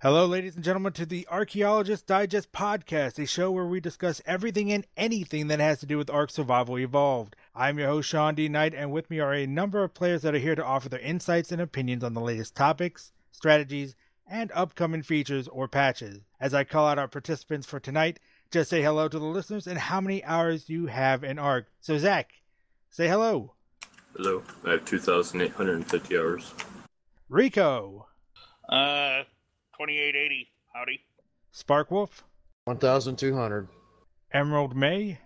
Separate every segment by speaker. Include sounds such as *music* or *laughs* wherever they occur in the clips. Speaker 1: Hello, ladies and gentlemen, to the Archaeologist Digest podcast, a show where we discuss everything and anything that has to do with Ark Survival Evolved. I'm your host, Sean D. Knight, and with me are a number of players that are here to offer their insights and opinions on the latest topics, strategies, and upcoming features or patches. As I call out our participants for tonight, just say hello to the listeners and how many hours you have in Ark. So, Zach, say hello.
Speaker 2: Hello. I have 2,850 hours.
Speaker 1: Rico,
Speaker 3: Uh, 2880. Howdy.
Speaker 1: Spark Wolf,
Speaker 4: 1,200.
Speaker 1: Emerald May,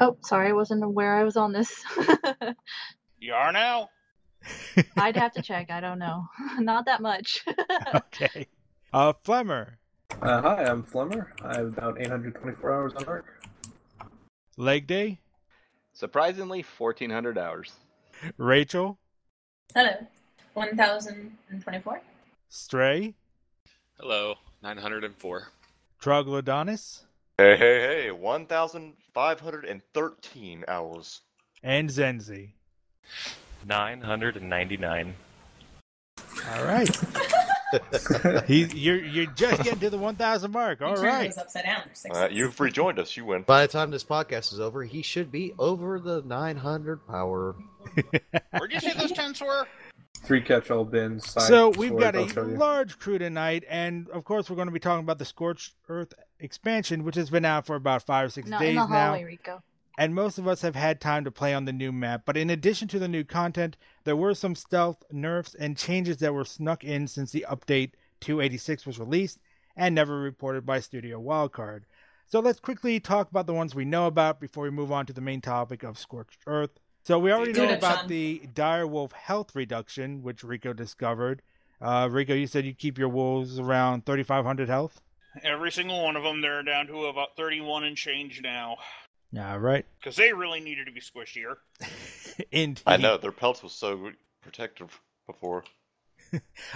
Speaker 5: Oh, sorry, I wasn't aware I was on this. *laughs*
Speaker 3: You are now?
Speaker 5: I'd have to check. I don't know. *laughs* Not that much. *laughs*
Speaker 1: okay. Uh, Flemmer,
Speaker 6: Uh, hi, I'm Flemmer. I have about 824 hours on Arc.
Speaker 1: Leg Day,
Speaker 7: Surprisingly, 1,400 hours.
Speaker 1: Rachel,
Speaker 8: Hello. 1024?
Speaker 1: Stray,
Speaker 9: Hello, 904.
Speaker 1: Troglodonis,
Speaker 10: Hey, hey, hey, 1,513 hours.
Speaker 1: and Zenzi.
Speaker 11: 999.
Speaker 1: All
Speaker 10: *laughs*
Speaker 1: right. he, you're you're just getting to the 1,000 mark. All
Speaker 8: You turned
Speaker 1: right.
Speaker 8: those upside down. There's six.
Speaker 10: Uh, you've rejoined us, you win.
Speaker 4: By the time this podcast is over, he should be over the
Speaker 1: *laughs*
Speaker 4: 900 power.
Speaker 3: Where'd you say those tents were?
Speaker 6: Three catch-all bins. side
Speaker 1: So we've
Speaker 6: story,
Speaker 1: got a
Speaker 6: I'll tell you.
Speaker 1: large crew tonight, and of course we're going to be talking about the Scorched Earth expansion, which has been out for about five or six
Speaker 5: Not
Speaker 1: days
Speaker 5: in the
Speaker 1: now.
Speaker 5: hallway, Rico.
Speaker 1: and most of us have had time to play on the new map. But in addition to the new content, there were some stealth nerfs and changes that were snuck in since the update 286 was released and never reported by Studio Wildcard. So let's quickly talk about the ones we know about before we move on to the main topic of Scorched Earth. So we already
Speaker 8: Do
Speaker 1: know
Speaker 8: it,
Speaker 1: about
Speaker 8: Sean.
Speaker 1: the dire wolf health reduction, which Rico discovered. Uh, Rico, you said you keep your wolves around 3,500 health.
Speaker 3: Every single one of them, they're down to about 31 and change now.
Speaker 1: All right.
Speaker 3: Because they really needed to be squishier.
Speaker 1: Indeed.
Speaker 10: I know, their pelts was so protective before.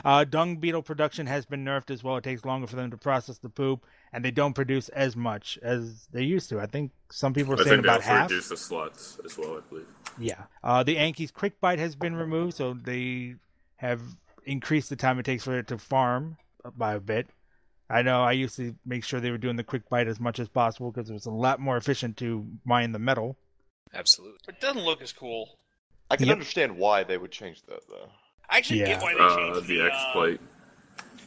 Speaker 1: Uh, dung beetle production has been nerfed as well. It takes longer for them to process the poop, and they don't produce as much as they used to. I think some people are
Speaker 2: I
Speaker 1: saying
Speaker 2: think they
Speaker 1: about
Speaker 2: also
Speaker 1: half.
Speaker 2: reduced the slots as well, I believe.
Speaker 1: Yeah. Uh, the Anki's quick bite has been removed, so they have increased the time it takes for it to farm by a bit. I know I used to make sure they were doing the quick bite as much as possible because it was a lot more efficient to mine the metal.
Speaker 9: Absolutely.
Speaker 3: It doesn't look as cool.
Speaker 10: I can
Speaker 1: Yep.
Speaker 10: understand why they would change that, though.
Speaker 3: I actually
Speaker 1: Yeah.
Speaker 3: get why they
Speaker 2: Uh,
Speaker 3: changed
Speaker 2: the
Speaker 3: the,
Speaker 2: X
Speaker 3: uh,
Speaker 2: plate.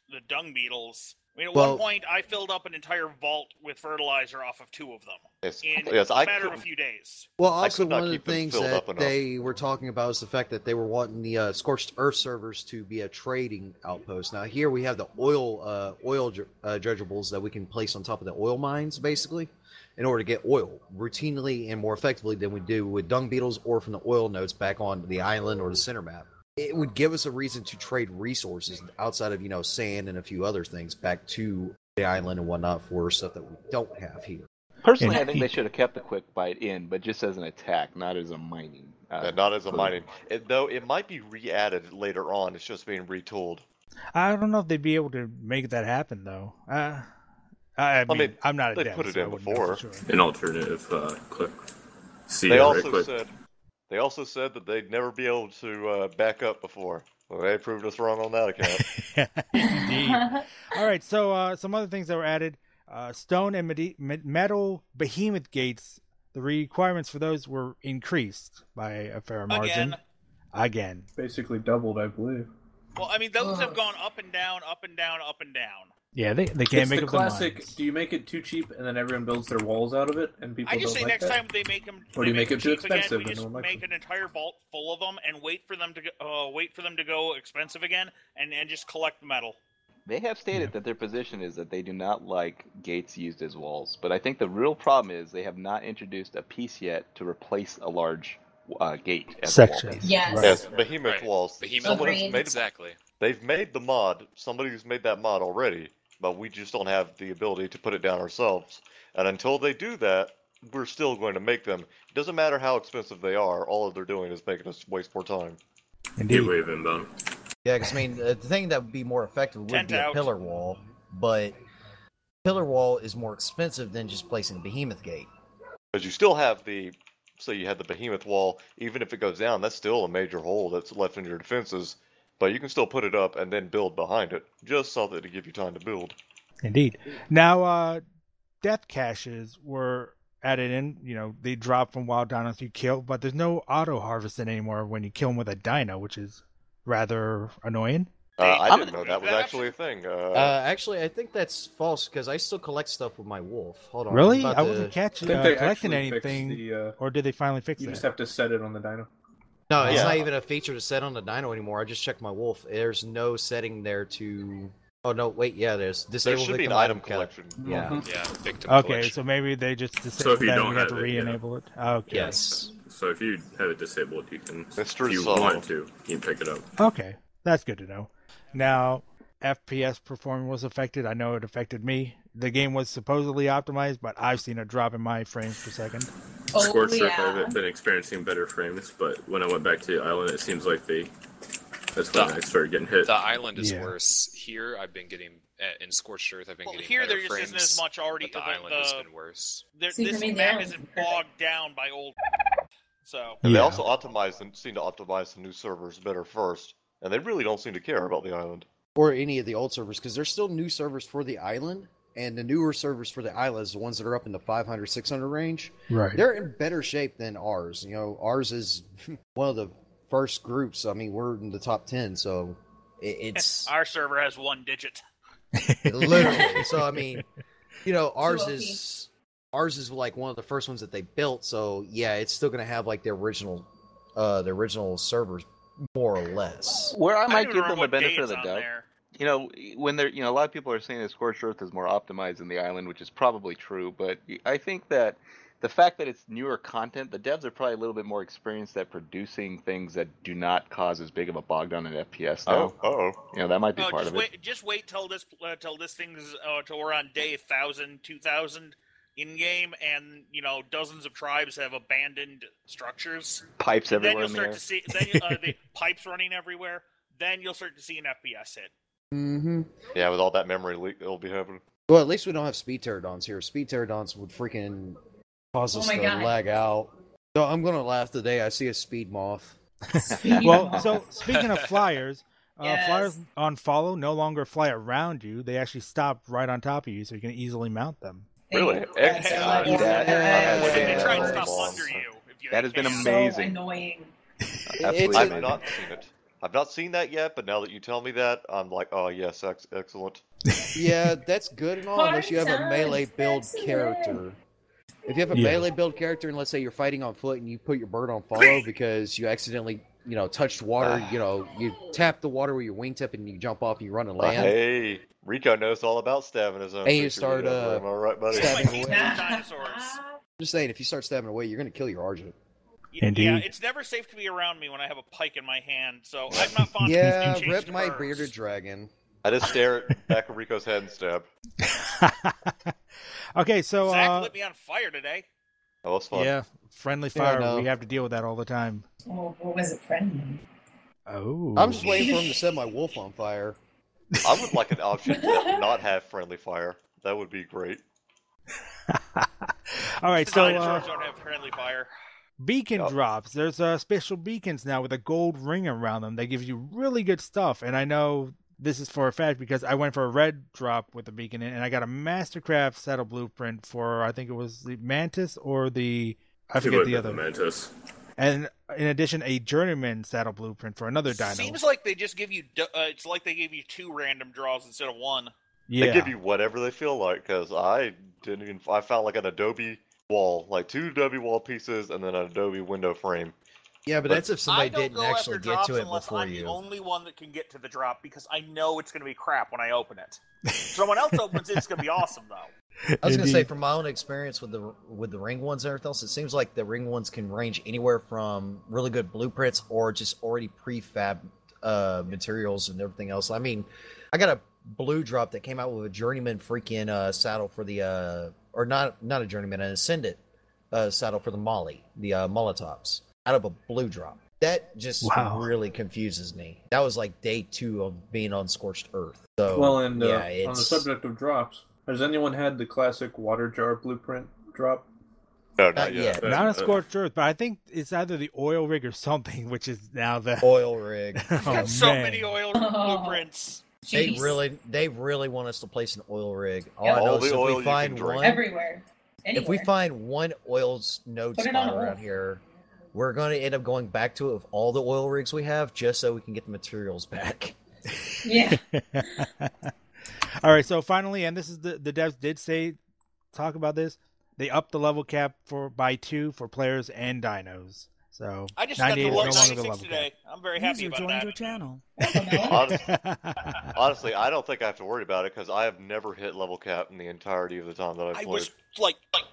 Speaker 3: the dung beetles. I mean, at
Speaker 4: Well-
Speaker 3: one point, I filled up an entire vault with fertilizer off of two of them
Speaker 10: Yes,
Speaker 3: in
Speaker 10: yes
Speaker 3: a
Speaker 10: I
Speaker 3: matter of a
Speaker 10: couldn't.
Speaker 3: few days.
Speaker 4: Well,
Speaker 10: I
Speaker 4: also
Speaker 10: could not
Speaker 4: one of the
Speaker 10: keep them
Speaker 4: things
Speaker 10: filled
Speaker 4: that
Speaker 10: up enough.
Speaker 4: they were talking about is the fact that they were wanting the uh, scorched earth servers to be a trading outpost. Now here we have the oil uh, oil dr- uh, dredgeables that we can place on top of the oil mines, basically, in order to get oil routinely and more effectively than we do with dung beetles or from the oil nodes back on the island or the center map. It would give us a reason to trade resources outside of you know sand and a few other things back to the island and whatnot for stuff that we don't have here.
Speaker 7: Personally,
Speaker 1: Yeah.
Speaker 7: I think they should have kept the quick bite in, but just as an attack, not as a mining. Uh,
Speaker 10: uh, not as a
Speaker 7: for-
Speaker 10: mining. It, though it might be re added later on, it's just being retooled.
Speaker 1: I don't know if they'd be able to make that happen, though. Uh, I, I mean,
Speaker 10: mean,
Speaker 1: I'm not a
Speaker 10: they
Speaker 1: dev,
Speaker 10: put it
Speaker 1: so I
Speaker 10: in
Speaker 1: wouldn't know for
Speaker 10: before.
Speaker 1: sure.
Speaker 2: An alternative uh, click. See
Speaker 10: they
Speaker 2: a
Speaker 10: also
Speaker 2: right click.
Speaker 10: said they also said that they'd never be able to uh, back up before. Well, they proved us wrong on that
Speaker 2: *laughs*
Speaker 10: account.
Speaker 1: Indeed. *laughs* All right, so uh, some other things that were added: uh, stone and medi- me- metal behemoth gates. The requirements for those were increased by a fair margin.
Speaker 3: Again.
Speaker 1: Again.
Speaker 6: Basically doubled, I believe.
Speaker 3: Well, I mean, those have
Speaker 8: Ugh.
Speaker 3: gone up and down, up and down, up and down.
Speaker 1: Yeah, they, they can't
Speaker 6: it's
Speaker 1: make
Speaker 6: the
Speaker 1: up
Speaker 6: classic.
Speaker 1: their minds.
Speaker 6: do you make it too cheap and then everyone builds their walls out of it and people
Speaker 3: I just
Speaker 6: don't
Speaker 3: say
Speaker 6: like
Speaker 3: next
Speaker 6: that?
Speaker 3: time they make them,
Speaker 6: Or do you make it too
Speaker 3: Again,
Speaker 6: expensive and
Speaker 3: we just
Speaker 6: don't like
Speaker 3: make
Speaker 6: them?
Speaker 3: an entire vault full of them and wait for them to go, uh, wait for them to go expensive again, and and just collect the metal.
Speaker 7: They have stated that their position is that they do not like gates used as walls, but I think the real problem is they have not introduced a piece yet to replace a large uh, gate as
Speaker 1: Section.
Speaker 7: a wall piece.
Speaker 8: Yes.
Speaker 10: yes, behemoth
Speaker 9: Right.
Speaker 10: walls.
Speaker 9: Behemoth
Speaker 10: Someone
Speaker 8: Agreed.
Speaker 10: has made,
Speaker 9: Exactly.
Speaker 10: they've made the mod. Somebody's made that mod already, but we just don't have the ability to put it down ourselves. And until they do that, we're still going to make them. It doesn't matter how expensive they are. All they're doing is making us waste more time.
Speaker 2: Heat
Speaker 1: Indeed.
Speaker 2: wave inbound.
Speaker 4: Yeah, because I mean, the thing that would be more effective would
Speaker 3: Tent
Speaker 4: be a
Speaker 3: out.
Speaker 4: pillar wall, but pillar wall is more expensive than just placing a behemoth gate.
Speaker 10: But you still have the say you had the behemoth wall, even if it goes down, that's still a major hole that's left in your defenses. but you can still put it up and then build behind it. Just something to give you time to build.
Speaker 1: Indeed. Now, uh, death caches were added in. You know, they drop from wild dinos you kill, but there's no auto harvesting anymore when you kill them with a dino, which is rather annoying.
Speaker 10: Uh, I
Speaker 3: I'm
Speaker 10: didn't
Speaker 3: gonna
Speaker 10: know that
Speaker 3: do
Speaker 10: was
Speaker 3: that.
Speaker 10: actually a thing. Uh,
Speaker 4: Uh, actually, I think that's false because I still collect stuff with my wolf. Hold on. I'm
Speaker 1: Really?
Speaker 4: about
Speaker 1: I
Speaker 4: to-
Speaker 1: wasn't
Speaker 6: I
Speaker 1: catching,
Speaker 6: think
Speaker 1: uh,
Speaker 6: they
Speaker 1: collecting
Speaker 6: actually fixed
Speaker 1: anything,
Speaker 6: the, uh,
Speaker 1: or did they finally fix
Speaker 6: you
Speaker 1: that?
Speaker 6: just have to set it on the dyno.
Speaker 4: No, it's
Speaker 10: Yeah.
Speaker 4: not even a feature to set on the dino anymore. I just checked my wolf. There's no setting there to. Oh no, wait, yeah, there's
Speaker 10: there
Speaker 4: disable
Speaker 10: should be
Speaker 4: victim
Speaker 10: an item
Speaker 4: count.
Speaker 10: collection.
Speaker 4: Yeah.
Speaker 6: Mhm.
Speaker 9: Yeah, victim
Speaker 1: Okay,
Speaker 9: collection.
Speaker 1: so maybe they just decided
Speaker 2: So if you
Speaker 1: then
Speaker 2: don't
Speaker 1: we have,
Speaker 2: have
Speaker 1: to
Speaker 2: it, yeah.
Speaker 1: re-enable it. Ah, Okay.
Speaker 4: Yes.
Speaker 2: So if you have it disabled, you can.
Speaker 10: Mr.
Speaker 2: If you
Speaker 10: Solo.
Speaker 2: want to, you can pick it up.
Speaker 1: Okay, that's good to know. Now, FPS performance was affected. I know it affected me. The game was supposedly optimized, but I've seen a drop in my frames per second.
Speaker 5: Oh,
Speaker 2: Scorched Earth,
Speaker 5: yeah.
Speaker 2: I've been experiencing better frames, but when I went back to the island, it seems like they. That's when
Speaker 9: The-
Speaker 2: I started getting hit.
Speaker 9: The island is
Speaker 1: Yeah.
Speaker 9: worse. Here, I've been getting uh, in Scorched Earth. I've been
Speaker 3: Well,
Speaker 9: getting
Speaker 3: here
Speaker 9: better
Speaker 3: there just
Speaker 9: frames,
Speaker 3: isn't as much already.
Speaker 9: but the island has been worse.
Speaker 3: there-
Speaker 5: See, for
Speaker 3: this
Speaker 5: me, the
Speaker 3: map
Speaker 5: island's
Speaker 3: isn't
Speaker 5: perfect.
Speaker 3: bogged down by old. *laughs* So
Speaker 10: And
Speaker 1: Yeah.
Speaker 10: they also optimize and seem to optimize the new servers better first, and they really don't seem to care about the island.
Speaker 4: Or any of the old servers because there's still new servers for the island, and the newer servers for the island is the ones that are up in the 500, 600 range.
Speaker 1: Right.
Speaker 4: They're in better shape than ours. You know, ours is *laughs* one of the first groups. I mean, we're in the top ten, so it,
Speaker 3: *laughs*
Speaker 4: it's
Speaker 3: our server has one digit.
Speaker 4: *laughs* literally. So I mean, you know, ours
Speaker 5: OP.
Speaker 4: is ours is like one of the first ones that they built. So yeah, it's still gonna have like the original, uh, the original servers more or less.
Speaker 7: Where I
Speaker 3: don't
Speaker 7: might
Speaker 3: even
Speaker 7: give them
Speaker 3: remember
Speaker 7: a
Speaker 3: what day
Speaker 7: benefit
Speaker 3: it's
Speaker 7: of the
Speaker 3: on
Speaker 7: doubt,
Speaker 3: there.
Speaker 7: you know, when they're, you know, a lot of people are saying that Scorched Earth is more optimized than the island, which is probably true, but I think that the fact that it's newer content, the devs are probably a little bit more experienced at producing things that do not cause as big of a bog down in FPS now.
Speaker 10: Oh, oh.
Speaker 7: You know, that might be
Speaker 3: Oh,
Speaker 7: part
Speaker 3: just
Speaker 7: of
Speaker 3: wait.
Speaker 7: it.
Speaker 3: Just wait till this uh, till this thing's uh, till we're on day 1000, 2000 in game, and you know dozens of tribes have abandoned structures.
Speaker 7: Pipes
Speaker 3: Then you'll
Speaker 7: everywhere in the
Speaker 3: start
Speaker 7: air.
Speaker 3: to see then uh, the pipes running everywhere. Then you'll start to see an FPS hit.
Speaker 4: Mm-hmm.
Speaker 10: Yeah, with all that memory leak that'll be happening.
Speaker 4: Well, at least we don't have speed pterodons here. Speed pterodons would freaking cause
Speaker 5: Oh
Speaker 4: us
Speaker 5: my
Speaker 4: to
Speaker 5: God.
Speaker 4: lag out. So I'm gonna laugh today. I see a speed moth.
Speaker 1: Well,
Speaker 5: *laughs*
Speaker 1: so speaking of flyers, uh,
Speaker 5: Yes.
Speaker 1: flyers on follow no longer fly around you. They actually stop right on top of you, so you can easily mount them.
Speaker 10: Really?
Speaker 5: That's
Speaker 10: Excellent.
Speaker 5: so
Speaker 10: Yeah.
Speaker 5: bad.
Speaker 7: Yeah.
Speaker 3: Or they try and
Speaker 10: Yeah.
Speaker 3: stop
Speaker 10: Long.
Speaker 3: under you. If you
Speaker 7: That has been
Speaker 3: can.
Speaker 5: So
Speaker 7: Amazing.
Speaker 5: annoying.
Speaker 7: Absolutely.
Speaker 4: It's
Speaker 10: I've
Speaker 4: a-
Speaker 7: amazing.
Speaker 10: not seen it. I've not seen that yet, but now that you tell me that, I'm like, oh yes, ex- excellent.
Speaker 4: Yeah, that's good and all, unless you have a
Speaker 5: Hard
Speaker 4: melee
Speaker 5: times,
Speaker 4: build
Speaker 5: excellent.
Speaker 4: character. If you have a
Speaker 1: Yeah.
Speaker 4: melee build character, and let's say you're fighting on foot, and you put your bird on
Speaker 5: *laughs*
Speaker 4: follow because you accidentally, you know, touched water, you know, you tap the water with your wingtip, and you jump off, and you run and
Speaker 10: Uh,
Speaker 4: land.
Speaker 10: hey, Rico knows all about stabbing his own.
Speaker 4: And you
Speaker 10: creature,
Speaker 4: start,
Speaker 10: whatever,
Speaker 4: uh,
Speaker 10: am I right, buddy?
Speaker 3: It's like
Speaker 4: Stabbing
Speaker 3: these
Speaker 4: away.
Speaker 5: *laughs*
Speaker 3: dinosaurs.
Speaker 4: I'm just saying, if you start stabbing away, you're gonna kill your argent.
Speaker 3: Y- Yeah,
Speaker 1: Indeed.
Speaker 3: it's never safe to be around me when I have a pike in my hand, so I'm not fond
Speaker 4: Yeah,
Speaker 3: of these new
Speaker 4: rip
Speaker 3: changed
Speaker 4: my
Speaker 3: birds.
Speaker 4: bearded dragon.
Speaker 10: I just stare
Speaker 4: *laughs*
Speaker 10: at back of Rico's head and stab.
Speaker 1: *laughs* okay, so
Speaker 3: Zach
Speaker 1: uh,
Speaker 3: lit me on fire today.
Speaker 10: That was fun.
Speaker 1: yeah, friendly
Speaker 4: Yeah,
Speaker 1: fire.
Speaker 4: no.
Speaker 1: We have to deal with that all the time.
Speaker 5: Well, what was it, friend?
Speaker 1: Oh,
Speaker 4: I'm just waiting for him to
Speaker 5: *laughs*
Speaker 4: set my wolf on fire.
Speaker 10: I would like an option to not have friendly fire. That would be great.
Speaker 1: *laughs* all right, so. Uh,
Speaker 3: Dinosaurs don't have friendly fire.
Speaker 1: beacon
Speaker 10: Yep.
Speaker 1: drops. There's uh, special beacons now with a gold ring around them that gives you really good stuff. And I know this is for a fact because I went for a red drop with a beacon in, and I got a Mastercraft saddle blueprint for I think it was the Mantis or the I
Speaker 2: People
Speaker 1: forget
Speaker 2: have
Speaker 1: the
Speaker 2: been
Speaker 1: other.
Speaker 2: Mantis.
Speaker 1: And in addition, a journeyman saddle blueprint for another dino.
Speaker 3: Seems like they just give you. du- Uh, it's like they gave you two random draws instead of one.
Speaker 1: yeah,
Speaker 10: They give you whatever they feel like. Because I didn't even. I found like an Adobe wall, like two Adobe wall pieces, and then an Adobe window frame.
Speaker 4: Yeah, but
Speaker 10: But
Speaker 4: that's if
Speaker 3: I
Speaker 4: somebody
Speaker 3: don't
Speaker 4: didn't
Speaker 3: go
Speaker 4: actually
Speaker 3: after
Speaker 4: get
Speaker 3: drops
Speaker 4: to it
Speaker 3: unless
Speaker 4: before
Speaker 3: I'm the
Speaker 4: you.
Speaker 3: only one that can get to the drop because I know it's going to be crap when I open it. Someone else opens it, it's going to be awesome though.
Speaker 4: I was gonna say,
Speaker 1: Indeed.
Speaker 4: from my own experience with the with the ring ones and everything else, it seems like the ring ones can range anywhere from really good blueprints or just already prefab uh, materials and everything else. I mean, I got a blue drop that came out with a journeyman freaking uh, saddle for the uh, or not not a journeyman an ascendant uh, saddle for the Molly the uh, Molotovs out of a blue drop. That just
Speaker 1: Wow.
Speaker 4: really confuses me. That was like day two of being on scorched earth.
Speaker 1: Oh,
Speaker 4: So
Speaker 6: well, and uh,
Speaker 4: yeah,
Speaker 6: on the
Speaker 4: it's
Speaker 6: subject of drops, has anyone had the classic water jar blueprint drop?
Speaker 10: No,
Speaker 4: Not
Speaker 10: not yet.
Speaker 4: yet.
Speaker 1: Not a
Speaker 2: Uh,
Speaker 1: scorched earth, but I think it's either the oil rig or something, *laughs* which is now the.
Speaker 4: Oil rig.
Speaker 1: *laughs* Oh,
Speaker 3: Got so
Speaker 1: man.
Speaker 3: many
Speaker 8: *laughs*
Speaker 3: oil
Speaker 5: Oh.
Speaker 3: blueprints.
Speaker 4: They
Speaker 8: Jeez.
Speaker 4: really, they really want us to place an oil rig. All
Speaker 8: Yeah.
Speaker 4: I know
Speaker 10: All
Speaker 4: is
Speaker 10: the
Speaker 4: if
Speaker 10: oil you
Speaker 4: we
Speaker 10: can
Speaker 4: find
Speaker 10: drink.
Speaker 4: one,
Speaker 8: everywhere. Anywhere.
Speaker 4: if we find one oil s- node
Speaker 8: Put it
Speaker 4: spot
Speaker 8: on
Speaker 4: around
Speaker 8: oil.
Speaker 4: here, we're going to end up going back to it with all the oil rigs we have, just so we can get the materials back. *laughs*
Speaker 8: yeah,
Speaker 1: *laughs* All right, so finally, and this is the the devs did say talk about this. They upped the level cap for by two for players and dinos. So
Speaker 3: I just got
Speaker 1: 98
Speaker 3: the
Speaker 1: is
Speaker 3: one
Speaker 1: no longer the
Speaker 3: ninety six
Speaker 1: level
Speaker 3: today. I'm very happy about that.
Speaker 8: *laughs*
Speaker 11: channel.
Speaker 10: Honest-
Speaker 1: cap.
Speaker 10: Honestly, I don't think I have to worry about it because I have never hit level cap in the entirety of the time that I've
Speaker 3: I
Speaker 10: played.
Speaker 3: was like like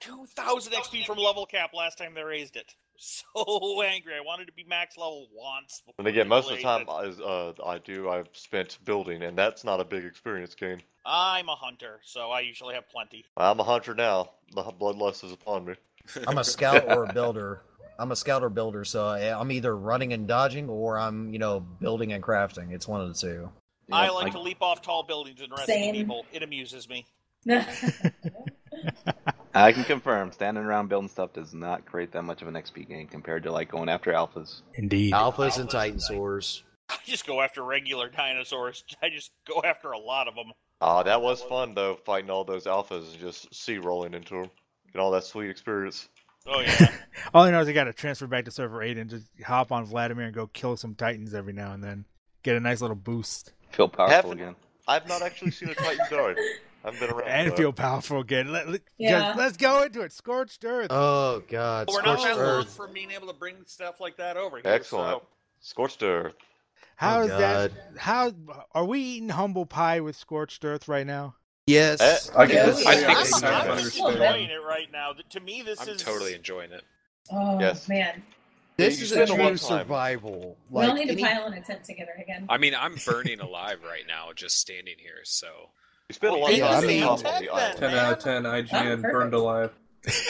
Speaker 3: two thousand XP from level cap last time they raised it. *laughs* So angry. I wanted to be max level once.
Speaker 10: And again, most of the
Speaker 3: before they
Speaker 10: time
Speaker 3: raised it.
Speaker 10: I, uh, I do, I've spent building, and that's not a big experience game.
Speaker 3: I'm a hunter, so I usually have plenty.
Speaker 10: I'm a hunter now. The h- bloodlust is upon me.
Speaker 4: *laughs* I'm a scout
Speaker 10: *laughs*
Speaker 4: or a builder. I'm a scout or builder, so I- I'm either running and dodging or I'm, you know, building and crafting. It's one of the two.
Speaker 3: I
Speaker 10: Yep.
Speaker 3: like to leap off tall buildings and rescue
Speaker 8: Same.
Speaker 3: people. It amuses
Speaker 8: *laughs*
Speaker 3: me.
Speaker 7: I can confirm, standing around building stuff does not create that much of an XP gain compared to like going after alphas.
Speaker 1: Indeed.
Speaker 4: Alphas and Titan Swords.
Speaker 3: I just go after regular dinosaurs. I just go after a lot of them.
Speaker 10: Ah, that was fun though, fighting all those alphas and just sea rolling into them. Get all that sweet experience.
Speaker 3: Oh yeah.
Speaker 1: *laughs* All I know is I got to transfer back to server eight and just hop on Vladimir and go kill some titans every now and then. Get a nice little boost
Speaker 7: Feel powerful
Speaker 10: Haven't-
Speaker 7: again.
Speaker 10: I've not actually seen a Titan die. I've been around.
Speaker 1: and
Speaker 10: but-
Speaker 1: feel powerful again. Let, let,
Speaker 8: Yeah.
Speaker 1: just- let's go into it. Scorched earth.
Speaker 4: Oh God,
Speaker 3: But we're not
Speaker 4: Scorched
Speaker 3: that long
Speaker 4: Earth.
Speaker 3: from being able to bring stuff like that over here.
Speaker 10: Excellent.
Speaker 3: so-
Speaker 10: Scorched Earth.
Speaker 1: how
Speaker 4: oh,
Speaker 1: is that? How are we eating humble pie with scorched earth right now?
Speaker 3: Eh,
Speaker 4: Yes.
Speaker 6: I guess.
Speaker 8: I
Speaker 9: think
Speaker 3: I'm,
Speaker 9: so.
Speaker 3: I'm
Speaker 9: I
Speaker 3: enjoying it right now. To me, this
Speaker 9: I'm
Speaker 3: is
Speaker 9: totally enjoying it.
Speaker 8: oh
Speaker 10: Yes.
Speaker 8: man,
Speaker 4: This
Speaker 10: You
Speaker 4: is
Speaker 10: said
Speaker 4: a
Speaker 10: it one
Speaker 4: true
Speaker 10: time.
Speaker 4: survival.
Speaker 8: we all need to
Speaker 4: any-
Speaker 8: pile in a tent together again.
Speaker 9: I mean, I'm burning alive right now just standing here. So
Speaker 10: You spent a
Speaker 3: Well,
Speaker 10: lot of
Speaker 3: yeah,
Speaker 10: time
Speaker 4: I mean-
Speaker 10: on top
Speaker 3: Tech
Speaker 10: of the
Speaker 3: then.
Speaker 10: island.
Speaker 6: 10 out of 10, IGN,
Speaker 8: Oh, perfect.
Speaker 6: burned alive.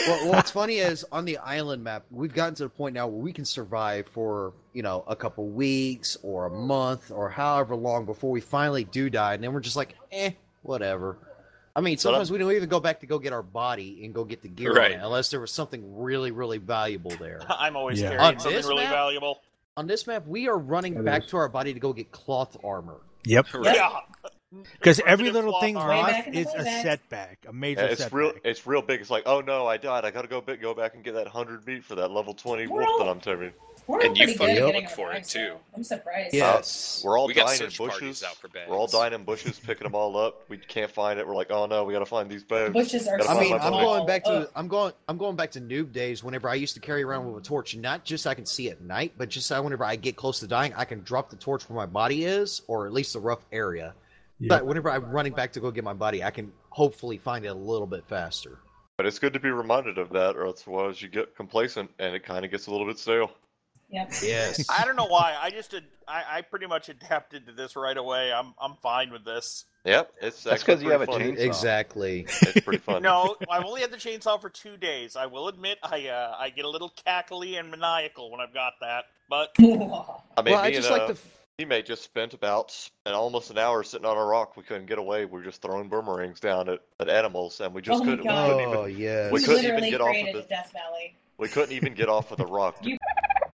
Speaker 4: well, what's funny is on the island map, we've gotten to the point now where we can survive for you know a couple weeks or a month or however long before we finally do die, and then we're just like, eh, whatever. I mean, sometimes we don't even go back to go get our body and go get the gear, on
Speaker 9: Right.
Speaker 4: it, unless there was something really, really valuable there.
Speaker 3: *laughs* I'm always
Speaker 1: Yeah.
Speaker 3: carrying
Speaker 4: On
Speaker 3: something
Speaker 4: this
Speaker 3: really
Speaker 4: map?
Speaker 3: valuable.
Speaker 4: on this map, we are running
Speaker 6: That
Speaker 4: back
Speaker 6: is-
Speaker 4: to our body to go get cloth armor.
Speaker 1: Yep.
Speaker 8: Yeah.
Speaker 3: Yeah.
Speaker 1: Because every
Speaker 3: Primitive
Speaker 1: little
Speaker 3: claw
Speaker 1: thing
Speaker 3: arm.
Speaker 8: Way
Speaker 1: lost
Speaker 8: back in the
Speaker 1: is a
Speaker 8: playback.
Speaker 1: setback, a major
Speaker 10: Yeah, it's
Speaker 1: setback.
Speaker 10: real. It's real big. It's like, oh no, I died. I gotta go bit, go back and get that hundred meat for that level twenty wolf
Speaker 8: Well-
Speaker 10: that I'm turning.
Speaker 8: We're all
Speaker 9: And you
Speaker 8: pretty
Speaker 9: fucking
Speaker 8: good at
Speaker 9: look
Speaker 8: getting
Speaker 9: for it,
Speaker 8: arrived,
Speaker 9: too.
Speaker 8: so I'm surprised.
Speaker 4: Yes.
Speaker 10: Uh, We're all
Speaker 9: We got
Speaker 10: dying in
Speaker 9: search parties
Speaker 10: bushes.
Speaker 9: out for bags.
Speaker 10: We're all dying in bushes, picking them all up. We can't find it. We're like, oh no, we gotta find these bags.
Speaker 8: Bushes are.
Speaker 10: Gotta
Speaker 4: I
Speaker 10: find
Speaker 4: mean,
Speaker 10: my
Speaker 4: I'm
Speaker 10: body.
Speaker 4: going back to
Speaker 8: Oh,
Speaker 4: I'm going I'm going back to noob days. Whenever I used to carry around with a torch, not just I can see at night, but just so whenever I get close to dying, I can drop the torch where my body is, or at least the rough area.
Speaker 1: Yeah.
Speaker 4: But whenever I'm running back to go get my body, I can hopefully find it a little bit faster.
Speaker 10: But it's good to be reminded of that, or otherwise you get complacent and it kind of gets a little bit stale.
Speaker 8: Yep.
Speaker 4: Yes.
Speaker 3: I don't know why. I just ad- I, I pretty much adapted to this right away. I'm I'm fine with this.
Speaker 10: Yep, it's
Speaker 7: That's
Speaker 10: actually
Speaker 7: 'cause you
Speaker 10: pretty
Speaker 7: have a
Speaker 10: fun.
Speaker 7: chain-
Speaker 4: exactly.
Speaker 10: It's pretty
Speaker 3: *laughs*
Speaker 10: fun. *laughs*
Speaker 3: No, I've only had the chainsaw for two days. I will admit, I uh, I get a little cackly and maniacal when I've got that.
Speaker 8: *laughs*
Speaker 3: But
Speaker 10: I mean,
Speaker 4: well,
Speaker 10: me
Speaker 4: I just
Speaker 10: and,
Speaker 4: like
Speaker 10: uh,
Speaker 4: the f-
Speaker 10: teammate just spent about an, almost an hour sitting on a rock. We couldn't get away. We were just throwing boomerangs down at, at animals, and we just
Speaker 8: Oh my
Speaker 10: couldn't. We
Speaker 8: God.
Speaker 10: couldn't even
Speaker 4: oh yes.
Speaker 10: we
Speaker 8: We
Speaker 10: couldn't even
Speaker 8: literally
Speaker 10: get off of
Speaker 8: created
Speaker 10: the-
Speaker 8: a death valley.
Speaker 10: We couldn't even get off of the rock
Speaker 8: *laughs*
Speaker 10: to
Speaker 8: You
Speaker 10: meet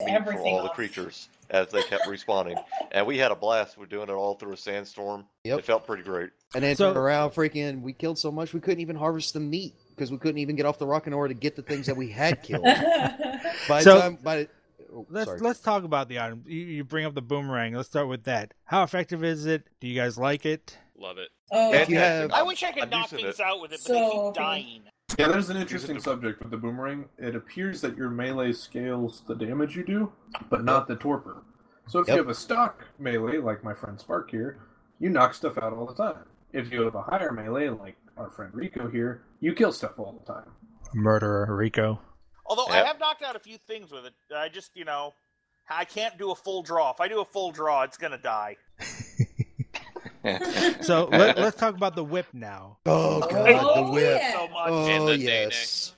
Speaker 10: for
Speaker 8: everything
Speaker 10: all the
Speaker 8: off.
Speaker 10: creatures as they kept respawning. And we had a blast. We're doing it all through a sandstorm.
Speaker 4: Yep.
Speaker 10: It felt pretty great.
Speaker 4: And then
Speaker 1: So-
Speaker 4: turn around, freaking, we killed so much we couldn't even harvest the meat because we couldn't even get off the rock in order to get the things that we had killed. by
Speaker 1: So-
Speaker 4: the time, by the, oh,
Speaker 1: Let's
Speaker 4: sorry.
Speaker 1: let's talk about the item. You, you bring up the boomerang. Let's start with that. How effective is it? Do you guys like it?
Speaker 9: love it.
Speaker 8: oh,
Speaker 4: If you have-
Speaker 10: Fantastic.
Speaker 3: I wish I could
Speaker 10: I'm
Speaker 3: knock
Speaker 10: using
Speaker 3: things
Speaker 10: it.
Speaker 3: out with it, but
Speaker 8: So-
Speaker 3: they keep dying.
Speaker 6: Yeah, there's an
Speaker 10: Use
Speaker 6: interesting
Speaker 10: it to-
Speaker 6: subject with the boomerang. It appears that your melee scales the damage you do, but not the torpor. So if
Speaker 4: Yep.
Speaker 6: you have a stock melee, like my friend Spark here, you knock stuff out all the time. If you have a higher melee, like our friend Rico here, you kill stuff all the time.
Speaker 1: Murderer Rico.
Speaker 3: Although I
Speaker 10: Yep.
Speaker 3: have knocked out a few things with it. I just you know, I can't do a full draw. If I do a full draw, it's gonna die.
Speaker 1: So let, let's talk about the whip now.
Speaker 4: Oh god,
Speaker 8: Oh,
Speaker 4: the whip.
Speaker 8: yeah.
Speaker 3: So much.
Speaker 4: Oh
Speaker 9: And the
Speaker 4: yes.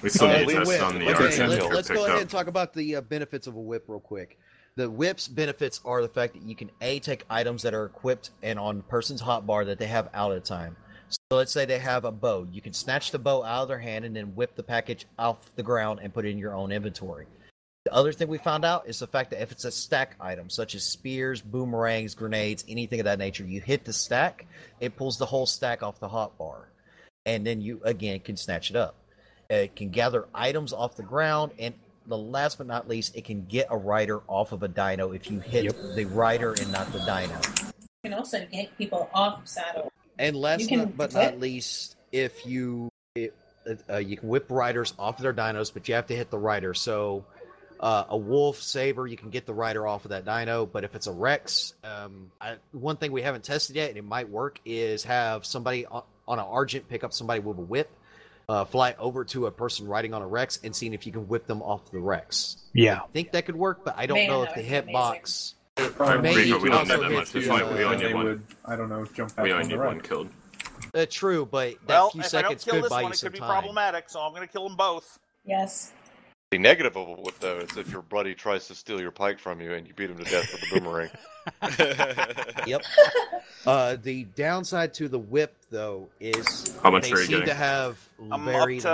Speaker 2: We still
Speaker 4: Uh,
Speaker 2: need
Speaker 4: we
Speaker 2: to test
Speaker 4: whip.
Speaker 2: on the
Speaker 10: Let's-
Speaker 2: arc
Speaker 10: let's-
Speaker 4: Okay,
Speaker 2: that
Speaker 4: let's,
Speaker 2: Hill
Speaker 4: let's
Speaker 2: picked
Speaker 4: go ahead
Speaker 2: up.
Speaker 4: and talk about the uh, benefits of a whip real quick. The whip's benefits are the fact that you can a take items that are equipped and on person's hotbar that they have out at a time. So let's say they have a bow. You can snatch the bow out of their hand and then whip the package off the ground and put it in your own inventory. The other thing we found out is the fact that if it's a stack item, such as spears, boomerangs, grenades, anything of that nature, you hit the stack, it pulls the whole stack off the hotbar. And then you, again, can snatch it up. It can gather items off the ground. And the last but not least, it can get a rider off of a dino if you hit the rider and not the dino.
Speaker 8: You can also get people off saddle.
Speaker 4: And
Speaker 8: You
Speaker 4: last
Speaker 8: can
Speaker 4: not, but
Speaker 8: whip.
Speaker 4: not least, if you it, uh, you can whip riders off of their dinos, but you have to hit the rider. So uh, a wolf saber, you can get the rider off of that dino. But if it's a Rex, um, I, one thing we haven't tested yet, and it might work, is have somebody on, on an Argent pick up somebody with a whip, uh, fly over to a person riding on a Rex, and seeing if you can whip them off the Rex.
Speaker 1: Yeah.
Speaker 4: I think that could work, but I don't
Speaker 8: Man,
Speaker 4: know
Speaker 8: that
Speaker 4: if the
Speaker 8: would be amazing.
Speaker 4: hitbox.
Speaker 2: I'm
Speaker 4: Maybe
Speaker 2: pretty
Speaker 4: you
Speaker 2: sure we
Speaker 4: can
Speaker 2: don't need
Speaker 4: also
Speaker 2: that
Speaker 4: hit
Speaker 2: much. That's
Speaker 4: the,
Speaker 2: why we
Speaker 4: uh,
Speaker 2: only need
Speaker 6: they
Speaker 2: one.
Speaker 6: would, I don't know, jump back
Speaker 2: We only
Speaker 6: on the
Speaker 2: need one
Speaker 6: right.
Speaker 2: killed.
Speaker 4: Uh, true, but that
Speaker 3: well,
Speaker 4: few
Speaker 3: if I don't
Speaker 4: seconds
Speaker 3: kill
Speaker 4: could
Speaker 3: this
Speaker 4: buy
Speaker 3: one,
Speaker 4: you
Speaker 3: it
Speaker 4: some
Speaker 3: could be
Speaker 4: time.
Speaker 3: problematic. So I'm going to kill them both.
Speaker 8: Yes.
Speaker 10: The negative of a whip, though, is if your buddy tries to steal your pike from you and you beat him to death with
Speaker 4: *laughs*
Speaker 10: a boomerang. *laughs*
Speaker 4: Yep.
Speaker 3: *laughs*
Speaker 4: Uh, the downside to the whip, though, is
Speaker 2: How much
Speaker 4: they
Speaker 2: are you
Speaker 4: seem
Speaker 2: getting?
Speaker 4: to have
Speaker 3: I'm
Speaker 4: very
Speaker 3: up to-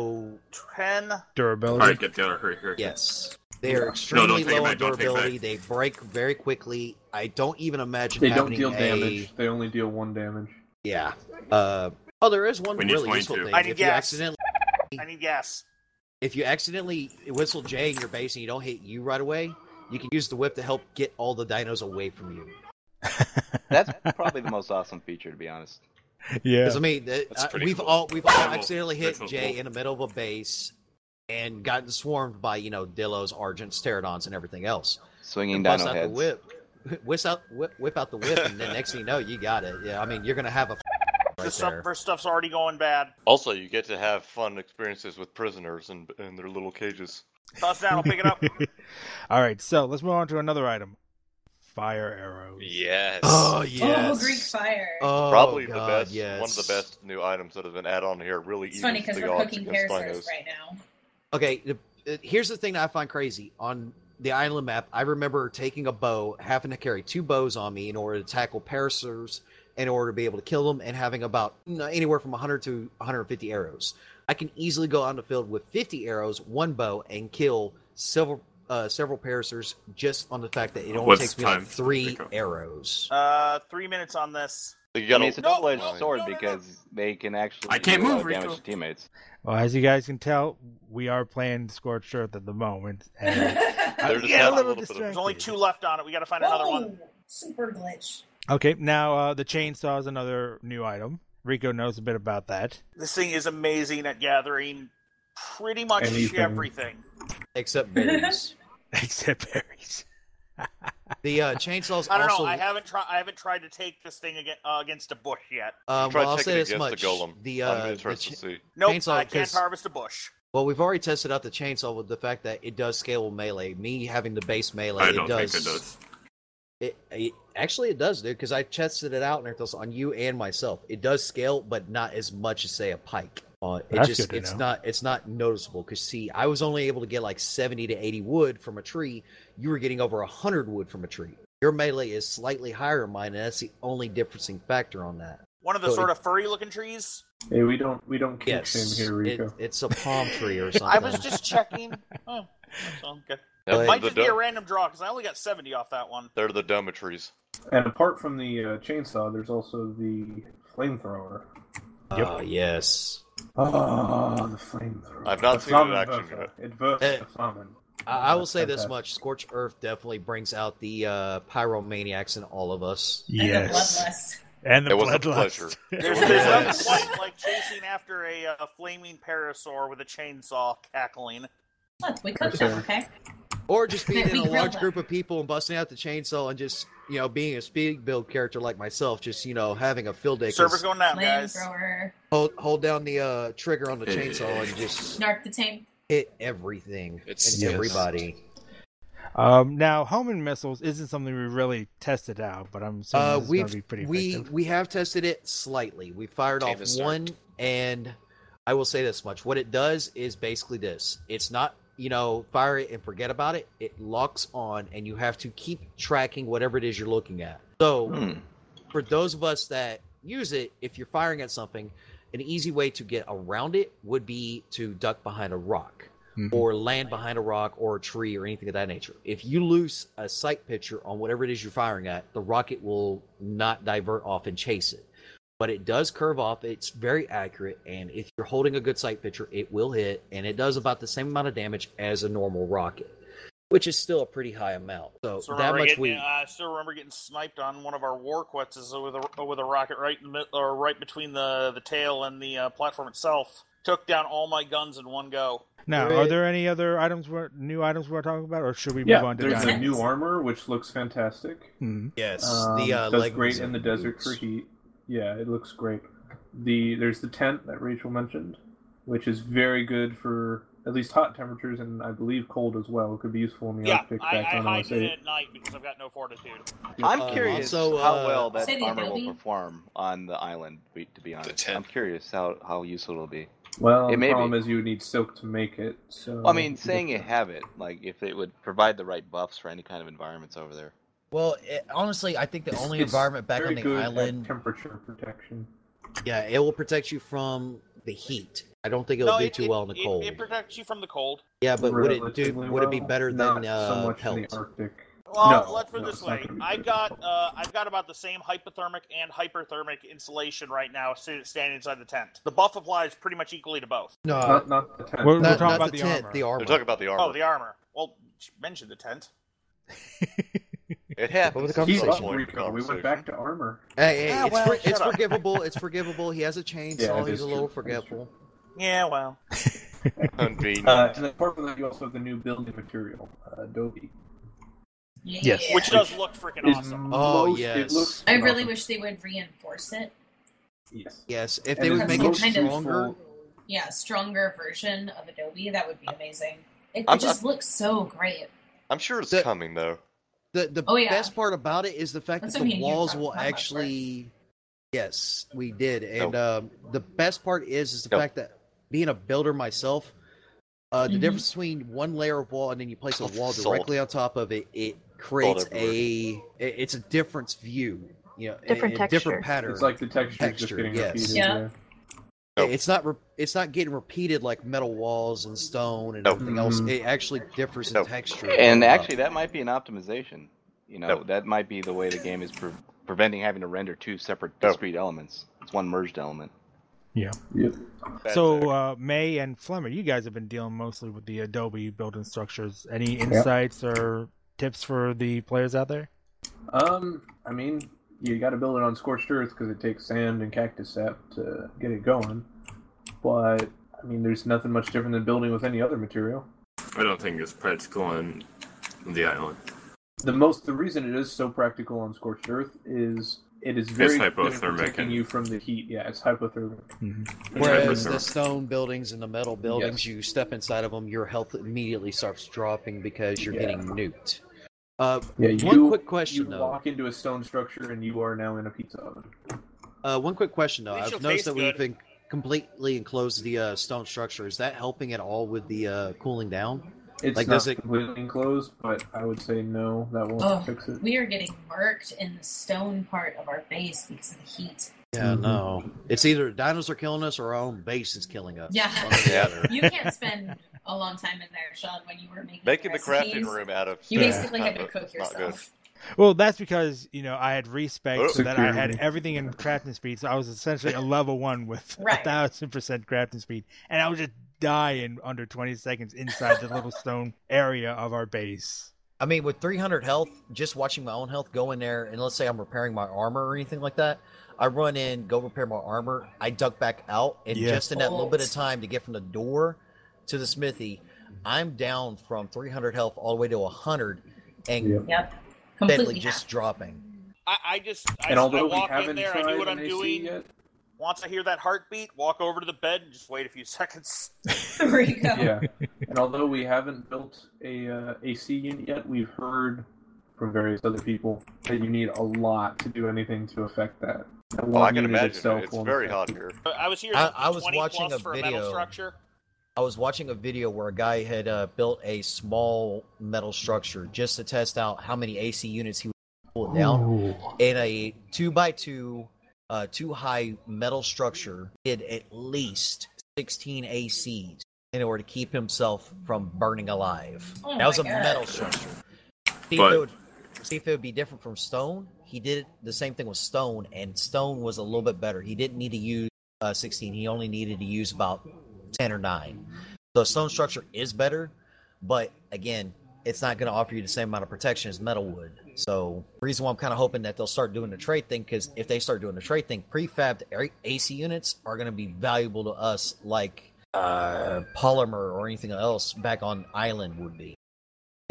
Speaker 4: low.
Speaker 3: Ten.
Speaker 1: Durability.
Speaker 2: All right, get Taylor. Hurry, hurry.
Speaker 4: Yes, they are
Speaker 2: No, don't
Speaker 4: extremely
Speaker 2: take it
Speaker 4: low on
Speaker 2: back, don't take it
Speaker 4: durability.
Speaker 2: back.
Speaker 4: They break very quickly. I don't even imagine
Speaker 6: They don't
Speaker 4: having
Speaker 6: deal
Speaker 4: a-
Speaker 6: damage. They only deal one damage.
Speaker 4: Yeah. Uh, oh, there is one
Speaker 2: We need
Speaker 4: really useful
Speaker 2: 22.
Speaker 4: thing.
Speaker 3: I need
Speaker 4: if you
Speaker 3: gas.
Speaker 4: accidentally,
Speaker 3: I need gas.
Speaker 4: if you accidentally whistle J in your base and you don't hit you right away, you can use the whip to help get all the dinos away from you.
Speaker 7: *laughs* That's probably the most awesome feature, to be honest.
Speaker 1: Yeah.
Speaker 4: Because I mean, the,
Speaker 9: That's
Speaker 4: uh,
Speaker 9: pretty
Speaker 4: we've
Speaker 9: cool.
Speaker 4: all we've all
Speaker 2: Ritual-
Speaker 4: accidentally hit
Speaker 2: ritual
Speaker 4: Jay
Speaker 2: cool.
Speaker 4: in the middle of a base and gotten swarmed by you know Dillos, Argents, Pterodons, and everything else.
Speaker 7: Swinging
Speaker 4: And
Speaker 7: dino
Speaker 4: bust out
Speaker 7: heads.
Speaker 4: the whip, *laughs* whip out whip, whip out the whip, and then next thing you know, you got it. Yeah, I mean, you're gonna have a
Speaker 3: the
Speaker 4: right
Speaker 3: stuff,
Speaker 4: there.
Speaker 3: first stuff's already going bad.
Speaker 10: Also, you get to have fun experiences with prisoners and in, their little cages.
Speaker 3: Toss down. I'll pick it up.
Speaker 1: *laughs* All right, so let's move on to another item. Fire arrows.
Speaker 9: Yes.
Speaker 4: Oh
Speaker 8: Oh, Greek
Speaker 4: *laughs* yes.
Speaker 8: fire.
Speaker 4: Oh,
Speaker 10: Probably
Speaker 4: God,
Speaker 10: the best,
Speaker 4: Yes.
Speaker 10: one of the best new items that has been added on here. Really,
Speaker 8: it's funny
Speaker 10: evens
Speaker 8: because
Speaker 10: the
Speaker 8: we're
Speaker 10: odds
Speaker 8: cooking
Speaker 10: against
Speaker 8: parasers
Speaker 10: dinos.
Speaker 8: right now.
Speaker 4: Okay, the, uh, here's the thing that I find crazy on the island map. I remember taking a bow, having to carry two bows on me in order to tackle parasers, in order to be able to kill them, and having about you know, anywhere from 100 to 150 arrows. I can easily go out in the field with 50 arrows, one bow, and kill several uh, several parasers just on the fact that it only
Speaker 2: What's
Speaker 4: takes me
Speaker 2: time?
Speaker 4: like three
Speaker 2: Okay.
Speaker 4: arrows.
Speaker 3: Uh, three minutes on this.
Speaker 10: You
Speaker 7: I
Speaker 10: got
Speaker 7: mean, it's a
Speaker 3: No,
Speaker 7: double-edged
Speaker 3: no, no,
Speaker 7: sword
Speaker 3: no, no, no.
Speaker 7: because they can actually
Speaker 2: I can't
Speaker 7: do a lot
Speaker 2: move,
Speaker 7: of
Speaker 2: Rico.
Speaker 7: damage to teammates.
Speaker 1: Well, as you guys can tell, we are playing Scorched Earth at the moment. And
Speaker 10: They're
Speaker 1: I'm
Speaker 10: just
Speaker 1: getting a
Speaker 10: having a
Speaker 1: little
Speaker 10: little bit of-
Speaker 1: distracted.
Speaker 3: There's only two left on it. We got to find another one.
Speaker 8: Whoa, Super glitch.
Speaker 1: Okay, now uh, the chainsaw is another new item. Rico knows a bit about that.
Speaker 3: This thing is amazing at gathering pretty much
Speaker 6: Anything.
Speaker 3: everything. *laughs*
Speaker 4: Except
Speaker 8: *laughs*
Speaker 4: berries.
Speaker 1: Except berries.
Speaker 4: the uh, chainsaws
Speaker 3: *laughs* I don't
Speaker 4: also.
Speaker 3: know. I haven't tried. I haven't tried to take this thing again, uh, against a bush yet.
Speaker 4: um,
Speaker 10: Try
Speaker 4: well, I'll
Speaker 10: checking
Speaker 4: say this
Speaker 10: against
Speaker 4: much:
Speaker 10: the golem.
Speaker 4: the
Speaker 10: I'm
Speaker 4: uh, the
Speaker 10: interested
Speaker 4: cha-
Speaker 10: to see.
Speaker 3: Nope,
Speaker 4: Chainsaw,
Speaker 3: I can't
Speaker 4: 'cause-
Speaker 3: harvest a bush.
Speaker 4: Well, we've already tested out the chainsaw with the fact that it does scale with melee. Me having the base melee,
Speaker 2: I
Speaker 4: it,
Speaker 2: don't
Speaker 4: does,
Speaker 2: think it does.
Speaker 4: it- it- actually, it does, dude. Because I tested it out, and it was on you and myself. It does scale, but not as much as say a pike. Uh, it
Speaker 1: That's
Speaker 4: just
Speaker 1: good to
Speaker 4: it's
Speaker 1: know.
Speaker 4: not it's not noticeable. Because see, I was only able to get like seventy to eighty wood from a tree. You were getting over hundred wood from a tree. Your melee is slightly higher than mine, and that's the only differencing factor on that.
Speaker 3: One of the
Speaker 4: So
Speaker 3: sort
Speaker 4: Oh, it-
Speaker 3: of furry-looking trees.
Speaker 6: Hey, we don't we don't kick shame
Speaker 4: Yes,
Speaker 6: here,
Speaker 4: it,
Speaker 6: Rico.
Speaker 4: it's a palm tree or
Speaker 3: *laughs* I
Speaker 4: something.
Speaker 3: was
Speaker 4: *laughs*
Speaker 3: just checking. Oh, that's all good.
Speaker 10: Yep,
Speaker 4: But-
Speaker 3: Might
Speaker 10: they're,
Speaker 3: just be a
Speaker 10: the,
Speaker 3: random draw because I only got seventy off that one.
Speaker 10: they're the Dometries.
Speaker 6: And apart from the uh, chainsaw, there's also the flamethrower.
Speaker 4: Ah, yes. Uh,
Speaker 6: Oh, the flamethrower.
Speaker 10: I've
Speaker 6: The
Speaker 10: not seen it in
Speaker 6: Flammen
Speaker 10: action
Speaker 6: Werfer.
Speaker 10: yet.
Speaker 6: It ver-
Speaker 4: Eh,
Speaker 6: the Flammen.
Speaker 4: I, I will
Speaker 6: That's
Speaker 4: say this
Speaker 6: fantastic.
Speaker 4: much: Scorch Earth definitely brings out the uh, pyromaniacs in all of us.
Speaker 1: Yes.
Speaker 8: And
Speaker 1: And the
Speaker 10: It was a
Speaker 1: bloodlust. *laughs*
Speaker 10: pleasure.
Speaker 6: *laughs*
Speaker 3: There's,
Speaker 10: Yes.
Speaker 3: there's nothing quite like chasing after a, uh flaming parasaur with a chainsaw cackling.
Speaker 8: the bloodlust. Look, we cooked
Speaker 6: Sure.
Speaker 8: them, okay?
Speaker 4: Or just being
Speaker 8: That'd
Speaker 4: in a
Speaker 8: be real
Speaker 4: large
Speaker 8: bad.
Speaker 4: group of people and busting out the chainsaw and just you know being a speed build character like myself, just you know having a field day. 'cause
Speaker 3: Server's going down, guys.
Speaker 8: Flamethrower.
Speaker 4: Hold, hold down the uh, trigger on the chainsaw and just
Speaker 8: Narc the tank.
Speaker 4: hit everything
Speaker 9: It's-
Speaker 4: and
Speaker 1: Yes.
Speaker 4: everybody.
Speaker 1: Um, now, homing missiles isn't something we really tested out, but I'm assuming
Speaker 4: Uh,
Speaker 1: this is going
Speaker 4: we've
Speaker 1: to be pretty
Speaker 4: we
Speaker 1: effective.
Speaker 4: we have tested it slightly. We fired off
Speaker 9: Canvas
Speaker 4: one, and I will say this much: what it does is basically this. It's not you know fire it and forget about it. It locks on, and you have to keep tracking whatever it is you're looking at. So
Speaker 7: Hmm.
Speaker 4: for those of us that use it if you're firing at something, an easy way to get around it would be to duck behind a rock
Speaker 1: Hmm. Mm-hmm.
Speaker 4: or land behind a rock or a tree or anything of that nature. If you lose a sight picture on whatever it is you're firing at, the rocket will not divert off and chase it. But it does curve off, it's very accurate, and if you're holding a good sight picture, it will hit, and it does about the same amount of damage as a normal rocket, which is still a pretty high amount. So,
Speaker 3: Still
Speaker 4: that
Speaker 3: remember
Speaker 4: much
Speaker 3: getting- uh,
Speaker 4: we.
Speaker 3: I still remember getting sniped on one of our war quetzes with a with a rocket right in the mid- or right between the the tail and the uh, platform itself. Took down all my guns in one go.
Speaker 1: Now, are there any other items, we're, new items we're talking about, or should we move
Speaker 6: yeah,
Speaker 1: on to
Speaker 6: there's the
Speaker 1: that?
Speaker 6: new armor which looks fantastic.
Speaker 7: Hmm.
Speaker 1: Mhm.
Speaker 4: Yes,
Speaker 6: Um,
Speaker 4: the uh,
Speaker 6: does
Speaker 4: legs
Speaker 6: great in
Speaker 4: and
Speaker 6: the desert for
Speaker 4: boots.
Speaker 6: heat. Yeah, it looks great. The there's the tent that Rachel mentioned, which is very good for at least hot temperatures and I believe cold as well. It could be useful in the
Speaker 3: Yeah,
Speaker 6: Arctic
Speaker 3: I, I
Speaker 6: back on
Speaker 3: hide
Speaker 6: OS
Speaker 3: in
Speaker 6: 8.
Speaker 3: at night because I've got no fortitude.
Speaker 7: I'm
Speaker 4: Um,
Speaker 7: curious
Speaker 4: also,
Speaker 7: how
Speaker 4: uh,
Speaker 7: well that
Speaker 8: Say the
Speaker 7: armor will
Speaker 8: ability.
Speaker 7: perform on the island. be- To be honest,
Speaker 9: tent.
Speaker 7: I'm curious how, how useful it'll be.
Speaker 6: Well,
Speaker 7: It
Speaker 6: the
Speaker 7: may
Speaker 6: problem
Speaker 7: be.
Speaker 6: is you would need silk to make it. So
Speaker 7: Well, I mean, saying you have it, like if it would provide the right buffs for any kind of environments over there.
Speaker 4: Well, it, honestly, I think the
Speaker 6: It's-
Speaker 4: only
Speaker 6: it's
Speaker 4: environment back
Speaker 6: very
Speaker 4: on the
Speaker 6: good at
Speaker 4: island,
Speaker 6: temperature protection.
Speaker 4: yeah, it will protect you from the heat. I don't think it'll
Speaker 3: no,
Speaker 4: do
Speaker 3: it,
Speaker 4: too
Speaker 3: it-
Speaker 4: well in the
Speaker 3: it-
Speaker 4: cold.
Speaker 3: It, protects you from the cold.
Speaker 4: yeah, but would it do?
Speaker 6: relatively
Speaker 4: Would it be
Speaker 6: well.
Speaker 4: better
Speaker 6: Not
Speaker 4: than
Speaker 6: so
Speaker 4: uh,
Speaker 6: much in
Speaker 4: pelt?
Speaker 6: the Arctic?
Speaker 3: Well,
Speaker 6: No,
Speaker 3: let's put it
Speaker 6: no,
Speaker 3: this
Speaker 6: it's not
Speaker 3: way:
Speaker 6: gonna be
Speaker 3: I've
Speaker 6: good.
Speaker 3: got uh, I've got about the same hypothermic and hyperthermic insulation right now si- standing inside the tent. The buff applies pretty much equally to both.
Speaker 4: No,
Speaker 6: not not the tent.
Speaker 1: We're- we're
Speaker 4: not,
Speaker 1: talking
Speaker 4: not
Speaker 1: about the
Speaker 4: the, tent,
Speaker 1: armor.
Speaker 4: the armor.
Speaker 10: They're talking about the armor.
Speaker 3: Oh, the armor. Well, mention the tent.
Speaker 10: It happened.
Speaker 4: What was the
Speaker 6: Keep
Speaker 4: conversation?
Speaker 6: up, Rico. We went back to armor.
Speaker 4: Hey, hey, it's,
Speaker 3: Yeah, Ah, well,
Speaker 4: for-
Speaker 3: shut
Speaker 4: it's
Speaker 3: up.
Speaker 4: forgivable.
Speaker 3: *laughs*
Speaker 4: It's forgivable. He has a
Speaker 6: Yeah,
Speaker 4: chainsaw.
Speaker 6: it
Speaker 4: He's
Speaker 6: is
Speaker 4: a little
Speaker 6: true. It is true.
Speaker 4: forgetful.
Speaker 3: Yeah, well,
Speaker 10: Convenient.
Speaker 6: Uh, and then apart from that, you also have the new building material, uh, Adobe.
Speaker 4: Yes.
Speaker 8: Yeah.
Speaker 3: which does look freaking
Speaker 6: It's
Speaker 3: awesome.
Speaker 4: Oh,
Speaker 6: most-
Speaker 4: yes.
Speaker 6: It looks
Speaker 8: I really
Speaker 6: awesome.
Speaker 8: wish they would reinforce it.
Speaker 6: Yes.
Speaker 4: Yes, if
Speaker 6: And
Speaker 4: they
Speaker 6: it's
Speaker 4: would make it
Speaker 6: most
Speaker 4: stronger.
Speaker 6: useful-
Speaker 8: Yeah, stronger version of Adobe. That would be amazing. It,
Speaker 10: I'm-
Speaker 8: it just looks so great.
Speaker 10: I'm sure it's
Speaker 4: The-
Speaker 10: coming though.
Speaker 4: The the
Speaker 8: Oh, yeah.
Speaker 4: best part about it is the fact
Speaker 8: That's
Speaker 4: that
Speaker 8: what me
Speaker 4: the
Speaker 8: and you
Speaker 4: walls
Speaker 8: talked
Speaker 4: will
Speaker 8: about last
Speaker 4: actually. Yes, we did, and um, the best part is is the
Speaker 10: Go.
Speaker 4: fact that being a builder myself, uh, the
Speaker 8: Mhm.
Speaker 4: difference between one layer of wall and then you place a wall
Speaker 10: Sold.
Speaker 4: directly on top of it, it creates
Speaker 10: everywhere.
Speaker 4: a it- it's a different view, you know, a-
Speaker 5: Different
Speaker 4: a different
Speaker 5: texture.
Speaker 4: pattern.
Speaker 6: It's like the texture's just
Speaker 4: Texture,
Speaker 6: getting
Speaker 4: yes.
Speaker 6: repeated.
Speaker 8: Yeah.
Speaker 6: Yeah.
Speaker 10: Nope.
Speaker 4: It's not re- it's not getting repeated like metal walls and stone and
Speaker 10: Nope.
Speaker 4: everything else.
Speaker 6: Mhm.
Speaker 4: It actually differs in
Speaker 10: Nope.
Speaker 4: texture.
Speaker 7: And
Speaker 4: Uh,
Speaker 7: actually, that might be an optimization. You know,
Speaker 10: No.
Speaker 7: that might be the way the game is pre- preventing having to render two separate
Speaker 10: No.
Speaker 7: discrete elements. It's one merged element.
Speaker 10: That's
Speaker 1: So,
Speaker 10: it.
Speaker 1: uh, May and Flemmer, you guys have been dealing mostly with the Adobe building structures. Any insights or tips for the players out there?
Speaker 6: Um, I mean, you got to build it on scorched earth because it takes sand and cactus sap to get it going. But I mean, there's nothing much different than building with any other material.
Speaker 2: I don't think it's practical on the island.
Speaker 6: The most, the reason it is so practical on scorched earth is it is very good at
Speaker 2: hypothermic
Speaker 6: protecting
Speaker 2: and-
Speaker 6: you from the heat. Yeah, it's hypothermic.
Speaker 4: Whereas
Speaker 2: Hypothermic.
Speaker 4: the stone buildings and the metal buildings,
Speaker 6: Yes.
Speaker 4: you step inside of them, your health immediately starts dropping because you're
Speaker 6: Yeah.
Speaker 4: getting nuked. Uh,
Speaker 6: Yeah, you,
Speaker 4: one quick
Speaker 6: you
Speaker 4: question though.
Speaker 6: walk into a stone structure and you are now in a pizza oven.
Speaker 4: Uh, one quick question though.
Speaker 3: At least
Speaker 4: I've
Speaker 3: you'll
Speaker 4: noticed that
Speaker 3: taste
Speaker 4: we've
Speaker 3: good.
Speaker 4: been completely enclosed the uh, stone structure. Is that helping at all with the uh, cooling down?
Speaker 6: It's
Speaker 4: Like,
Speaker 6: not
Speaker 4: does it-
Speaker 6: completely enclosed, but I would say no, that won't
Speaker 8: Oh.
Speaker 6: fix it.
Speaker 8: We are getting marked in the stone part of our base because of the heat.
Speaker 4: Yeah,
Speaker 6: Mhm.
Speaker 4: no. It's either dinos are killing us or our own base is killing us.
Speaker 8: Yeah.
Speaker 4: One or the
Speaker 10: *laughs* Yeah.
Speaker 4: other.
Speaker 8: You can't spend a long time in there, Sean, when you were making,
Speaker 10: making the crafting
Speaker 8: recipes.
Speaker 10: room out of
Speaker 8: You
Speaker 10: stone
Speaker 8: basically had to
Speaker 10: is
Speaker 8: cook
Speaker 10: not good.
Speaker 8: yourself.
Speaker 1: Well, that's because you know I had respec,
Speaker 10: Oh.
Speaker 1: so that I had
Speaker 6: Security.
Speaker 1: everything in crafting speed. So I was essentially a level one with a
Speaker 8: Right.
Speaker 1: thousand percent crafting speed, and I was just dying under twenty seconds inside the little stone area of our base.
Speaker 4: I mean, with 300 health, just watching my own health go in there, and let's say I'm repairing my armor or anything like that, I run in, go repair my armor, I duck back out, and
Speaker 1: Yeah.
Speaker 4: just in that little bit of time to get from the door to the smithy, I'm down from 300 health all the way to 100 and
Speaker 6: Yeah.
Speaker 8: Yep.
Speaker 4: steadily
Speaker 8: Completely
Speaker 4: just
Speaker 8: half.
Speaker 4: dropping.
Speaker 3: I, I just I,
Speaker 6: And although
Speaker 3: I
Speaker 6: we
Speaker 3: walk in
Speaker 6: haven't
Speaker 3: there, I
Speaker 6: tried
Speaker 3: do what
Speaker 6: an
Speaker 3: I'm
Speaker 6: AC
Speaker 3: doing.
Speaker 6: yet,
Speaker 3: Once I hear that heartbeat, walk over to the bed and just wait a few *laughs* seconds.
Speaker 8: There you go.
Speaker 6: yeah. And although we haven't built a uh, AC unit yet, we've heard from various other people that you need a lot to do anything to affect that. That
Speaker 10: Well, Oh, I
Speaker 6: one
Speaker 10: can
Speaker 6: unit
Speaker 10: imagine.
Speaker 6: itself
Speaker 10: it. It's
Speaker 6: won't
Speaker 10: very hot
Speaker 6: affect
Speaker 10: here.
Speaker 3: But I was here.
Speaker 4: I- I was
Speaker 3: 20
Speaker 4: watching
Speaker 3: plus
Speaker 4: a
Speaker 3: for a metal
Speaker 4: video.
Speaker 3: structure.
Speaker 4: I was watching a video where a guy had uh, built a small metal structure just to test out how many AC units he would pull
Speaker 6: it.
Speaker 4: down in a two by two uh, too high metal structure did at least 16 ACs in order to keep himself from burning alive.
Speaker 8: Oh
Speaker 4: that was a
Speaker 8: my God.
Speaker 4: metal structure. See,
Speaker 2: But-
Speaker 4: if it would, see if it would be different from Stone. He did the same thing with Stone, and Stone was a little bit better. He didn't need to use uh, 16. He only needed to use about 10 or 9. So Stone structure is better, but again, it's not going to offer you the same amount of protection as metal would. So the reason why I'm kind of hoping that they'll start doing the trade thing because if they start doing the trade thing, prefabbed A- AC units are going to be valuable to us like uh, polymer or anything else back on island would be.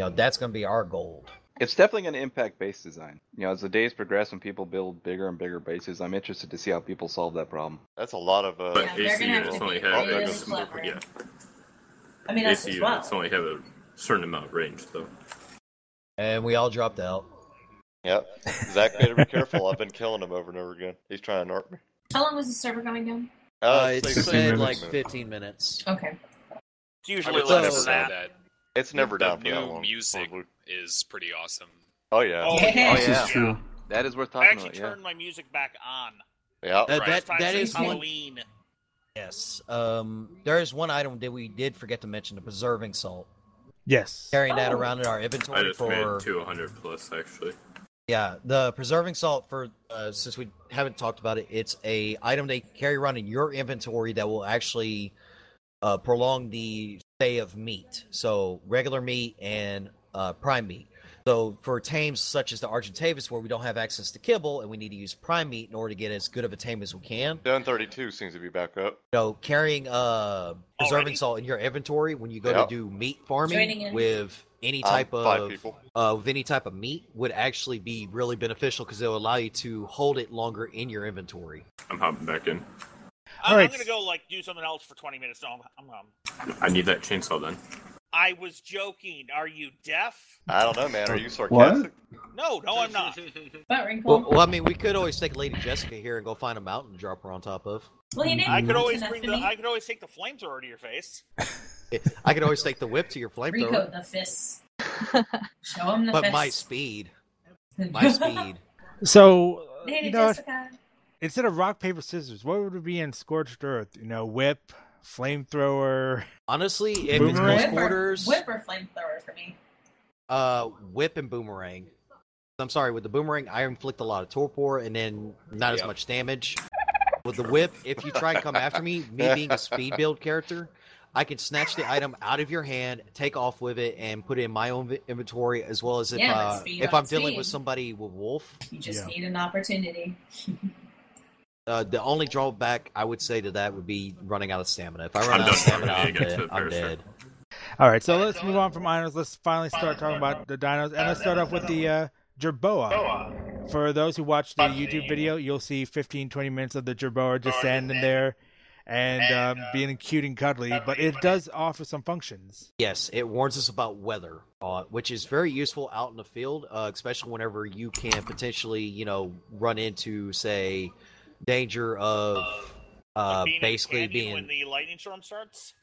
Speaker 4: You know, that's going to be our gold.
Speaker 7: It's definitely going to impact base design. You know, as the days progress and people build bigger and bigger bases, I'm interested to see how people solve that problem.
Speaker 10: That's a lot of. Uh,
Speaker 2: But
Speaker 8: they're
Speaker 2: AC
Speaker 8: gonna have
Speaker 2: units
Speaker 8: to
Speaker 2: only
Speaker 8: be
Speaker 2: have
Speaker 10: really
Speaker 2: a small,
Speaker 8: clever.
Speaker 2: yeah.
Speaker 8: I mean, us
Speaker 2: AC
Speaker 8: as
Speaker 2: units
Speaker 8: well.
Speaker 2: only have a certain amount of range, though.
Speaker 4: And we all dropped out.
Speaker 10: Yep. Zach better be careful. I've been killing him over and over again. He's trying to narc me.
Speaker 8: How long was the server going down?
Speaker 4: Uh,
Speaker 10: it's
Speaker 4: it's
Speaker 10: like-
Speaker 4: said
Speaker 10: minutes.
Speaker 4: like 15 minutes.
Speaker 8: Okay.
Speaker 3: It's usually
Speaker 9: would love
Speaker 4: let
Speaker 9: to
Speaker 3: less
Speaker 4: us
Speaker 9: say
Speaker 3: than that.
Speaker 9: that
Speaker 10: It's never
Speaker 9: the
Speaker 10: down for
Speaker 9: new
Speaker 10: that long.
Speaker 9: music
Speaker 10: probably.
Speaker 9: is pretty awesome.
Speaker 10: Oh yeah.
Speaker 3: Oh,
Speaker 8: Yeah.
Speaker 3: yeah.
Speaker 7: Oh,
Speaker 6: This
Speaker 7: yeah.
Speaker 6: is true.
Speaker 7: That is worth
Speaker 3: I
Speaker 7: talking
Speaker 3: actually
Speaker 7: about. Yeah.
Speaker 3: turned my music back on.
Speaker 10: Yeah.
Speaker 4: Uh,
Speaker 3: First
Speaker 4: that
Speaker 3: time
Speaker 4: that
Speaker 3: since
Speaker 4: is one.
Speaker 3: Halloween.
Speaker 4: Yes. Um, there is one item that we did forget to mention: the preserving salt.
Speaker 1: Yes.
Speaker 4: Carrying that
Speaker 8: Oh.
Speaker 4: around in our
Speaker 2: I
Speaker 4: inventory
Speaker 2: just
Speaker 4: for
Speaker 2: made to 100 plus, actually.
Speaker 4: Yeah, the preserving salt for uh, since we haven't talked about it, it's a item they carry around in your inventory that will actually uh, prolong the stay of meat. So regular meat and uh, prime meat. So for tames such as the Argentavis, where we don't have access to kibble and we need to use prime meat in order to get as good of a tame as we can,
Speaker 10: Down 32 seems to be back up.
Speaker 4: you know, carrying uh, preserving
Speaker 3: Already?
Speaker 4: salt in your inventory when you go
Speaker 10: Yeah.
Speaker 4: to do meat
Speaker 8: Joining
Speaker 4: farming
Speaker 8: in.
Speaker 4: with any
Speaker 10: I'm
Speaker 4: type
Speaker 10: five
Speaker 4: of
Speaker 10: people.
Speaker 4: uh, with any type of meat would actually be really beneficial because it'll allow you to hold it longer in your inventory.
Speaker 2: I'm hopping back in.
Speaker 1: All
Speaker 3: I'm,
Speaker 1: right.
Speaker 3: I'm gonna go like do something else for 20 minutes. No, I'm, I'm um,
Speaker 2: I need that chainsaw then.
Speaker 3: I was joking. Are you deaf?
Speaker 10: I don't know, man. Are you
Speaker 6: What?
Speaker 10: sarcastic?
Speaker 3: No, no, I'm
Speaker 1: *laughs*
Speaker 3: not.
Speaker 8: Butt wrinkle.
Speaker 4: Well,
Speaker 8: Well,
Speaker 4: well, I mean, we could always take Lady Jessica here and go find a mountain to drop her on top of.
Speaker 8: you didn't.
Speaker 3: I could
Speaker 8: mention
Speaker 3: always
Speaker 8: that
Speaker 3: bring
Speaker 8: to
Speaker 3: the.
Speaker 8: me.
Speaker 3: I could always take the flamethrower to your face.
Speaker 4: *laughs* I could always take the whip to your flamethrower,
Speaker 8: Rico the
Speaker 3: *laughs*
Speaker 8: fists. Show him the
Speaker 4: but my
Speaker 8: fists. *laughs*
Speaker 4: speed, my speed.
Speaker 1: So, uh,
Speaker 8: Lady
Speaker 1: you know,
Speaker 8: Jessica.
Speaker 1: instead of rock, paper, scissors, what would it be in Scorched Earth? You know, whip, flamethrower.
Speaker 4: Honestly, if it's
Speaker 1: Boomerang?
Speaker 4: close
Speaker 8: Whip or-
Speaker 4: quarters,
Speaker 8: Whip or flamethrower for me.
Speaker 4: uh, whip and boomerang. I'm sorry, with the boomerang, I inflict a lot of torpor and then not as
Speaker 9: Yep.
Speaker 4: much damage. With the whip, if you try and come after me, me being a
Speaker 2: *laughs*
Speaker 4: speed build character, I can snatch the item out of your hand, take off with it, and put it in my own vi- inventory, as well as if
Speaker 8: Yeah, but
Speaker 4: uh,
Speaker 8: speed
Speaker 4: if
Speaker 8: on
Speaker 4: I'm dealing with
Speaker 8: speed.
Speaker 4: somebody with wolf.
Speaker 8: You just
Speaker 1: Yeah.
Speaker 8: need an opportunity.
Speaker 4: Uh, the only drawback I would say to that would be running out of stamina. If I
Speaker 2: I'm
Speaker 4: run out
Speaker 2: done.
Speaker 4: of stamina,
Speaker 2: I
Speaker 4: I'm
Speaker 2: need to get to
Speaker 4: dead.
Speaker 2: the
Speaker 4: I'm dead.
Speaker 2: parasite.
Speaker 1: All right, so let's move on from dinos. Let's finally start talking about the dinos, and let's start off with the uh, jerboa. For those who watch the YouTube video, you'll see 15, 20 minutes of the jerboa just standing there and um, being cute and cuddly, but it does offer some functions.
Speaker 4: Yes, it warns us about weather, uh, which is very useful out in the field, uh, especially whenever you can potentially, you know, run into, say, danger of
Speaker 3: Like
Speaker 4: uh,
Speaker 3: being in a
Speaker 4: basically
Speaker 3: canyon
Speaker 4: being,
Speaker 3: when the lightning storm starts.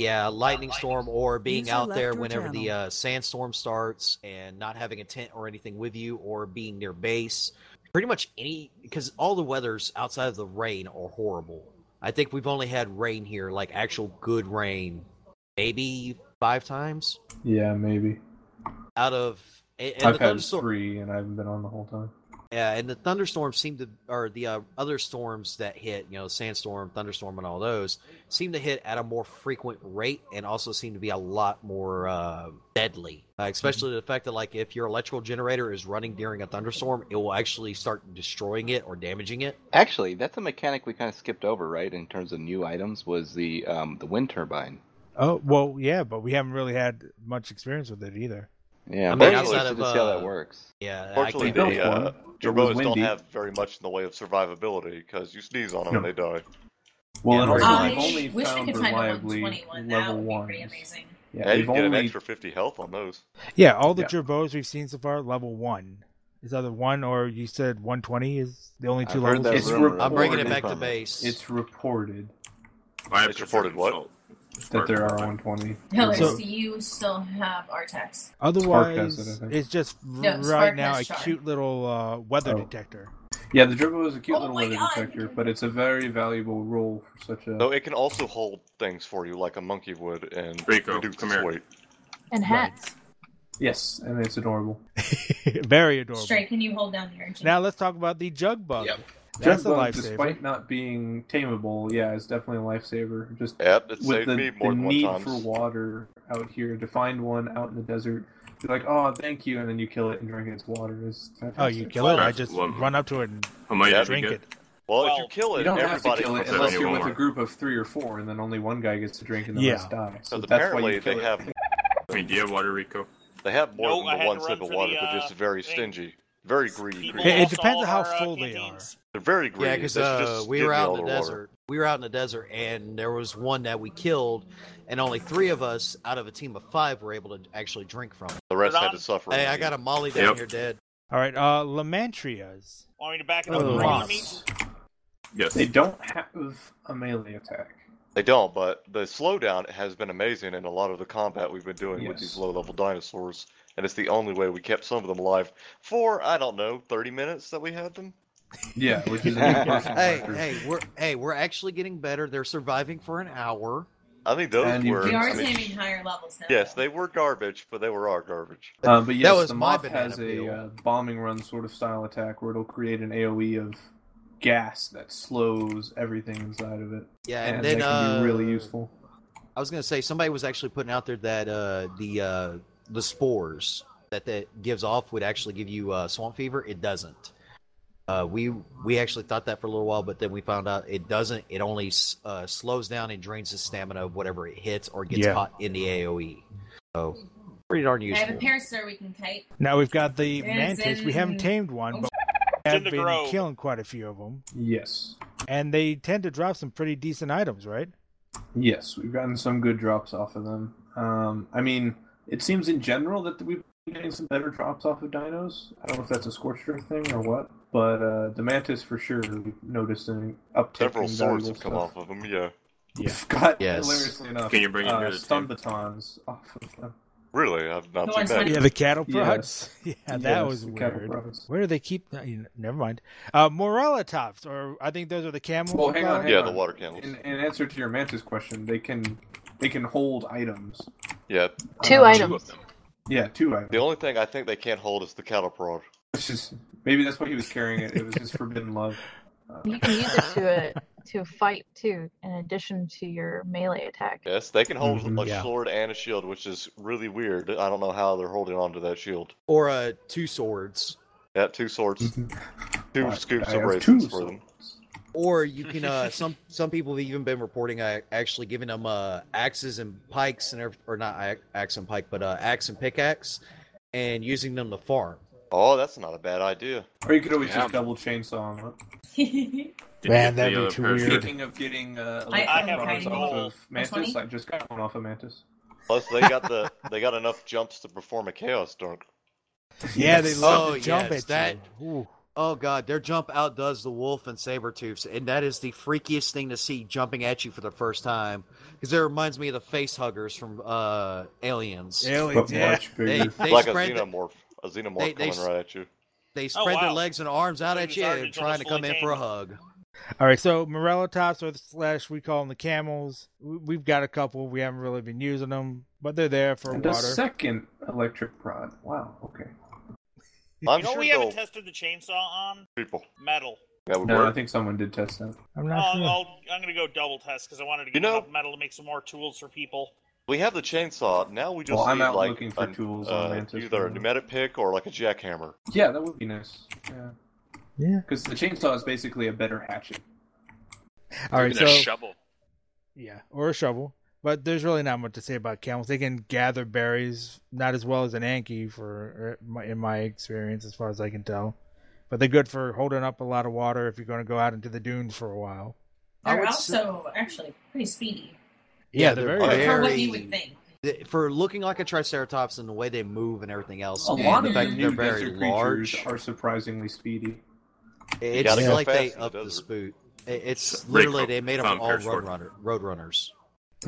Speaker 4: yeah, lightning storm or being
Speaker 11: User
Speaker 4: out
Speaker 11: left
Speaker 4: there
Speaker 11: your
Speaker 4: whenever the
Speaker 11: channel.
Speaker 4: uh, sandstorm starts and not having a tent or anything with you or being near base. Pretty much any, because all the weathers outside of the rain are horrible. I think we've only had rain here, like actual good rain, maybe five times.
Speaker 6: Yeah, maybe.
Speaker 4: out of and, and
Speaker 6: I've
Speaker 4: the
Speaker 6: had
Speaker 4: thunderstorm
Speaker 6: three, and I haven't been on the whole time.
Speaker 4: yeah and the thunderstorms seem to or the uh, other storms that hit you know sandstorm thunderstorm and all those seem to hit at a more frequent rate and also seem to be a lot more uh, deadly uh, especially the fact that like if your electrical generator is running during a thunderstorm it will actually start destroying it or damaging it
Speaker 7: Actually, that's a mechanic we kind of skipped over, right? In terms of new items, was the um, the wind turbine.
Speaker 1: Oh, well, yeah, but we haven't really had much experience with it either.
Speaker 7: Yeah,
Speaker 4: I
Speaker 7: I'm
Speaker 4: mean,
Speaker 7: really
Speaker 4: outside
Speaker 7: interested
Speaker 4: of,
Speaker 7: to see how that
Speaker 4: uh,
Speaker 7: works.
Speaker 4: yeah I
Speaker 10: Fortunately,
Speaker 4: can't-
Speaker 6: built
Speaker 10: the uh,
Speaker 6: one. It was
Speaker 10: Jerboas don't
Speaker 6: windy.
Speaker 10: have very much in the way of survivability because you sneeze on them
Speaker 6: No.
Speaker 10: and they die.
Speaker 6: Well,
Speaker 4: Yeah,
Speaker 6: and
Speaker 4: very
Speaker 6: also,
Speaker 4: much.
Speaker 8: I
Speaker 6: we've only
Speaker 8: wish we
Speaker 6: found
Speaker 8: could find a
Speaker 6: reliably
Speaker 8: 121. That
Speaker 6: level
Speaker 8: would be
Speaker 6: ones.
Speaker 8: pretty amazing.
Speaker 6: Yeah,
Speaker 10: yeah, you
Speaker 6: we've
Speaker 10: can get an
Speaker 6: only
Speaker 10: extra 50 health on those.
Speaker 1: Yeah, all the
Speaker 6: Yeah.
Speaker 1: jerboas we've seen so far, level one. Is either one or you said 120 is the only 2
Speaker 7: I've
Speaker 1: levels?
Speaker 7: heard that
Speaker 6: It's
Speaker 7: rumor.
Speaker 6: re-
Speaker 4: i'm bringing it
Speaker 6: Forwarded
Speaker 4: back to
Speaker 7: from-
Speaker 4: base
Speaker 6: it's reported
Speaker 2: I have
Speaker 10: It's
Speaker 2: to
Speaker 10: reported
Speaker 2: turn
Speaker 10: what?
Speaker 2: salt.
Speaker 6: that there are
Speaker 2: Spark.
Speaker 6: 120.
Speaker 8: Hillers,
Speaker 1: So-
Speaker 8: do you still have our text?
Speaker 1: Otherwise,
Speaker 6: it, I think.
Speaker 1: it's just
Speaker 8: No,
Speaker 1: r-
Speaker 8: Spark
Speaker 1: right now
Speaker 8: has
Speaker 1: a
Speaker 8: Char.
Speaker 1: cute little uh, weather
Speaker 6: Oh.
Speaker 1: detector.
Speaker 6: Yeah, the dribble is a cute
Speaker 8: Oh
Speaker 6: little
Speaker 8: my
Speaker 6: weather
Speaker 8: God.
Speaker 6: detector, but it's a very valuable role for such a.
Speaker 10: Though it can also hold things for you like a monkey would and
Speaker 2: Rico,
Speaker 10: reduce
Speaker 2: come
Speaker 10: its
Speaker 2: here.
Speaker 10: weight.
Speaker 5: And hats.
Speaker 6: Yes, and it's adorable.
Speaker 1: *laughs* Very adorable.
Speaker 8: Stray, can you hold down the urchin?
Speaker 1: Now let's talk about the jug bug.
Speaker 9: Yep.
Speaker 1: That's
Speaker 6: Jug bug,
Speaker 1: a lifesaver.
Speaker 6: despite not being tameable, yeah, it's definitely a lifesaver. Just
Speaker 10: Yep, it
Speaker 6: with
Speaker 10: saved
Speaker 6: the,
Speaker 10: me
Speaker 6: the
Speaker 10: more than one
Speaker 6: need
Speaker 10: time.
Speaker 6: for water out here to find one out in the desert. You're like, oh, thank you, and then you kill it and drink its water. It's
Speaker 1: Oh, you
Speaker 6: fantastic.
Speaker 1: kill it?
Speaker 2: Well,
Speaker 1: I just
Speaker 2: well,
Speaker 1: run up to it and
Speaker 2: I might
Speaker 10: Yeah,
Speaker 2: yeah,
Speaker 10: that'd
Speaker 1: drink it.
Speaker 10: Well, if
Speaker 3: Well,
Speaker 10: you kill
Speaker 6: You
Speaker 10: it,
Speaker 6: don't have to
Speaker 10: everybody
Speaker 6: kill it
Speaker 10: comes
Speaker 2: comes
Speaker 10: at
Speaker 6: unless
Speaker 10: you.
Speaker 6: you're with a
Speaker 2: anymore.
Speaker 6: group of three or four, and then only one guy gets to drink and the
Speaker 1: Yeah.
Speaker 6: rest dies. So
Speaker 10: Because
Speaker 6: that's why
Speaker 10: apparently
Speaker 6: you kill *laughs*
Speaker 10: they
Speaker 6: it.
Speaker 10: have
Speaker 2: I mean, do you have water, Rico?
Speaker 10: they have more
Speaker 3: No, I had
Speaker 10: than the
Speaker 3: to
Speaker 10: one
Speaker 3: run
Speaker 10: sip of
Speaker 3: for the,
Speaker 10: water. They're just
Speaker 3: uh,
Speaker 10: very
Speaker 3: thing.
Speaker 10: stingy, very greedy.
Speaker 3: People
Speaker 10: creatures.
Speaker 1: It- it
Speaker 3: lost
Speaker 1: depends
Speaker 3: all
Speaker 1: on how
Speaker 3: of our, uh,
Speaker 1: full they
Speaker 3: canteens.
Speaker 10: They're very greedy.
Speaker 4: Yeah,
Speaker 10: They
Speaker 4: because
Speaker 10: should
Speaker 4: uh,
Speaker 10: just
Speaker 4: we
Speaker 10: give
Speaker 4: were
Speaker 10: me
Speaker 4: out
Speaker 10: all
Speaker 4: in the
Speaker 10: water.
Speaker 4: desert. We were out in the desert, and there was one that we killed, and only three of us out of a team of five were able to actually drink from. it.
Speaker 10: The rest had
Speaker 3: Ron-
Speaker 10: to suffer.
Speaker 4: Hey, I got a Molly down
Speaker 2: Yep.
Speaker 4: here dead.
Speaker 1: All right, uh, Lamentrias.
Speaker 3: Want me to back it up
Speaker 1: Oh,
Speaker 3: with regular
Speaker 1: Ross.
Speaker 3: meat?
Speaker 2: Yes.
Speaker 6: They don't have a melee attack.
Speaker 10: They don't, but the slowdown has been amazing in a lot of the combat we've been doing with these
Speaker 6: Yes.
Speaker 10: low-level dinosaurs, and it's the only way we kept some of them alive for I don't know, 30 minutes that we had them.
Speaker 6: Yeah, which is a
Speaker 10: *laughs*
Speaker 6: new personal
Speaker 4: Hey,
Speaker 6: record.
Speaker 4: hey, we're hey, we're actually getting better. They're surviving for an hour.
Speaker 10: I think those
Speaker 6: And you
Speaker 10: were.
Speaker 8: we are
Speaker 10: I mean,
Speaker 8: saving higher levels now.
Speaker 10: yes, they were garbage, but they were our garbage.
Speaker 6: Uh, but yes,
Speaker 4: was
Speaker 6: the
Speaker 4: my
Speaker 6: moth
Speaker 4: banana
Speaker 6: has
Speaker 4: peel.
Speaker 6: a uh, bombing run sort of style attack where it'll create an AOE of gas that slows everything inside of it,
Speaker 4: Yeah,
Speaker 6: and,
Speaker 4: and, then
Speaker 6: that can
Speaker 4: uh,
Speaker 6: be really useful.
Speaker 4: I was gonna say somebody was actually putting out there that uh, the uh, the spores that that gives off would actually give you uh, swamp fever. It doesn't. Uh, we we actually thought that for a little while, but then we found out it doesn't. It only s- uh, slows down and drains the stamina of whatever it hits or gets
Speaker 1: Yeah.
Speaker 4: caught in the AOE. So pretty darn
Speaker 8: I have
Speaker 4: useful.
Speaker 8: a parasaur we can kite.
Speaker 1: Now we've got the
Speaker 8: It's
Speaker 1: mantis. We haven't
Speaker 8: in-
Speaker 1: tamed one, but we
Speaker 3: It's in
Speaker 1: have
Speaker 3: the
Speaker 1: been
Speaker 3: grove.
Speaker 1: killing quite a few of them,
Speaker 6: Yes,
Speaker 1: and they tend to drop some pretty decent items, right?
Speaker 6: yes, we've gotten some good drops off of them. Um, I mean, it seems in general that we've been getting some better drops off of dinos. I don't know if that's a scorched earth thing or what, but uh, the mantis for sure we noticed an uptick.
Speaker 10: Several
Speaker 6: in valuable
Speaker 10: swords have come
Speaker 6: stuff.
Speaker 10: off of them. Yeah,
Speaker 6: We've got
Speaker 4: Yes.
Speaker 6: hilariously enough.
Speaker 2: Can you bring it
Speaker 6: uh,
Speaker 2: here to the
Speaker 6: stun
Speaker 2: team?
Speaker 6: batons off of them.
Speaker 10: really, I've not
Speaker 8: The
Speaker 10: seen
Speaker 8: ones
Speaker 10: that.
Speaker 8: that-
Speaker 1: Yeah, the cattle
Speaker 6: Yeah.
Speaker 1: prods. *laughs* Yeah, that
Speaker 6: Yes,
Speaker 1: was
Speaker 6: the
Speaker 1: weird.
Speaker 6: cattle prods.
Speaker 1: Where do they keep? uh, you- Never mind. Uh, Morella tops, or I think those are the camels.
Speaker 6: Well, hang
Speaker 1: Morella?
Speaker 6: on, hang
Speaker 10: Yeah,
Speaker 6: on.
Speaker 10: the water camels.
Speaker 6: In, in answer to your mantis question, they can they can hold items.
Speaker 10: Yeah,
Speaker 5: Two
Speaker 6: Uh,
Speaker 9: Two
Speaker 5: items.
Speaker 9: of them.
Speaker 6: Yeah, two items.
Speaker 10: the only thing I think they can't hold is the cattle prod.
Speaker 6: Which is maybe that's why he was carrying it. It was his forbidden love.
Speaker 5: You can use it to a, *laughs* to fight too, in addition to your melee attack.
Speaker 10: Yes, they can hold
Speaker 6: Mhm,
Speaker 10: a
Speaker 1: yeah.
Speaker 10: sword and a shield, which is really weird. I don't know how they're holding onto that shield.
Speaker 4: Or uh, two swords.
Speaker 10: Yeah, two swords, two
Speaker 6: But
Speaker 10: scoops
Speaker 6: Mm-hmm. I
Speaker 10: of
Speaker 6: have
Speaker 10: raisins
Speaker 6: two
Speaker 10: for them.
Speaker 6: swords.
Speaker 4: Or you can uh, some some people have even been reporting uh, actually giving them uh, axes and pikes and every, or not ac- axe and pike, but uh, axe and pickaxe, and using them to farm.
Speaker 10: Oh, that's not a bad idea.
Speaker 6: Or you could always
Speaker 9: Yeah.
Speaker 6: just double chainsaw him.
Speaker 2: Did you
Speaker 1: Man,
Speaker 2: get
Speaker 1: that'd
Speaker 2: the
Speaker 1: be
Speaker 2: other
Speaker 1: too
Speaker 2: parasite?
Speaker 1: weird.
Speaker 6: Speaking of getting uh,
Speaker 8: I-
Speaker 3: I have
Speaker 6: electrons
Speaker 3: a
Speaker 6: off
Speaker 3: goal.
Speaker 6: of mantis,
Speaker 8: Twenty?
Speaker 6: I just got one off of mantis.
Speaker 10: Plus, they got
Speaker 6: *laughs*
Speaker 10: the they got enough jumps to perform a chaos dunk.
Speaker 1: Yeah, they
Speaker 6: Yes.
Speaker 1: love
Speaker 4: Oh,
Speaker 1: to jump
Speaker 4: yes,
Speaker 1: at
Speaker 4: that-
Speaker 1: you. Ooh.
Speaker 4: Oh god, their jump outdoes the wolf and saber tooths, and that is the freakiest thing to see jumping at you for the first time. Because it reminds me of the face huggers from uh, Aliens.
Speaker 1: Aliens,
Speaker 6: But
Speaker 1: yeah.
Speaker 6: much
Speaker 4: They,
Speaker 6: bigger.
Speaker 4: they
Speaker 10: like a
Speaker 4: spread th-
Speaker 10: xenomorph, a xenomorph
Speaker 4: they- they
Speaker 10: coming
Speaker 4: s-
Speaker 10: right at you.
Speaker 4: they spread their
Speaker 3: wow.
Speaker 4: legs and arms out
Speaker 3: They're
Speaker 4: at you,
Speaker 3: bizarre, they're
Speaker 4: trying to
Speaker 3: almost
Speaker 4: come in
Speaker 3: fully
Speaker 4: for a
Speaker 3: tamed.
Speaker 4: hug.
Speaker 1: All right, so Morella tops, or slash, we call them the camels. We- We've got a couple. We haven't really been using them, but they're there for
Speaker 6: And a
Speaker 1: water.
Speaker 6: second electric prod. Wow. Okay.
Speaker 10: I'm
Speaker 3: You know what
Speaker 10: sure
Speaker 3: we
Speaker 10: they'll
Speaker 3: haven't tested the chainsaw on?
Speaker 10: people.
Speaker 3: Metal.
Speaker 10: That would
Speaker 6: No, I
Speaker 10: work.
Speaker 6: think someone did test that.
Speaker 1: I'm
Speaker 4: *laughs*
Speaker 3: Oh,
Speaker 1: not sure.
Speaker 3: I'll, I'm going to go double test because I wanted to
Speaker 10: You
Speaker 3: get
Speaker 10: know-
Speaker 3: enough metal to make some more tools for people.
Speaker 10: We have the chainsaw. Now we just
Speaker 6: Well, I'm
Speaker 10: need
Speaker 6: out
Speaker 10: like
Speaker 6: looking for
Speaker 10: an-
Speaker 6: tools
Speaker 10: uh,
Speaker 6: on Mantis
Speaker 10: either a
Speaker 6: now.
Speaker 10: pneumatic pick or like a jackhammer.
Speaker 6: Yeah, that would be nice. Yeah.
Speaker 1: Yeah.
Speaker 6: Because the chainsaw is basically a better hatchet.
Speaker 1: All right,
Speaker 9: Even
Speaker 1: so
Speaker 9: a shovel.
Speaker 1: yeah, or a shovel. But there's really not much to say about camels. They can gather berries, not as well as an Anki, for er, my- in my experience, as far as I can tell. But they're good for holding up a lot of water if you're going to go out into the dunes for a while.
Speaker 4: I
Speaker 8: They're
Speaker 4: would s-
Speaker 8: also actually pretty speedy.
Speaker 1: Yeah, they're, very.
Speaker 10: very-
Speaker 4: *laughs*
Speaker 8: For what you
Speaker 4: Very-
Speaker 8: would think.
Speaker 4: th- for looking like a triceratops and the way they move and everything else,
Speaker 6: A
Speaker 4: and
Speaker 6: lot
Speaker 4: the
Speaker 6: of the
Speaker 4: fact that
Speaker 6: new
Speaker 4: they're very
Speaker 6: desert creatures
Speaker 4: large,
Speaker 6: are surprisingly speedy.
Speaker 4: it's
Speaker 10: gotta go
Speaker 4: like
Speaker 10: fast
Speaker 4: they
Speaker 10: in the
Speaker 4: up the
Speaker 10: desert.
Speaker 4: spoot. I- It's
Speaker 2: Rico,
Speaker 4: literally they made them
Speaker 2: found
Speaker 4: all
Speaker 2: parasaur.
Speaker 4: road runner, road runners.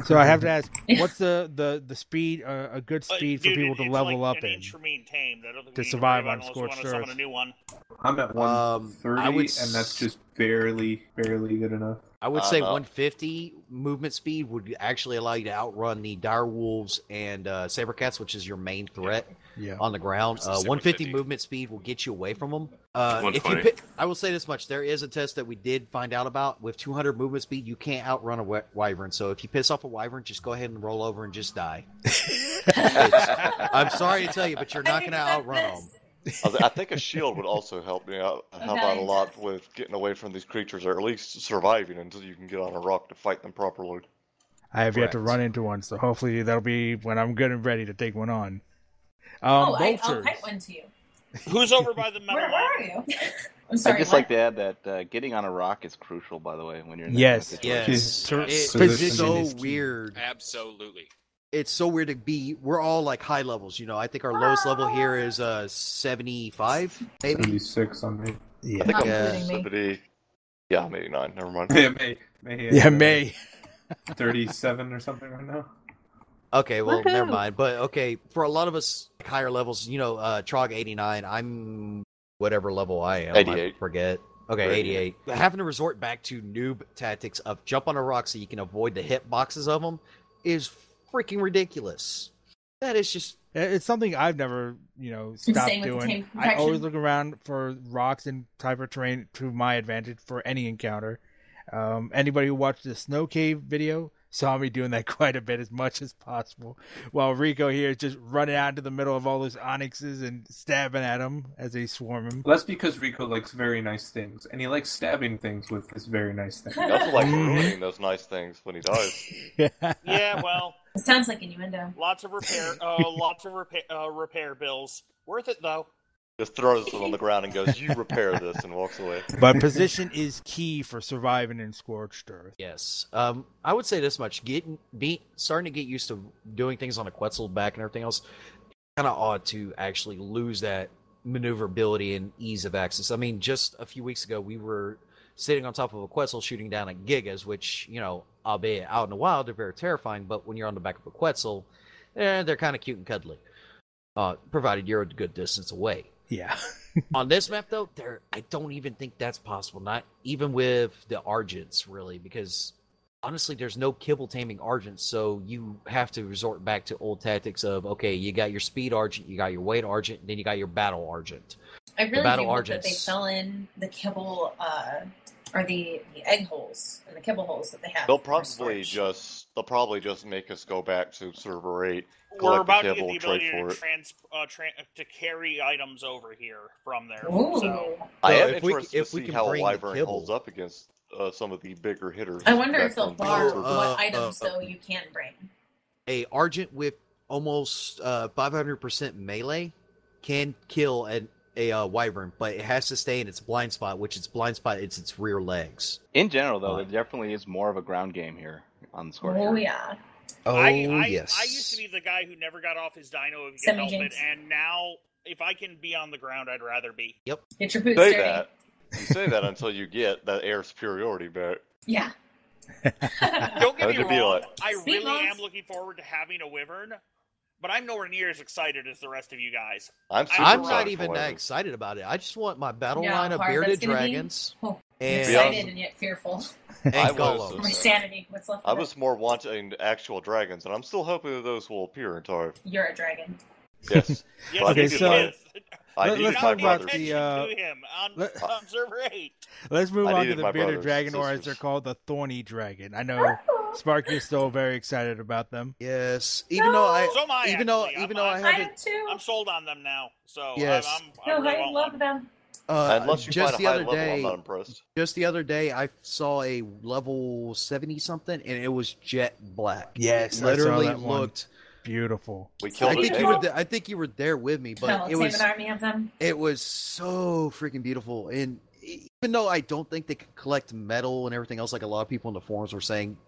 Speaker 1: So I have to ask, what's the the the speed uh, a good speed for
Speaker 3: Dude,
Speaker 1: people
Speaker 3: it-
Speaker 1: to
Speaker 3: it's
Speaker 1: level
Speaker 3: like
Speaker 1: up
Speaker 3: an
Speaker 1: in
Speaker 3: inch from being tamed. I don't think
Speaker 1: to
Speaker 3: we need to
Speaker 1: survive
Speaker 3: worry
Speaker 1: on
Speaker 3: about it unless
Speaker 1: scorched
Speaker 3: we want to summon a
Speaker 1: earth?
Speaker 3: new one.
Speaker 6: I'm at
Speaker 4: Um,
Speaker 6: 130,
Speaker 4: I would
Speaker 6: and that's just barely, barely good enough.
Speaker 4: I would
Speaker 7: Uh,
Speaker 4: say
Speaker 7: no.
Speaker 4: 150 movement speed would actually allow you to outrun the dire wolves and uh, saber cats, which is your main threat
Speaker 1: Yeah.
Speaker 4: on the ground.
Speaker 9: Let's
Speaker 4: Uh,
Speaker 9: just say
Speaker 4: 150
Speaker 9: 150.
Speaker 4: movement speed will get you away from them. Uh, if you
Speaker 2: 120.
Speaker 4: pick, I will say this much: there is a test that we did find out about. With 200 movement speed, you can't outrun a wi- wyvern. So if you piss off a wyvern, just go ahead and roll over and
Speaker 1: *laughs*
Speaker 4: just die. I'm sorry to tell you, but you're not going to outrun them.
Speaker 10: I was- I think a shield would also help
Speaker 6: *laughs*
Speaker 10: me out, help out a
Speaker 8: Okay.
Speaker 10: lot with getting away from these creatures, or at least surviving until you can get on a rock to fight them properly.
Speaker 1: I have yet to
Speaker 4: Correct.
Speaker 1: run into one, so hopefully that'll be when I'm good and ready to take one on. Um,
Speaker 8: Oh, I, I'll
Speaker 1: vultures.
Speaker 8: pipe one to you.
Speaker 3: Who's over by the metal?
Speaker 8: *laughs* Where, where
Speaker 3: wall?
Speaker 8: are you? I'm sorry.
Speaker 7: I'd just
Speaker 8: what?
Speaker 7: like to add that uh, getting on a rock is crucial, by the way, when you're in that kind of
Speaker 1: Yes.
Speaker 7: situation.
Speaker 4: Yes,
Speaker 9: Jeez.
Speaker 4: It-
Speaker 1: Position
Speaker 4: it's so
Speaker 1: is key.
Speaker 4: weird.
Speaker 9: Absolutely.
Speaker 4: it's so weird to be we're all like high levels you know i think our lowest level here is uh 75 maybe
Speaker 6: 76 on me.
Speaker 1: Yeah.
Speaker 10: I think
Speaker 5: Not
Speaker 10: I'm
Speaker 5: including me.
Speaker 10: somebody. eh, Yeah, I'm 89. Never mind.
Speaker 6: *laughs* Yeah, May, May,
Speaker 1: Yeah,
Speaker 6: uh,
Speaker 1: May. *laughs*
Speaker 6: 37 or something right now.
Speaker 4: okay well never
Speaker 5: Woohoo.
Speaker 4: mind but okay for a lot of us like, higher levels you know uh trog 89 i'm whatever level i am
Speaker 10: 88.
Speaker 4: i forget okay 88 having to resort back to noob tactics of jump on a rock so you can avoid the hit boxes of them is freaking ridiculous that is just
Speaker 1: It- It's something I've never, you know,
Speaker 8: Same
Speaker 1: stopped
Speaker 8: with the
Speaker 1: doing.
Speaker 8: tame
Speaker 1: I always
Speaker 8: protection.
Speaker 1: look around for rocks and type of terrain to my advantage for any encounter. Um, anybody who watched the snow cave video saw me doing that *laughs* quite a bit, as much as possible. While Rico here is just running out into the middle of all those onyxes and stabbing at them as they swarm him.
Speaker 6: Well, that's because Rico likes very nice things, and he likes stabbing things with his very nice things.
Speaker 10: He also likes
Speaker 1: Mm.
Speaker 10: ruining those nice things when he dies.
Speaker 6: *laughs*
Speaker 4: *laughs*
Speaker 3: Yeah, well,
Speaker 8: *laughs* It sounds like innuendo.
Speaker 3: lots of repair. Oh, lots of repair. Uh, repair bills. Worth it though.
Speaker 10: Just throws them on the ground and goes, "You repair this," and walks away.
Speaker 4: *laughs*
Speaker 1: but position is key for surviving in scorched earth. *laughs*
Speaker 4: Yes. Um, I would say this much: getting, be starting to get used to doing things on a Quetzal back and everything else. Kind of odd to actually lose that maneuverability and ease of access. I mean, just a few weeks ago, we were sitting on top of a Quetzal shooting down at Gigas, which you know, albeit out in the wild, they're very terrifying. But when you're on the back of a Quetzal, eh, they're kind of cute and cuddly, uh, provided you're a good distance away
Speaker 1: Yeah.
Speaker 4: on this map though there i don't even think that's possible not even with the argents really because honestly there's no kibble taming argent so you have to resort back to old tactics of okay you got your speed argent you got your weight argent then you got your battle argent
Speaker 8: I really
Speaker 4: Battle
Speaker 8: do hope that they
Speaker 4: Argents.
Speaker 8: fill in the kibble uh, or the, the egg holes and the kibble holes that they have.
Speaker 10: They'll
Speaker 8: for
Speaker 10: probably
Speaker 8: storage.
Speaker 10: just they'll probably just make us go back to server eight.
Speaker 3: We're
Speaker 10: Collect the
Speaker 3: about to get
Speaker 10: kibble,
Speaker 3: the
Speaker 10: trade
Speaker 3: ability to
Speaker 10: for it.
Speaker 3: trans uh, tran to carry items over here from there.
Speaker 8: Ooh.
Speaker 3: So
Speaker 10: I
Speaker 4: So
Speaker 10: am
Speaker 4: if we-
Speaker 10: interested
Speaker 4: if
Speaker 10: to
Speaker 4: we
Speaker 10: see
Speaker 4: can
Speaker 10: how a
Speaker 4: bring the
Speaker 10: wyvern
Speaker 4: kibble-
Speaker 10: holds up against uh, some of the bigger hitters.
Speaker 8: I wonder
Speaker 10: back
Speaker 8: if they'll
Speaker 10: on the
Speaker 8: bar
Speaker 10: server.
Speaker 4: uh,
Speaker 8: what items
Speaker 4: uh,
Speaker 8: though you can bring.
Speaker 4: a argent with almost uh, 500% melee can kill an, a uh, wyvern but it has to stay in its blind spot which its blind spot is its rear legs
Speaker 7: In general, though,
Speaker 4: Fine.
Speaker 7: there definitely is more of a ground game here on Scorcher.
Speaker 8: Oh yeah.
Speaker 4: oh
Speaker 3: I, I, I used to be the guy who never got off his dino if he could
Speaker 8: Seven
Speaker 3: help it,
Speaker 8: Jinx.
Speaker 3: and now if I can be on the ground, I'd rather be.
Speaker 8: Get your boots
Speaker 10: Say
Speaker 8: dirty.
Speaker 10: that. You say that until you get that air
Speaker 4: *laughs*
Speaker 10: superiority back.
Speaker 8: Yeah.
Speaker 3: *laughs* Don't get
Speaker 10: How'd
Speaker 3: me
Speaker 10: you feel
Speaker 3: wrong.
Speaker 10: it?
Speaker 3: I
Speaker 8: Sweet
Speaker 3: really
Speaker 8: loss.
Speaker 3: am looking forward to having a wyvern, but I'm nowhere near as excited as the rest of you guys.
Speaker 10: I'm, super
Speaker 4: I'm not
Speaker 10: excited
Speaker 4: even
Speaker 10: for
Speaker 4: that
Speaker 10: it.
Speaker 4: excited about it. I just want my battle
Speaker 8: Yeah,
Speaker 4: line of
Speaker 8: hard that's
Speaker 4: bearded
Speaker 8: gonna be.
Speaker 4: dragons
Speaker 8: Oh,
Speaker 4: and,
Speaker 8: Excited and yet fearful.
Speaker 4: *laughs* and
Speaker 10: I was-
Speaker 4: Gollum.
Speaker 8: My sanity. What's left?
Speaker 10: I
Speaker 8: of it?
Speaker 10: was more wanting actual dragons, and I'm still hoping that those will appear in time.
Speaker 8: *laughs* You're a dragon.
Speaker 10: Yes,
Speaker 3: Yes,
Speaker 10: I
Speaker 1: Okay,
Speaker 3: it
Speaker 1: so-
Speaker 3: is.
Speaker 10: I
Speaker 1: Let-
Speaker 10: needed
Speaker 1: let's
Speaker 10: my
Speaker 1: talk about
Speaker 10: brothers.
Speaker 1: the,
Speaker 3: Attention
Speaker 1: uh,
Speaker 3: to him on, *laughs*
Speaker 1: let-
Speaker 3: on server eight.
Speaker 1: Let's move
Speaker 10: I
Speaker 1: on to
Speaker 10: needed
Speaker 1: the
Speaker 10: my
Speaker 1: bearded
Speaker 10: brothers,
Speaker 1: dragon, or as
Speaker 10: sisters.
Speaker 1: they're called, the thorny dragon. I know Spark is still very excited about them.
Speaker 4: Yes, even though I,
Speaker 3: So am I.
Speaker 4: even though
Speaker 3: actually.
Speaker 4: even
Speaker 3: I'm,
Speaker 4: though I
Speaker 3: I'm-
Speaker 8: I
Speaker 4: haven't,
Speaker 8: am too.
Speaker 3: I'm sold on them now. So
Speaker 4: Yes.
Speaker 3: I'm, I'm, I
Speaker 8: No,
Speaker 3: really
Speaker 8: I
Speaker 3: want
Speaker 8: love
Speaker 3: one.
Speaker 8: them.
Speaker 4: uh,
Speaker 10: Unless you
Speaker 4: just
Speaker 10: find
Speaker 4: the
Speaker 10: a high
Speaker 4: other
Speaker 10: level, I'm
Speaker 4: day,
Speaker 10: not impressed.
Speaker 4: just the other day, I saw a level seventy something, and it was jet black.
Speaker 1: Yes, I saw
Speaker 4: literally
Speaker 1: that one.
Speaker 4: looked.
Speaker 1: Beautiful.
Speaker 10: We
Speaker 4: I
Speaker 10: killed it.
Speaker 4: think
Speaker 10: David.
Speaker 4: you were. Th- I think you were there with me, but
Speaker 8: I'll
Speaker 4: it
Speaker 8: save
Speaker 4: was
Speaker 8: an army of them.
Speaker 4: it was so freaking beautiful. And e, even though I don't think they could collect metal and everything else, like a lot of people in the forums were saying,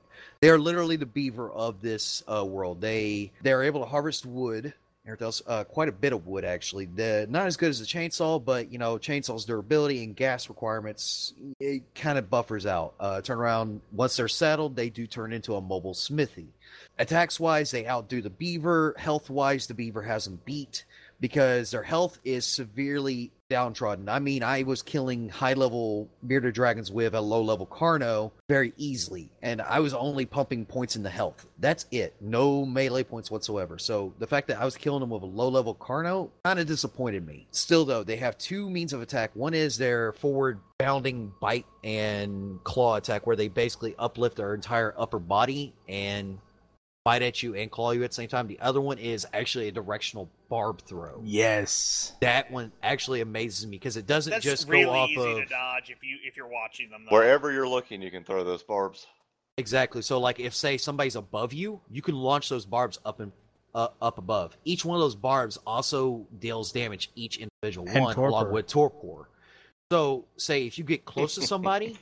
Speaker 4: they are literally the beaver of this uh, world. They they are able to harvest wood everything else, uh, quite a bit of wood actually. The, not as good as the chainsaw, but you know, chainsaw's durability and gas requirements it kind of buffers out. Uh, turn around once they're settled, they do turn into a mobile smithy. Attacks wise, they outdo the beaver. Health wise, the beaver has them beat because their health is severely downtrodden. I mean, I was killing high level bearded dragons with a low level Carno very easily, and I was only pumping points in the health. That's it. No melee points whatsoever. So the fact that I was killing them with a low level Carno kind of disappointed me. Still, though, they have two means of attack. One is their forward bounding bite and claw attack, where they basically uplift their entire upper body and bite at you and claw you at the same time. The other one is actually a directional barb throw.
Speaker 1: Yes.
Speaker 4: That one actually amazes me because it doesn't
Speaker 3: That's
Speaker 4: just
Speaker 3: really
Speaker 4: go off
Speaker 3: easy
Speaker 4: of
Speaker 3: to dodge if you if you're watching them. Though.
Speaker 10: Wherever you're looking, you can throw those barbs.
Speaker 4: exactly. So like if say somebody's above you, you can launch those barbs up and uh, up above. Each one of those barbs also deals damage each individual
Speaker 1: And
Speaker 4: one
Speaker 1: torpor.
Speaker 4: along with torpor. So say if you get close to
Speaker 1: *laughs*
Speaker 4: somebody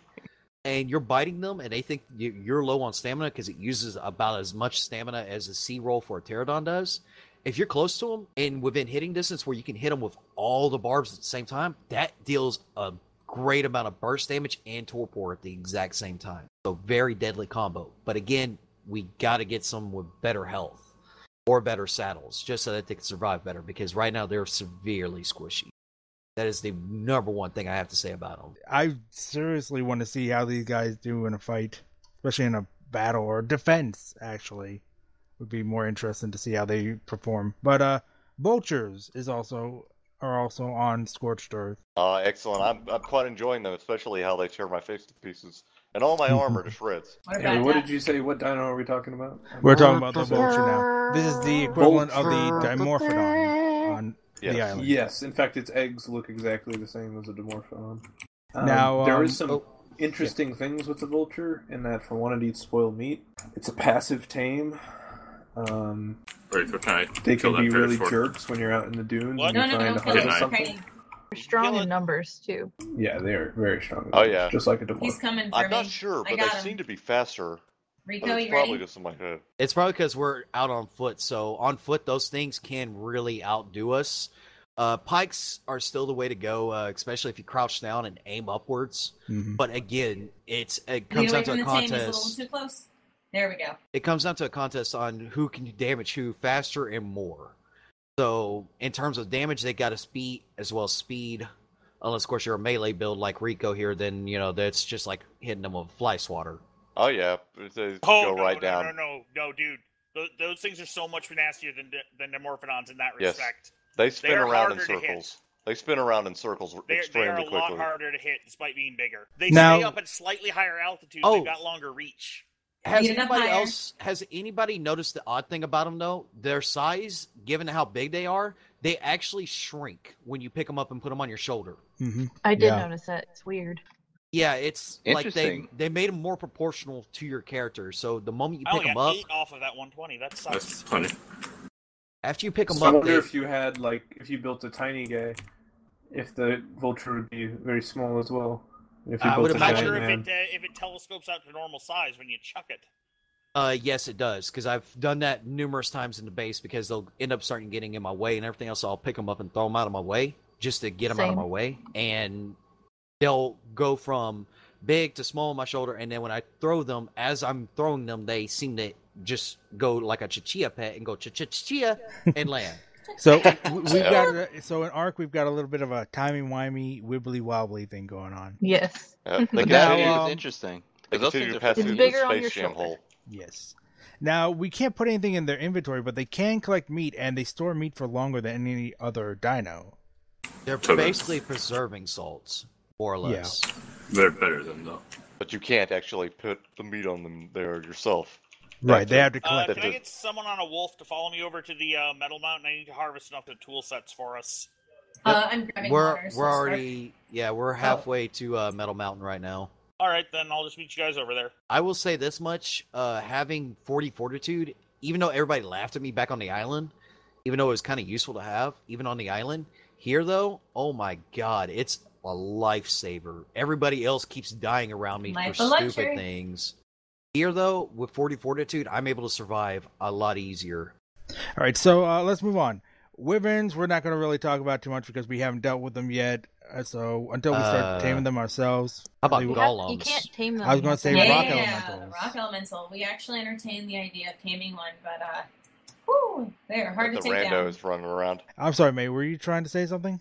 Speaker 4: and you're biting them and they think you- you're low on stamina because it uses about as much stamina as a C roll for a pterodon does. If you're close to them and within hitting distance where you can hit them with all the barbs at the same time, that deals a great amount of burst damage and torpor at the exact same time. So very deadly combo. But again, we got to get some with better health or better saddles just so that they can survive better because right now they're severely squishy. That is the number one thing I have to say about them.
Speaker 1: I seriously want to see how these guys do in a fight, especially in a battle or defense. Actually, would be more interesting to see how they perform. But uh, vultures is also are also on scorched earth.
Speaker 10: Uh, excellent. I'm, I'm quite enjoying them, especially how they tear my face to pieces and all my armor to shreds.
Speaker 8: What
Speaker 6: Yeah,
Speaker 8: about
Speaker 6: what
Speaker 8: that?
Speaker 6: did you say? What dino are we talking about?
Speaker 1: We're talking about the vulture now. This is the equivalent of the dimorphodon on the
Speaker 10: Yes.
Speaker 1: island.
Speaker 6: Yes, in fact, its eggs look exactly the same as a Dimorphodon. Um,
Speaker 1: Now,
Speaker 6: there
Speaker 1: um,
Speaker 6: is some
Speaker 4: oh,
Speaker 6: interesting things with the vulture in that, for one, it eats spoiled meat. It's a passive tame. Um,
Speaker 2: Wait, what can I
Speaker 6: they
Speaker 2: kill
Speaker 6: can be
Speaker 2: that parrot
Speaker 6: really
Speaker 2: for?
Speaker 6: jerks when you're out in the dunes
Speaker 3: What?
Speaker 6: and
Speaker 8: No, no,
Speaker 6: you're trying
Speaker 8: no.
Speaker 6: to
Speaker 8: Kill
Speaker 2: hide
Speaker 8: him.
Speaker 6: harvest
Speaker 2: Midnight.
Speaker 6: something.
Speaker 8: Okay,
Speaker 5: We're strong
Speaker 3: Kill it.
Speaker 5: in numbers too.
Speaker 6: Yeah, they are very strong.
Speaker 10: Oh, yeah.
Speaker 6: just like a Dimorph.
Speaker 8: He's coming for
Speaker 10: I'm
Speaker 8: me.
Speaker 10: not sure,
Speaker 8: I
Speaker 10: but they
Speaker 8: got him.
Speaker 10: seem to be faster. But
Speaker 8: Rico,
Speaker 10: it's
Speaker 8: you
Speaker 10: probably
Speaker 8: ready?
Speaker 10: just in my head.
Speaker 4: It's probably because we're out on foot. So on foot, those things can really outdo us. Uh, pikes are still the way to go, uh, especially if you crouch down and aim upwards.
Speaker 1: Mhm.
Speaker 4: But again, it's it
Speaker 8: Get
Speaker 4: comes
Speaker 8: away
Speaker 4: down to
Speaker 8: from
Speaker 4: a
Speaker 8: the tame. He's a little
Speaker 4: contest.
Speaker 8: too close. There we go.
Speaker 4: It comes down to a contest on who can damage who faster and more. So in terms of damage, they got to speed as well as speed. Unless of course you're a melee build like Rico here, then you know that's just like hitting them with a fly swatter.
Speaker 10: Oh, yeah. They
Speaker 3: Oh,
Speaker 10: go
Speaker 3: no,
Speaker 10: right
Speaker 3: no,
Speaker 10: down.
Speaker 3: No, no, no, no, dude. Tho- those things are so much nastier than than Dimorphodons in that
Speaker 10: Yes.
Speaker 3: respect.
Speaker 10: They spin
Speaker 3: are
Speaker 10: around in
Speaker 3: harder to hit.
Speaker 10: circles. They spin around in circles
Speaker 3: They're, they are a
Speaker 10: extremely
Speaker 3: lot
Speaker 10: quickly.
Speaker 3: harder to hit despite being bigger. They
Speaker 1: Now-
Speaker 3: stay up at slightly higher altitudes.
Speaker 4: Oh.
Speaker 3: They've got longer reach.
Speaker 4: Has
Speaker 8: Beat it up
Speaker 4: anybody
Speaker 8: higher.
Speaker 4: else? Has anybody noticed the odd thing about them though? Their size, given how big they are, they actually shrink when you pick them up and put them on your shoulder.
Speaker 1: Mhm.
Speaker 5: I did
Speaker 1: Yeah.
Speaker 5: notice that. It's weird.
Speaker 4: Yeah, it's like they
Speaker 7: Interesting.
Speaker 4: they made them more proportional to your character. So the moment you
Speaker 3: I
Speaker 4: pick
Speaker 3: only
Speaker 4: them
Speaker 3: got
Speaker 4: up,
Speaker 3: Oh, eight off of that 120. That
Speaker 2: That's
Speaker 3: sucks.
Speaker 2: plenty.
Speaker 4: after you pick them
Speaker 6: So I
Speaker 4: up,
Speaker 6: wonder
Speaker 4: they,
Speaker 6: if you had like if you built a tiny guy, if the vulture would be very small as well. If you
Speaker 4: I
Speaker 6: built
Speaker 4: would
Speaker 6: a
Speaker 3: I'm
Speaker 6: giant
Speaker 3: not
Speaker 4: imagine-
Speaker 3: sure if
Speaker 6: man.
Speaker 3: it, uh, if it telescopes out to normal size when you chuck it.
Speaker 4: Uh, yes, it does because I've done that numerous times in the base because they'll end up starting getting in my way and everything else. So I'll pick them up and throw them out of my way just to get them out of
Speaker 5: Same.
Speaker 4: my way, and they'll go from big to small on my shoulder. And then when I throw them, as I'm throwing them, they seem to just go like a chichia pet and go chichia and
Speaker 8: *laughs*
Speaker 4: land. *laughs*
Speaker 5: *laughs*
Speaker 1: So we- we've got a, so in arc we've got a little bit of a timey wimey wibbly wobbly thing going on.
Speaker 5: Yes.
Speaker 1: *laughs*
Speaker 10: Yeah,
Speaker 5: *laughs*
Speaker 10: they
Speaker 7: But
Speaker 10: continue,
Speaker 7: that
Speaker 1: Now,
Speaker 7: Uh, is
Speaker 1: um,
Speaker 7: interesting.
Speaker 10: they
Speaker 7: Because those
Speaker 10: continue
Speaker 7: things
Speaker 10: to
Speaker 7: are
Speaker 10: pass
Speaker 5: It's
Speaker 10: through the
Speaker 5: bigger on your
Speaker 10: space jam
Speaker 5: shoulder.
Speaker 10: hole.
Speaker 1: Yes. Now we can't put anything in their inventory, but they can collect meat, and they store meat for longer than any other dino.
Speaker 4: They're
Speaker 2: So that's-
Speaker 4: basically preserving salts, more or
Speaker 1: Yeah.
Speaker 4: less.
Speaker 2: They're better than though.
Speaker 10: But you can't actually put the meat on them there yourself.
Speaker 1: Right. They have to
Speaker 3: Uh,
Speaker 1: collect.
Speaker 3: can I
Speaker 10: Collected.
Speaker 3: get someone on a wolf to follow me over to the uh, metal mountain? I need to harvest enough of the tool sets for us.
Speaker 8: Uh, I'm grabbing
Speaker 4: We're
Speaker 8: water. so Oh.
Speaker 4: we're
Speaker 8: sorry.
Speaker 4: already yeah we're halfway to uh, Metal Mountain right now.
Speaker 3: All right, then I'll just meet you guys over there.
Speaker 4: I will say this much: uh, having 40 fortitude, even though everybody laughed at me back on the island, even though it was kind of useful to have, even on the island. Here, though, oh my god, it's a lifesaver. Everybody else keeps dying around me
Speaker 8: Life
Speaker 4: for
Speaker 8: a
Speaker 4: stupid
Speaker 8: luxury.
Speaker 4: things. Here, though, with 40 fortitude, I'm able to survive a lot easier.
Speaker 1: All right. So uh, let's move on. Wyverns, we're not going to really talk about too much because we haven't dealt with them yet. Uh, So until we start
Speaker 4: Uh,
Speaker 1: taming them ourselves,
Speaker 4: How about
Speaker 1: I think-
Speaker 5: You, have, you
Speaker 4: golems?
Speaker 5: can't tame them.
Speaker 1: I was gonna
Speaker 5: You have
Speaker 1: say
Speaker 8: yeah,
Speaker 1: rock
Speaker 8: the
Speaker 1: elementals.
Speaker 8: rock elemental. We actually entertained the idea of taming one, but uh, whew, they're hard to
Speaker 10: the
Speaker 8: take down.
Speaker 10: randos running around.
Speaker 1: I'm sorry, May. Were you trying to say something?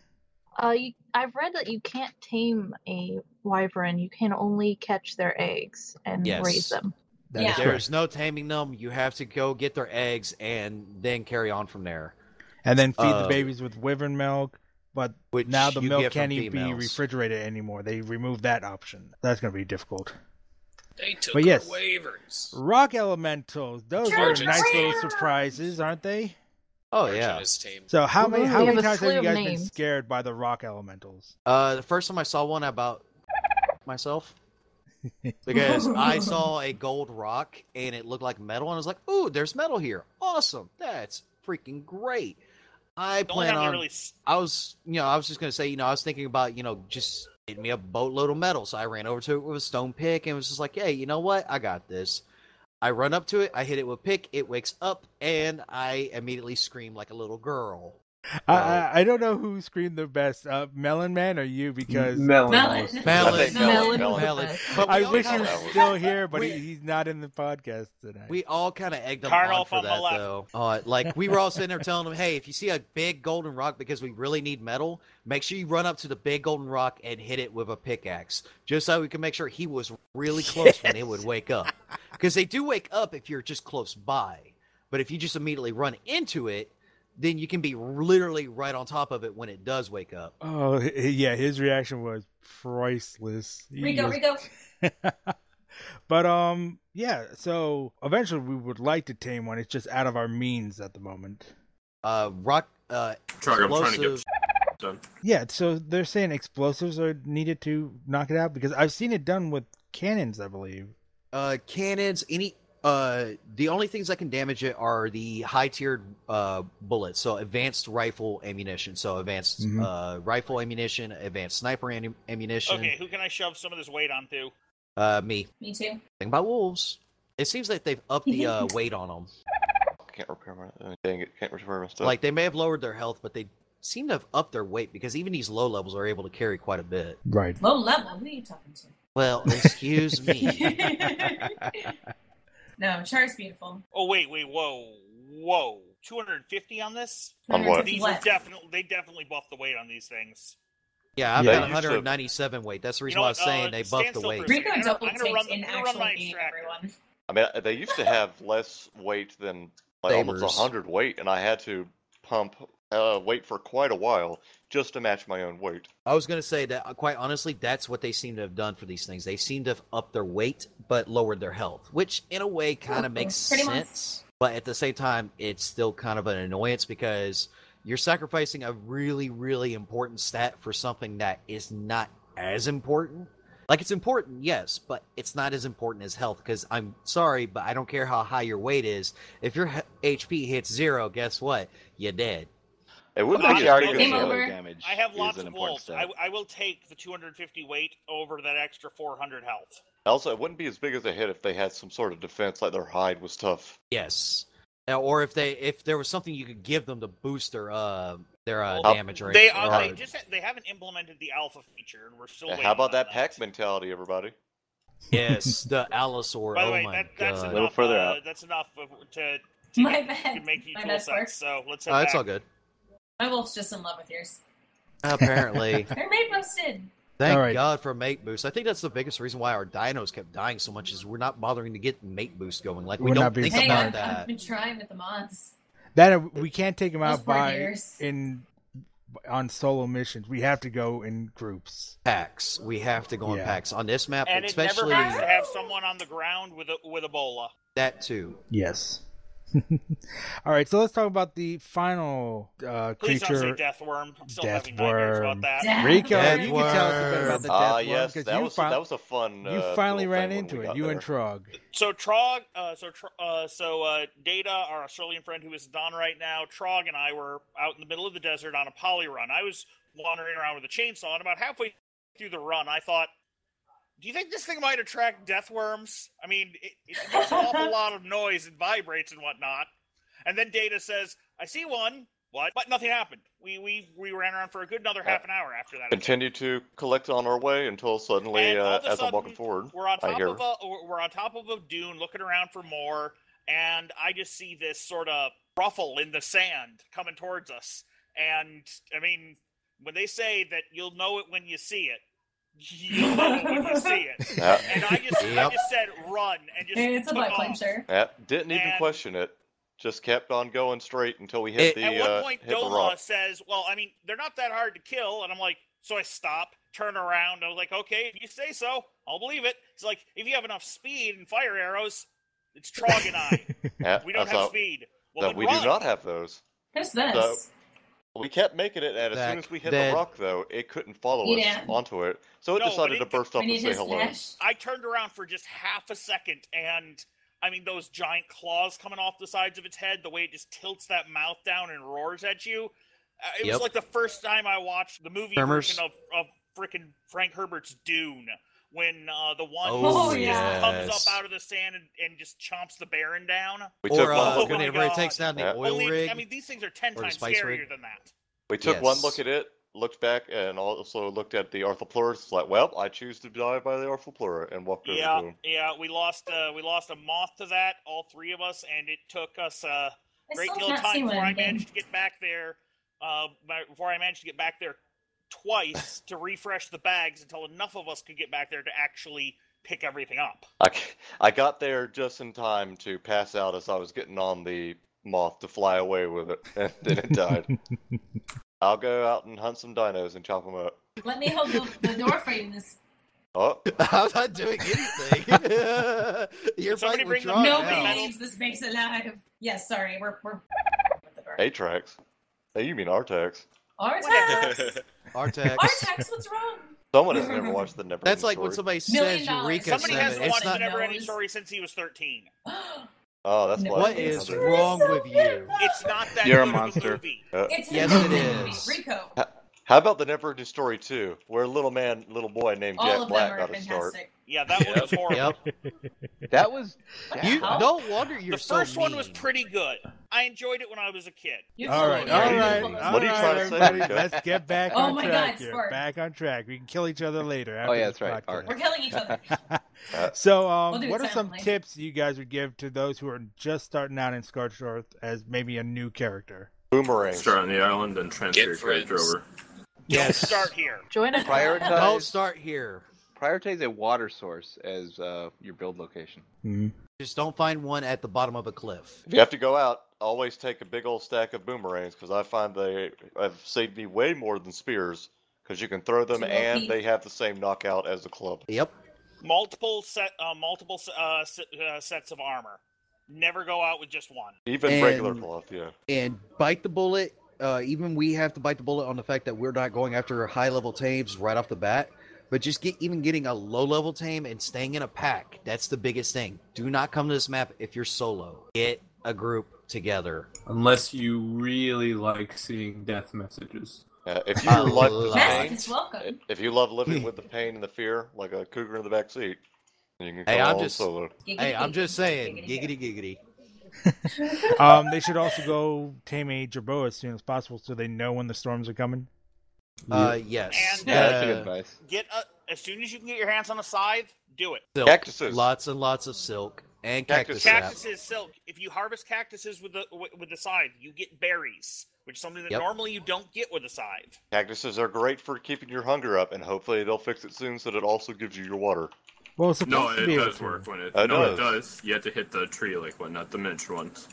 Speaker 5: Uh, you, I've read that you can't tame a wyvern. You can only catch their eggs and
Speaker 4: Yes.
Speaker 5: raise them.
Speaker 4: That
Speaker 8: Yeah.
Speaker 4: is- There's no taming them. You have to go get their eggs and then carry on from there.
Speaker 1: And then feed the
Speaker 4: Uh,
Speaker 1: babies with wyvern milk, but
Speaker 4: Which
Speaker 1: now the
Speaker 4: you
Speaker 1: milk
Speaker 4: get from
Speaker 1: can't even be
Speaker 4: females.
Speaker 1: refrigerated anymore. They removed that option. That's going to be difficult.
Speaker 9: They took
Speaker 1: But
Speaker 9: our
Speaker 1: yes.
Speaker 9: waivers.
Speaker 1: Rock elementals. Those are
Speaker 9: Georgia
Speaker 1: nice little
Speaker 8: Sand.
Speaker 1: surprises, aren't they?
Speaker 4: Oh
Speaker 9: Origin
Speaker 4: yeah.
Speaker 9: is tamed.
Speaker 1: So how many
Speaker 5: Ooh.
Speaker 1: how
Speaker 5: They
Speaker 1: many
Speaker 5: have a
Speaker 1: times have
Speaker 5: slew
Speaker 1: you
Speaker 5: of
Speaker 1: guys been
Speaker 5: names.
Speaker 1: scared by the rock elementals?
Speaker 4: Uh, the first time I saw one, I about
Speaker 1: *laughs*
Speaker 4: myself because I saw a gold rock and it looked like metal, and I was like, "Ooh, there's metal here! Awesome! That's freaking great!" I
Speaker 3: The only
Speaker 4: plan
Speaker 3: time they
Speaker 4: on.
Speaker 3: really s-
Speaker 4: I was, you know, I was just gonna say, you know, I was thinking about, you know, just getting me a boatload of metal. So I ran over to it with a stone pick and was just like, "Hey, you know what? I got this." I run up to it, I hit it with a pick, it wakes up, and I immediately scream like a little girl.
Speaker 1: I, I I don't know who screamed the best, uh, Melon Man or you, because
Speaker 6: Melon.
Speaker 8: Melon.
Speaker 4: Melon.
Speaker 10: I
Speaker 5: Melon.
Speaker 10: think Melon.
Speaker 4: Melon.
Speaker 5: Melon.
Speaker 4: But we
Speaker 1: I
Speaker 4: all
Speaker 1: wish he
Speaker 4: kinda-
Speaker 1: was
Speaker 4: *laughs*
Speaker 10: that was-
Speaker 1: still here, but he,
Speaker 4: We-
Speaker 1: he's not in the podcast tonight.
Speaker 4: We all kind of egged them
Speaker 3: Turn
Speaker 4: on
Speaker 3: off
Speaker 4: for
Speaker 3: on my
Speaker 4: that,
Speaker 3: left.
Speaker 4: though. Uh, like we were all sitting there telling them, "Hey, if you see a big golden rock because we really need metal, make sure you run up to the big golden rock and hit it with a pickaxe, just so we can make sure he was really close when it would wake up. Because they do wake up if you're just close by, but if you just immediately run into it, then you can be literally right on top of it when it does wake up.
Speaker 1: oh h- h- yeah, his reaction was priceless. He
Speaker 8: Rico,
Speaker 1: was-
Speaker 8: Rico.
Speaker 1: *laughs* but um, yeah. So eventually, we would like to tame one. It's just out of our means at the moment.
Speaker 4: Uh, rock, uh,
Speaker 2: Sorry, I'm trying to get
Speaker 4: explosive.
Speaker 2: done.
Speaker 1: Yeah. So they're saying explosives are needed to knock it out because I've seen it done with cannons, I believe.
Speaker 4: uh cannons any uh the only things that can damage it are the high tiered uh bullets so advanced rifle ammunition so advanced
Speaker 1: Mhm.
Speaker 4: uh riful ammunition advanced sniper am- ammunition
Speaker 3: Okay, who can I shove some of this weight onto?
Speaker 4: uh me
Speaker 8: Me too.
Speaker 4: think about wolves it seems like they've upped the uh weight on them
Speaker 10: Can't repair my. uh, Dang it! Can't repair my stuff.
Speaker 4: like they may have lowered their health but they seem to have upped their weight because even these low levels are able to carry quite a bit
Speaker 1: Right.
Speaker 8: Low level. Who are you talking
Speaker 4: well excuse me *laughs*
Speaker 8: to? no, Char's beautiful.
Speaker 3: Oh wait, wait, whoa, whoa, 250 on this?
Speaker 10: On what?
Speaker 8: These
Speaker 3: These
Speaker 8: what?
Speaker 3: are definitely they definitely buff the weight on these things.
Speaker 4: yeah i've
Speaker 1: Yeah.
Speaker 4: got
Speaker 10: They used to-
Speaker 4: 197 weight that's the reason
Speaker 3: You know
Speaker 4: why i
Speaker 3: what,
Speaker 4: was saying
Speaker 3: uh,
Speaker 4: they
Speaker 3: stand
Speaker 4: buffed the
Speaker 3: still
Speaker 4: weight
Speaker 3: for a
Speaker 8: Rico
Speaker 3: I'm gonna-
Speaker 8: double
Speaker 3: I'm gonna
Speaker 8: takes
Speaker 3: run-
Speaker 8: in
Speaker 3: I'm gonna run
Speaker 8: actually
Speaker 3: my
Speaker 8: beating
Speaker 3: extractor.
Speaker 8: everyone.
Speaker 10: I mean, they used to have less weight than like
Speaker 4: Sabers.
Speaker 10: almost hundred weight, and I had to pump uh, weight for quite a while just to match my own weight.
Speaker 4: I was gonna say that uh, quite honestly, that's what they seem to have done for these things. They seem to have upped their weight but lowered their health, which in a way kind of
Speaker 8: Mhm,
Speaker 4: makes
Speaker 8: pretty much.
Speaker 4: sense. But at the same time, it's still kind of an annoyance because you're sacrificing a really, really important stat for something that is not as important. Like it's important, yes, but it's not as important as health. Because I'm sorry, but I don't care how high your weight is. If your h- HP hits zero, guess what? You're dead.
Speaker 7: It would
Speaker 3: Well,
Speaker 7: make it
Speaker 3: I-
Speaker 7: harder
Speaker 3: Oh, Game
Speaker 7: because the
Speaker 8: over.
Speaker 7: other damage
Speaker 3: I have
Speaker 7: is
Speaker 3: lots
Speaker 7: an
Speaker 3: of
Speaker 7: important
Speaker 3: wolves.
Speaker 7: stat.
Speaker 3: I, I will take the 250 weight over that extra 400 health.
Speaker 10: Also, it wouldn't be as big as a hit if they had some sort of defense, like their hide was tough.
Speaker 4: Yes. Uh, Or if they if there was something you could give them to boost their uh their uh,
Speaker 10: Well,
Speaker 4: damage rate.
Speaker 3: They
Speaker 4: or-
Speaker 3: are,
Speaker 1: Uh,
Speaker 3: they just ha- they haven't implemented the alpha feature, and we're still.
Speaker 10: And
Speaker 3: waiting
Speaker 10: Uh, how about
Speaker 3: on
Speaker 10: that pack mentality, everybody? *laughs*
Speaker 4: yes, the Allosaur.
Speaker 3: By the
Speaker 4: oh
Speaker 3: way,
Speaker 4: my
Speaker 3: that,
Speaker 4: god.
Speaker 3: that's
Speaker 7: A
Speaker 3: enough.
Speaker 7: little further
Speaker 3: uh,
Speaker 7: out.
Speaker 3: That's enough of- to, to
Speaker 8: My
Speaker 3: get-
Speaker 8: bad.
Speaker 3: to make you
Speaker 8: My
Speaker 3: tool
Speaker 8: bad,
Speaker 3: sets.
Speaker 8: Sparks.
Speaker 3: So let's head
Speaker 4: Oh,
Speaker 1: uh,
Speaker 3: back.
Speaker 4: it's all good.
Speaker 8: My wolf's just in love with yours.
Speaker 1: *laughs*
Speaker 4: Apparently,
Speaker 8: They're made roasted.
Speaker 4: thank
Speaker 1: All right.
Speaker 4: God for mate boost. I think that's the biggest reason why our dinos kept dying so much is we're not bothering to get mate boost going. Like we
Speaker 1: We're
Speaker 4: don't
Speaker 1: not being
Speaker 4: think
Speaker 8: Hey,
Speaker 4: about
Speaker 8: I've, I've
Speaker 4: that.
Speaker 8: been trying with the mods.
Speaker 1: That we can't take them
Speaker 8: Those
Speaker 1: out
Speaker 8: poor
Speaker 1: by
Speaker 8: dears.
Speaker 1: in on solo missions. We have to go in groups.
Speaker 4: Packs. We have to go on
Speaker 1: Yeah.
Speaker 4: packs on this map,
Speaker 3: And it never
Speaker 4: especially
Speaker 3: hurts to have someone on the ground with a, with Ebola.
Speaker 4: that
Speaker 3: *laughs*
Speaker 4: too.
Speaker 1: Yes. *laughs* All right, so let's talk about the final uh,
Speaker 3: Please
Speaker 1: creature.
Speaker 3: don't say death worm. I'm still
Speaker 1: Death
Speaker 3: having nightmares
Speaker 1: worm.
Speaker 3: about that.
Speaker 8: Death
Speaker 1: Rico,
Speaker 4: Death
Speaker 1: you can tell us a bit about the death
Speaker 10: Ah,
Speaker 1: worm
Speaker 10: yes,
Speaker 1: because
Speaker 10: that
Speaker 1: you,
Speaker 10: was
Speaker 1: fin-
Speaker 10: that was a fun.
Speaker 1: you
Speaker 10: uh,
Speaker 1: finally
Speaker 10: little
Speaker 1: ran
Speaker 10: thing when we
Speaker 1: into it.
Speaker 10: got
Speaker 1: You
Speaker 10: there.
Speaker 1: and Trog.
Speaker 3: So Trog, uh, so Tr- uh, so uh, Data, our Australian friend who is Don right now, Trog and I were out in the middle of the desert on a poly run. I was wandering around with a chainsaw, and about halfway through the run, I thought, "Do you think this thing might attract death worms? I mean, it, it makes an awful lot of noise and vibrates and whatnot." And then Data says, "I see one. What? But nothing happened. We we we ran around for a good another half an hour after that.
Speaker 10: Continue to collect on our way until suddenly,
Speaker 3: And all
Speaker 10: uh,
Speaker 3: of a
Speaker 10: as I'm
Speaker 3: sudden,
Speaker 10: walking forward,
Speaker 3: We're on
Speaker 10: I
Speaker 3: top
Speaker 10: hear.
Speaker 3: of a we're- we're on top of a dune, looking around for more, and I just see this sort of ruffle in the sand coming towards us. And I mean, when they say that you'll know it when you see it, you'll know it when you see it.
Speaker 10: *laughs* Yeah.
Speaker 3: And I just I
Speaker 10: Yep.
Speaker 3: just said run and just
Speaker 8: It's a
Speaker 3: took
Speaker 8: butt
Speaker 3: off.
Speaker 8: clencher.
Speaker 10: Yeah, didn't even
Speaker 3: And-
Speaker 10: question it. Just kept on going straight until we hit the
Speaker 3: At one
Speaker 10: uh,
Speaker 3: point,
Speaker 10: hit the
Speaker 3: Dola
Speaker 10: rock.
Speaker 3: says, "Well, I mean, they're not that hard to kill," and I'm like, "So I stop, turn around." I was like, "Okay, if you say so, I'll believe it." It's like, if you have enough speed and fire arrows, it's Trog and I.
Speaker 10: *laughs* Yeah,
Speaker 3: we don't
Speaker 10: that's
Speaker 3: have
Speaker 10: how-
Speaker 3: speed. Well,
Speaker 10: that
Speaker 3: then
Speaker 10: we
Speaker 3: run.
Speaker 10: do not have those.
Speaker 8: Who's this?
Speaker 10: So- We kept making it, and as soon
Speaker 4: Back
Speaker 10: as we hit
Speaker 4: then.
Speaker 10: the rock, though, it couldn't follow
Speaker 8: Yeah.
Speaker 10: us onto it, so it
Speaker 3: No, but
Speaker 10: decided
Speaker 3: it
Speaker 10: to
Speaker 3: could-
Speaker 10: burst up
Speaker 8: we
Speaker 10: and
Speaker 8: need
Speaker 10: say
Speaker 8: his
Speaker 10: hello.
Speaker 8: smash.
Speaker 3: I turned around for just half a second, and I mean, those giant claws coming off the sides of its head, the way it just tilts that mouth down and roars at you. Uh, it
Speaker 4: Yep.
Speaker 3: was like the first time I watched the movie
Speaker 4: Tremors.
Speaker 3: version of, of frickin' Frank Herbert's Dune when uh, the one
Speaker 4: Oh,
Speaker 3: who
Speaker 8: yes.
Speaker 3: comes up out of the sand and, and just chomps the Baron down.
Speaker 10: We took
Speaker 4: or
Speaker 10: one
Speaker 4: uh,
Speaker 10: look
Speaker 3: Oh
Speaker 10: at
Speaker 3: my
Speaker 10: it.
Speaker 4: whenever it
Speaker 3: God.
Speaker 4: takes down the
Speaker 10: Yeah.
Speaker 4: oil
Speaker 3: Only,
Speaker 4: rig.
Speaker 3: I mean, these things are ten
Speaker 4: or the
Speaker 3: times
Speaker 4: spice
Speaker 3: scarier
Speaker 4: rig.
Speaker 3: than that.
Speaker 10: We took one
Speaker 4: Yes.
Speaker 10: look at it, looked back, and also looked at the Arthropleurus. Like, well, I choose to die by the Arthropleura, and walked over
Speaker 3: Yeah,
Speaker 10: to him.
Speaker 3: yeah, we lost uh, we lost a moth to that, all three of us, and it took us uh,
Speaker 8: I
Speaker 3: great
Speaker 8: still
Speaker 3: deal of
Speaker 8: can't see
Speaker 3: time before I
Speaker 8: anything.
Speaker 3: managed to get back there. Uh, my- before I managed to get back there
Speaker 4: *laughs*
Speaker 3: twice to refresh the bags until enough of us could get back there to actually pick everything up.
Speaker 10: I, c- I got there just in time to pass out as I was getting on the moth to fly away with it, *laughs* and then it
Speaker 4: *laughs*
Speaker 10: died. I'll go out and hunt some dinos and chop them up.
Speaker 8: Let me hold the, the door for you. This
Speaker 10: Oh,
Speaker 4: *laughs* I'm not doing
Speaker 3: *laughs*
Speaker 4: anything. You're
Speaker 3: Did somebody
Speaker 4: fighting
Speaker 3: bring
Speaker 4: with
Speaker 3: the-
Speaker 4: Trog
Speaker 8: nobody
Speaker 4: now.
Speaker 8: leaves this base alive. Yes, sorry, we're we're with the door.
Speaker 10: Atrax. Hey, you mean Artax.
Speaker 3: *laughs*
Speaker 8: Artax,
Speaker 4: Artax.
Speaker 8: Artax, what's wrong?
Speaker 10: Someone has never watched the Never.
Speaker 4: That's like when somebody says
Speaker 8: dollars.
Speaker 4: Eureka
Speaker 3: Somebody
Speaker 4: Seven.
Speaker 3: hasn't
Speaker 8: it's
Speaker 4: It's
Speaker 3: watched the
Speaker 4: not.
Speaker 8: never-
Speaker 3: never-ending
Speaker 8: Nose.
Speaker 3: story since he was
Speaker 8: *gasps*
Speaker 3: thirteen.
Speaker 10: Oh, that's why.
Speaker 4: What
Speaker 10: I
Speaker 4: is
Speaker 10: haven't-
Speaker 4: wrong
Speaker 8: so
Speaker 4: with
Speaker 8: good.
Speaker 4: you?
Speaker 3: It's not that
Speaker 7: You're a
Speaker 3: good of
Speaker 7: monster.
Speaker 3: a movie.
Speaker 10: Uh,
Speaker 8: It's
Speaker 4: Yes,
Speaker 8: amazing
Speaker 4: it
Speaker 8: movie.
Speaker 4: is.
Speaker 8: Rico.
Speaker 10: How about the Never Ending Story 2, where a little man, little boy named
Speaker 8: All
Speaker 10: Jack
Speaker 8: of them
Speaker 10: Black
Speaker 8: are
Speaker 10: got his start?
Speaker 8: fantastic.
Speaker 3: Yeah, that one was horrible.
Speaker 4: Yep.
Speaker 7: That was
Speaker 4: *laughs* You
Speaker 7: Jack-
Speaker 4: no wonder you're
Speaker 3: The
Speaker 4: so
Speaker 3: first one was
Speaker 4: mean.
Speaker 3: pretty good. I enjoyed it when I was a kid.
Speaker 8: You're
Speaker 1: All right,
Speaker 8: full
Speaker 1: all
Speaker 8: of it.
Speaker 1: right,
Speaker 8: You're
Speaker 1: all
Speaker 8: full of it.
Speaker 1: right,
Speaker 10: What are you trying to say,
Speaker 1: everybody.
Speaker 10: Rico?
Speaker 1: Let's get back
Speaker 8: *laughs* Oh
Speaker 1: on
Speaker 8: my
Speaker 1: track
Speaker 8: God,
Speaker 1: here.
Speaker 8: Spark. Oh,
Speaker 1: Back on track. We can kill each other later. After
Speaker 7: yeah,
Speaker 1: this
Speaker 7: that's right. All
Speaker 1: podcast.
Speaker 8: We're killing
Speaker 1: *laughs*
Speaker 8: each other.
Speaker 10: Uh,
Speaker 1: So,
Speaker 8: We'll
Speaker 1: um,
Speaker 8: do it
Speaker 1: what are some
Speaker 8: silently.
Speaker 1: tips you guys would give to those who are just starting out in Scorched Earth as maybe a new character?
Speaker 10: Boomerang.
Speaker 2: Start on the island and transfer
Speaker 9: Get
Speaker 2: your character
Speaker 9: friends.
Speaker 2: over.
Speaker 4: Yes.
Speaker 3: Start here.
Speaker 5: Join a
Speaker 7: Prioritize.
Speaker 4: Don't start here.
Speaker 7: Prioritize a water source as uh, your build location.
Speaker 1: Mm-hmm.
Speaker 4: Just don't find one at the bottom of a
Speaker 8: *laughs*
Speaker 4: cliff.
Speaker 10: If you have to go out, always take a big old stack of boomerangs because I find they have saved me way more than spears because you can throw them
Speaker 8: Too
Speaker 10: and
Speaker 8: OP.
Speaker 10: they have the same knockout as the club.
Speaker 4: Yep.
Speaker 3: multiple set uh, multiple uh, se- uh, sets of armor. Never go out with just one.
Speaker 10: Even
Speaker 4: And-
Speaker 10: regular cloth, yeah.
Speaker 4: And bite the bullet. Uh, even we have to bite the bullet on the fact that we're not going after high level tames right off the bat. But just get even getting a low level tame and staying in a pack. That's the biggest thing. Do not come to this map if you're solo. Get a group together.
Speaker 6: Unless you really like seeing death messages.
Speaker 10: Uh, if you
Speaker 4: I
Speaker 10: like the
Speaker 4: love-
Speaker 8: Mask is
Speaker 10: pain,
Speaker 8: welcome.
Speaker 10: if you love living
Speaker 4: *laughs*
Speaker 10: with the pain and the fear, like a cougar in the back seat, you can come
Speaker 4: Hey, I'm
Speaker 10: on
Speaker 4: just-
Speaker 10: solo.
Speaker 8: Giggity,
Speaker 4: Hey, I'm just
Speaker 8: giggity,
Speaker 4: saying. Giggity giggity.
Speaker 1: Um, they should also go tame a jerboa as soon as possible so they know when the storms are coming.
Speaker 4: Uh, yes.
Speaker 3: And-
Speaker 7: Yeah, that's a good
Speaker 4: Uh,
Speaker 7: advice.
Speaker 3: Get a, as soon as you can get your hands on a scythe, do it.
Speaker 4: silk.
Speaker 10: Cactuses.
Speaker 4: Lots and lots of silk and cactus,
Speaker 10: Cactus
Speaker 4: sap.
Speaker 3: Cactuses, silk. If you harvest cactuses with the wi- with the scythe, you get berries, which is something that
Speaker 4: Yep.
Speaker 3: normally you don't get with a scythe.
Speaker 10: Cactuses are great for keeping your hunger up, and hopefully they'll fix it soon so that it also gives you your water.
Speaker 1: Well, it's supposed
Speaker 2: *laughs* No,
Speaker 1: to
Speaker 2: it
Speaker 1: be able
Speaker 2: does
Speaker 1: to.
Speaker 2: work when it.
Speaker 10: It
Speaker 2: no, it
Speaker 10: does.
Speaker 2: does. You have to hit the tree like one, not the miniature ones.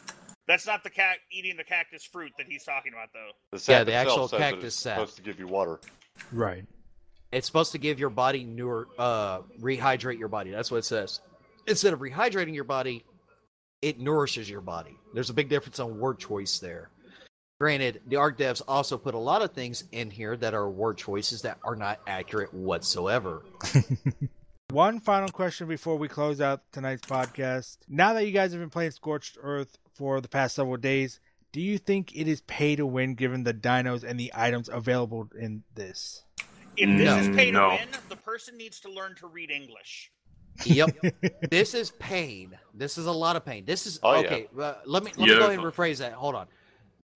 Speaker 3: That's not the cat eating the cactus fruit that he's talking about, though.
Speaker 10: The
Speaker 4: Yeah,
Speaker 10: sap
Speaker 4: the
Speaker 10: itself
Speaker 4: actual
Speaker 10: says that
Speaker 4: cactus
Speaker 10: it's
Speaker 4: sap.
Speaker 10: supposed to give you water.
Speaker 1: Right.
Speaker 4: It's supposed to give your body newer, uh, rehydrate your body. That's what it says. Instead of rehydrating your body, it nourishes your body. There's a big difference on word choice there. Granted, the arc devs also put a lot of things in here that are word choices that are not accurate whatsoever.
Speaker 1: One final question before we close out tonight's podcast. Now that you guys have been playing Scorched Earth for the past several days, do you think it is pay to win given the dinos and the items available in this?
Speaker 3: If this
Speaker 7: *laughs*
Speaker 4: No.
Speaker 3: is pay to
Speaker 2: Mm, No.
Speaker 3: win, the person needs to learn to read English.
Speaker 1: *laughs*
Speaker 4: Yep. this is pain. This is a lot of pain. This is
Speaker 10: Oh, yeah.
Speaker 4: okay. Uh, let me let
Speaker 2: Yeah,
Speaker 4: me go
Speaker 2: it's
Speaker 4: ahead and
Speaker 2: not-
Speaker 4: rephrase that. Hold on.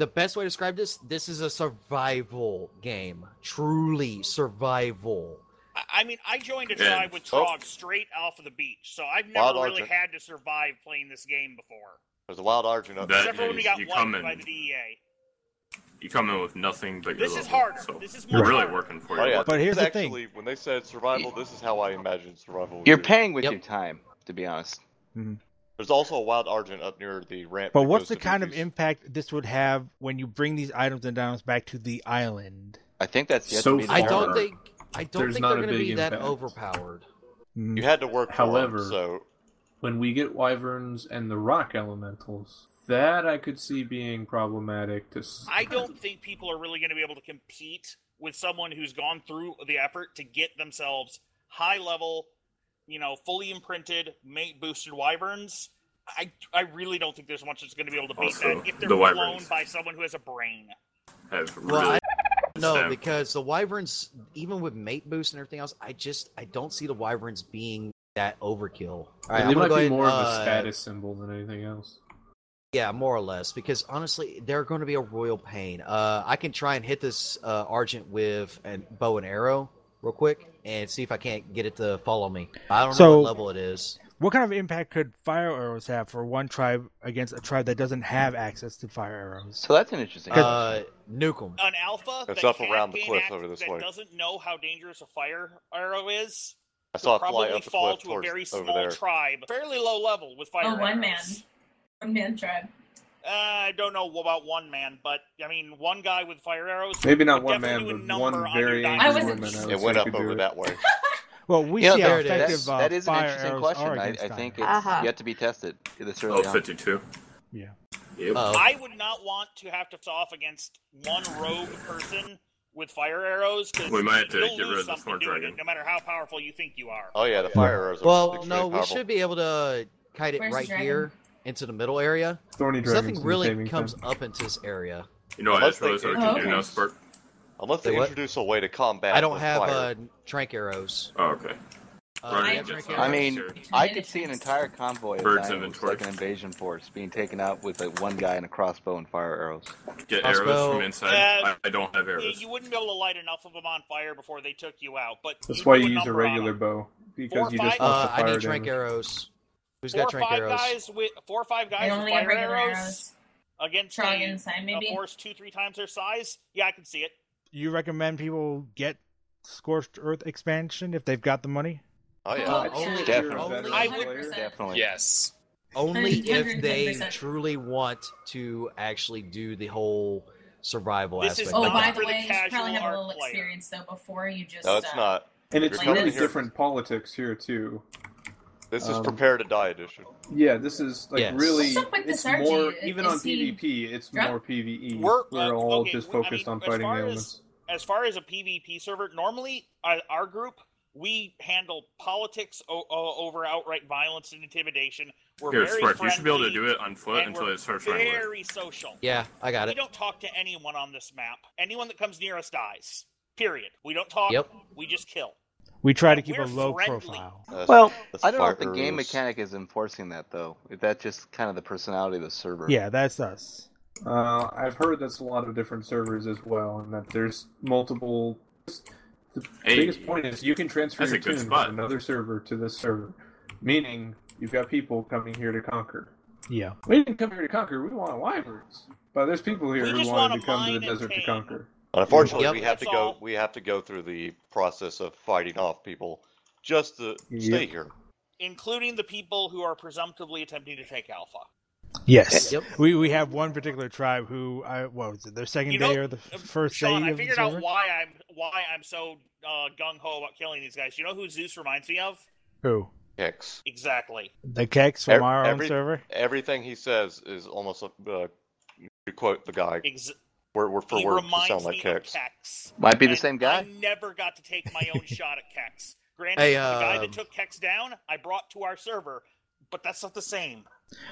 Speaker 4: the best way to describe this this is a survival game truly survival
Speaker 3: I- I mean, I joined a
Speaker 10: Yeah.
Speaker 3: tribe with
Speaker 10: Oh.
Speaker 3: Trog straight off of the beach, so I've never
Speaker 10: Wild
Speaker 3: really
Speaker 10: Archer.
Speaker 3: had to survive playing this game before.
Speaker 10: There's a wild argument up
Speaker 2: That
Speaker 10: there.
Speaker 3: Except for when we
Speaker 2: is-
Speaker 3: got
Speaker 2: you come
Speaker 3: wiped
Speaker 2: in-
Speaker 3: by the E DEA.
Speaker 2: You come in with nothing but your
Speaker 3: This is
Speaker 2: level,
Speaker 3: harder.
Speaker 2: So
Speaker 3: This is
Speaker 2: we're
Speaker 3: more
Speaker 2: really
Speaker 3: harder.
Speaker 2: working for you.
Speaker 10: Oh, yeah.
Speaker 1: But here's the thing.
Speaker 10: actually, when they said survival, this is how I imagined survival. would
Speaker 7: You're
Speaker 10: be. Mm-hmm.
Speaker 7: paying with
Speaker 4: Yep.
Speaker 7: your time, to be honest.
Speaker 3: Mm-hmm.
Speaker 10: There's also a wild argent up near the ramp.
Speaker 1: But
Speaker 10: that
Speaker 1: what's
Speaker 10: goes
Speaker 1: the
Speaker 10: to
Speaker 1: kind of
Speaker 10: Dooku's.
Speaker 1: impact this would have when you bring these items and downs back to the island?
Speaker 7: I think that's yet
Speaker 6: So
Speaker 7: to be
Speaker 6: far-
Speaker 4: i
Speaker 7: determined.
Speaker 4: don't
Speaker 6: Hard.
Speaker 4: think i don't
Speaker 6: There's
Speaker 4: think
Speaker 6: not
Speaker 4: they're
Speaker 6: a
Speaker 4: going to
Speaker 6: big
Speaker 4: be that
Speaker 6: impact.
Speaker 4: overpowered
Speaker 10: You had to work.
Speaker 6: However-
Speaker 10: for it,
Speaker 6: When we get wyverns and the rock elementals, that I could see being problematic. To s-
Speaker 3: I don't think people are really going to be able to compete with someone who's gone through the effort to get themselves high level, you know, fully imprinted, mate boosted wyverns. I, I really don't think there's much that's going to be able to beat
Speaker 2: Also,
Speaker 3: that if they're
Speaker 2: the
Speaker 3: blown
Speaker 2: wyverns.
Speaker 3: by someone who has a brain.
Speaker 2: Have
Speaker 4: Well,
Speaker 2: really
Speaker 4: no
Speaker 2: Sam.
Speaker 4: because the wyverns even with mate boost and everything else i just i don't see the wyverns being that overkill all right
Speaker 6: They
Speaker 4: I'm gonna
Speaker 6: might
Speaker 4: go
Speaker 6: be
Speaker 4: ahead and,
Speaker 6: more of a
Speaker 4: uh,
Speaker 6: status symbol than anything else.
Speaker 4: Yeah, more or less, because honestly, they're going to be a royal pain. Uh, I can try and hit this uh, argent with a bow and arrow real quick and see if I can't get it to follow me. I don't know
Speaker 1: So-
Speaker 4: what level it is.
Speaker 1: What kind of impact could fire arrows have for one tribe against a tribe that doesn't have access to fire arrows?
Speaker 7: So that's an interesting.
Speaker 4: Uh, nuke 'em.
Speaker 3: An alpha
Speaker 10: It's
Speaker 3: that
Speaker 10: up
Speaker 3: can't
Speaker 10: around the
Speaker 3: gain
Speaker 10: cliff
Speaker 3: act-
Speaker 10: over this
Speaker 3: that
Speaker 10: way.
Speaker 3: doesn't know how dangerous a fire arrow is
Speaker 10: I saw it fly
Speaker 3: probably
Speaker 10: up the
Speaker 3: fall
Speaker 10: cliff
Speaker 3: to a
Speaker 10: towards
Speaker 3: very
Speaker 10: over
Speaker 3: small
Speaker 10: there.
Speaker 3: tribe, fairly low level with fire
Speaker 8: Oh, one man.
Speaker 3: arrows.
Speaker 8: One man tribe.
Speaker 3: Uh, I don't know about one man, but I mean, one guy with fire arrows.
Speaker 6: Maybe not
Speaker 3: would
Speaker 6: one
Speaker 3: definitely do
Speaker 6: man,
Speaker 3: a
Speaker 6: but
Speaker 3: number
Speaker 6: one
Speaker 3: on your
Speaker 6: very
Speaker 3: dice.
Speaker 8: I
Speaker 6: angry
Speaker 8: wasn't-
Speaker 6: woman. I would
Speaker 10: It
Speaker 6: say
Speaker 10: went up
Speaker 6: could do
Speaker 10: over
Speaker 6: it.
Speaker 10: that way.
Speaker 1: Well, *laughs* we
Speaker 7: You know,
Speaker 1: see how
Speaker 4: there it is.
Speaker 1: effective uh,
Speaker 7: that is an
Speaker 1: fire
Speaker 7: interesting
Speaker 1: arrows
Speaker 7: question.
Speaker 1: are
Speaker 7: I,
Speaker 1: against
Speaker 7: I
Speaker 1: iron.
Speaker 7: think it's
Speaker 5: Uh-huh.
Speaker 7: yet to be tested this
Speaker 2: Oh,
Speaker 7: early on.
Speaker 2: 52.
Speaker 1: Yeah.
Speaker 2: Yep.
Speaker 4: Uh,
Speaker 3: I would not want to have to off against one rogue person with fire arrows because
Speaker 2: We might have to
Speaker 3: you'll
Speaker 2: get rid
Speaker 3: lose
Speaker 2: of the
Speaker 3: something
Speaker 2: smart
Speaker 3: doing it,
Speaker 2: dragon.
Speaker 3: no matter how powerful you think you are.
Speaker 10: Oh yeah, the fire arrows are
Speaker 4: well,
Speaker 10: extremely
Speaker 4: no, we
Speaker 10: powerful.
Speaker 4: should be able to kite it
Speaker 8: Where's the
Speaker 4: right
Speaker 8: dragon?
Speaker 4: here into the middle area.
Speaker 6: Thorny
Speaker 4: 'cause
Speaker 6: dragons.
Speaker 4: Nothing
Speaker 6: in
Speaker 4: really
Speaker 6: Cavington.
Speaker 4: comes up into this area.
Speaker 2: You know what I
Speaker 10: Unless
Speaker 2: just realized
Speaker 10: they-
Speaker 2: I can
Speaker 8: Oh,
Speaker 2: do now,
Speaker 8: okay.
Speaker 2: Spark?
Speaker 10: Unless
Speaker 4: Say
Speaker 10: they
Speaker 4: what?
Speaker 10: introduce a way to combat.
Speaker 4: I don't
Speaker 10: the
Speaker 4: have
Speaker 10: fire.
Speaker 4: uh, trank arrows.
Speaker 2: Oh, okay.
Speaker 4: Uh,
Speaker 2: Right,
Speaker 4: yeah,
Speaker 2: that's
Speaker 4: trank
Speaker 2: not
Speaker 7: I
Speaker 4: arrows.
Speaker 7: mean,
Speaker 2: necessary.
Speaker 7: I could see an entire convoy of
Speaker 2: Bird's
Speaker 7: dinos,
Speaker 2: inventory.
Speaker 7: like an invasion force, being taken out with like one guy and a crossbow and fire arrows.
Speaker 2: Get
Speaker 4: Crossbow.
Speaker 2: arrows from inside.
Speaker 3: Uh,
Speaker 2: I, I don't have arrows.
Speaker 3: You wouldn't be able to light enough of them on fire before they took you out. But
Speaker 6: That's why
Speaker 3: could
Speaker 6: you
Speaker 3: put
Speaker 6: use a
Speaker 3: number on
Speaker 6: regular
Speaker 3: 'em.
Speaker 6: bow
Speaker 3: Four or
Speaker 6: because you just
Speaker 3: five-
Speaker 6: want
Speaker 4: uh,
Speaker 6: the
Speaker 4: I
Speaker 6: fire
Speaker 4: need trank
Speaker 6: damage.
Speaker 4: arrows. Who's
Speaker 3: Four
Speaker 4: got
Speaker 3: or
Speaker 4: trank
Speaker 3: five
Speaker 4: arrows?
Speaker 3: guys with four or five
Speaker 8: I
Speaker 3: guys with
Speaker 8: only have
Speaker 3: fire
Speaker 8: regular
Speaker 3: arrows,
Speaker 8: arrows.
Speaker 3: against
Speaker 8: Trog
Speaker 3: a,
Speaker 8: inside,
Speaker 3: a
Speaker 8: maybe.
Speaker 3: force two three times their size. Yeah, I can see it.
Speaker 1: You recommend people get Scorched Earth expansion if they've got the money?
Speaker 10: Oh yeah.
Speaker 4: Uh,
Speaker 8: Yeah.
Speaker 4: only if
Speaker 7: Definitely.
Speaker 4: you're- only-
Speaker 3: I would-
Speaker 7: Definitely.
Speaker 9: Yes.
Speaker 4: only if
Speaker 8: 110%.
Speaker 4: they truly want to actually do the whole survival
Speaker 3: This is
Speaker 4: aspect.
Speaker 8: Oh,
Speaker 4: like
Speaker 3: not
Speaker 8: by
Speaker 4: that.
Speaker 3: for
Speaker 8: the
Speaker 3: the
Speaker 8: way, you
Speaker 3: casual
Speaker 8: probably have a
Speaker 3: art
Speaker 8: little
Speaker 3: player.
Speaker 8: experience though before you just.
Speaker 10: No, it's
Speaker 8: uh,
Speaker 10: not.
Speaker 6: And it's
Speaker 8: Like
Speaker 6: totally
Speaker 8: this.
Speaker 6: different politics here too.
Speaker 10: This is
Speaker 6: Um,
Speaker 10: prepare to die edition.
Speaker 6: Yeah, this is like
Speaker 4: Yes.
Speaker 6: really.
Speaker 8: What's up with
Speaker 6: It's
Speaker 8: this RG?
Speaker 6: more
Speaker 8: Is
Speaker 6: even on
Speaker 8: he
Speaker 6: PvP. It's
Speaker 8: drunk?
Speaker 6: more PVE.
Speaker 3: We're, uh,
Speaker 6: all
Speaker 3: okay,
Speaker 6: just
Speaker 3: we- I mean,
Speaker 6: focused on
Speaker 3: as
Speaker 6: fighting the
Speaker 3: far as-
Speaker 6: elements.
Speaker 3: as far as a PvP server, normally uh, our group we handle politics o- o- over outright violence and intimidation. We're
Speaker 2: Here,
Speaker 3: very
Speaker 2: Spark, you
Speaker 3: friendly,
Speaker 2: should be able to do it on foot
Speaker 3: and
Speaker 2: until
Speaker 3: we're
Speaker 2: it starts running away.
Speaker 3: Very social.
Speaker 4: Yeah, I got
Speaker 3: We
Speaker 4: it.
Speaker 3: don't talk to anyone on this map. Anyone that comes near us dies. Period. We don't talk.
Speaker 4: Yep.
Speaker 3: We just kill.
Speaker 1: We try to keep
Speaker 3: We're
Speaker 1: a low
Speaker 3: friendly.
Speaker 1: profile.
Speaker 10: That's-
Speaker 7: Well,
Speaker 10: that's
Speaker 7: I don't know if
Speaker 10: fire
Speaker 7: Uh, the game
Speaker 10: arrows.
Speaker 7: mechanic is enforcing that though. If that's just kind of the personality of the server.
Speaker 1: Yeah, that's us.
Speaker 6: Uh, I've heard that's a lot of different servers as well, and that there's multiple. The
Speaker 2: Hey,
Speaker 6: biggest point is you can transfer
Speaker 2: that's
Speaker 6: your
Speaker 2: a good
Speaker 6: tune
Speaker 2: spot.
Speaker 6: from another server to this server, meaning you've got people coming here to conquer.
Speaker 1: Yeah.
Speaker 6: We didn't come here to conquer. We want wyverns, but there's people here
Speaker 3: We
Speaker 6: who
Speaker 3: just
Speaker 6: wanted
Speaker 3: wanna
Speaker 6: to come to
Speaker 3: mine and
Speaker 6: the desert to
Speaker 3: tame.
Speaker 6: conquer.
Speaker 10: Unfortunately,
Speaker 4: Yep.
Speaker 10: we have to
Speaker 3: That's
Speaker 10: go.
Speaker 3: all.
Speaker 10: We have to go through the process of fighting off people just to stay
Speaker 6: Yep.
Speaker 10: here.
Speaker 3: Including the people who are presumptively attempting to take Alpha.
Speaker 1: Yes.
Speaker 4: Yep.
Speaker 1: We we have one particular tribe who I what was it their second
Speaker 3: You know,
Speaker 1: day or the f- first
Speaker 3: Sean,
Speaker 1: day
Speaker 3: I
Speaker 1: of the
Speaker 3: figured out
Speaker 1: server?
Speaker 3: why I'm why I'm so uh, gung ho about killing these guys. You know who Zeus reminds me of?
Speaker 1: Who
Speaker 10: Hex.
Speaker 3: Exactly.
Speaker 1: the Keks from
Speaker 10: Ev-
Speaker 1: our
Speaker 10: every-
Speaker 1: own server?
Speaker 10: Everything he says is almost a, uh, to quote the guy.
Speaker 3: Ex-
Speaker 10: Word, word for
Speaker 3: he
Speaker 10: word, you
Speaker 3: reminds
Speaker 10: sound like
Speaker 3: me
Speaker 10: Kex.
Speaker 3: of Kex.
Speaker 7: Might be the
Speaker 3: And
Speaker 7: same guy.
Speaker 3: I never got to take my
Speaker 1: *laughs*
Speaker 3: own shot at Kex. Granted,
Speaker 4: Hey,
Speaker 3: the guy
Speaker 4: um,
Speaker 3: that took Kex down, I brought to our server, but that's not the same.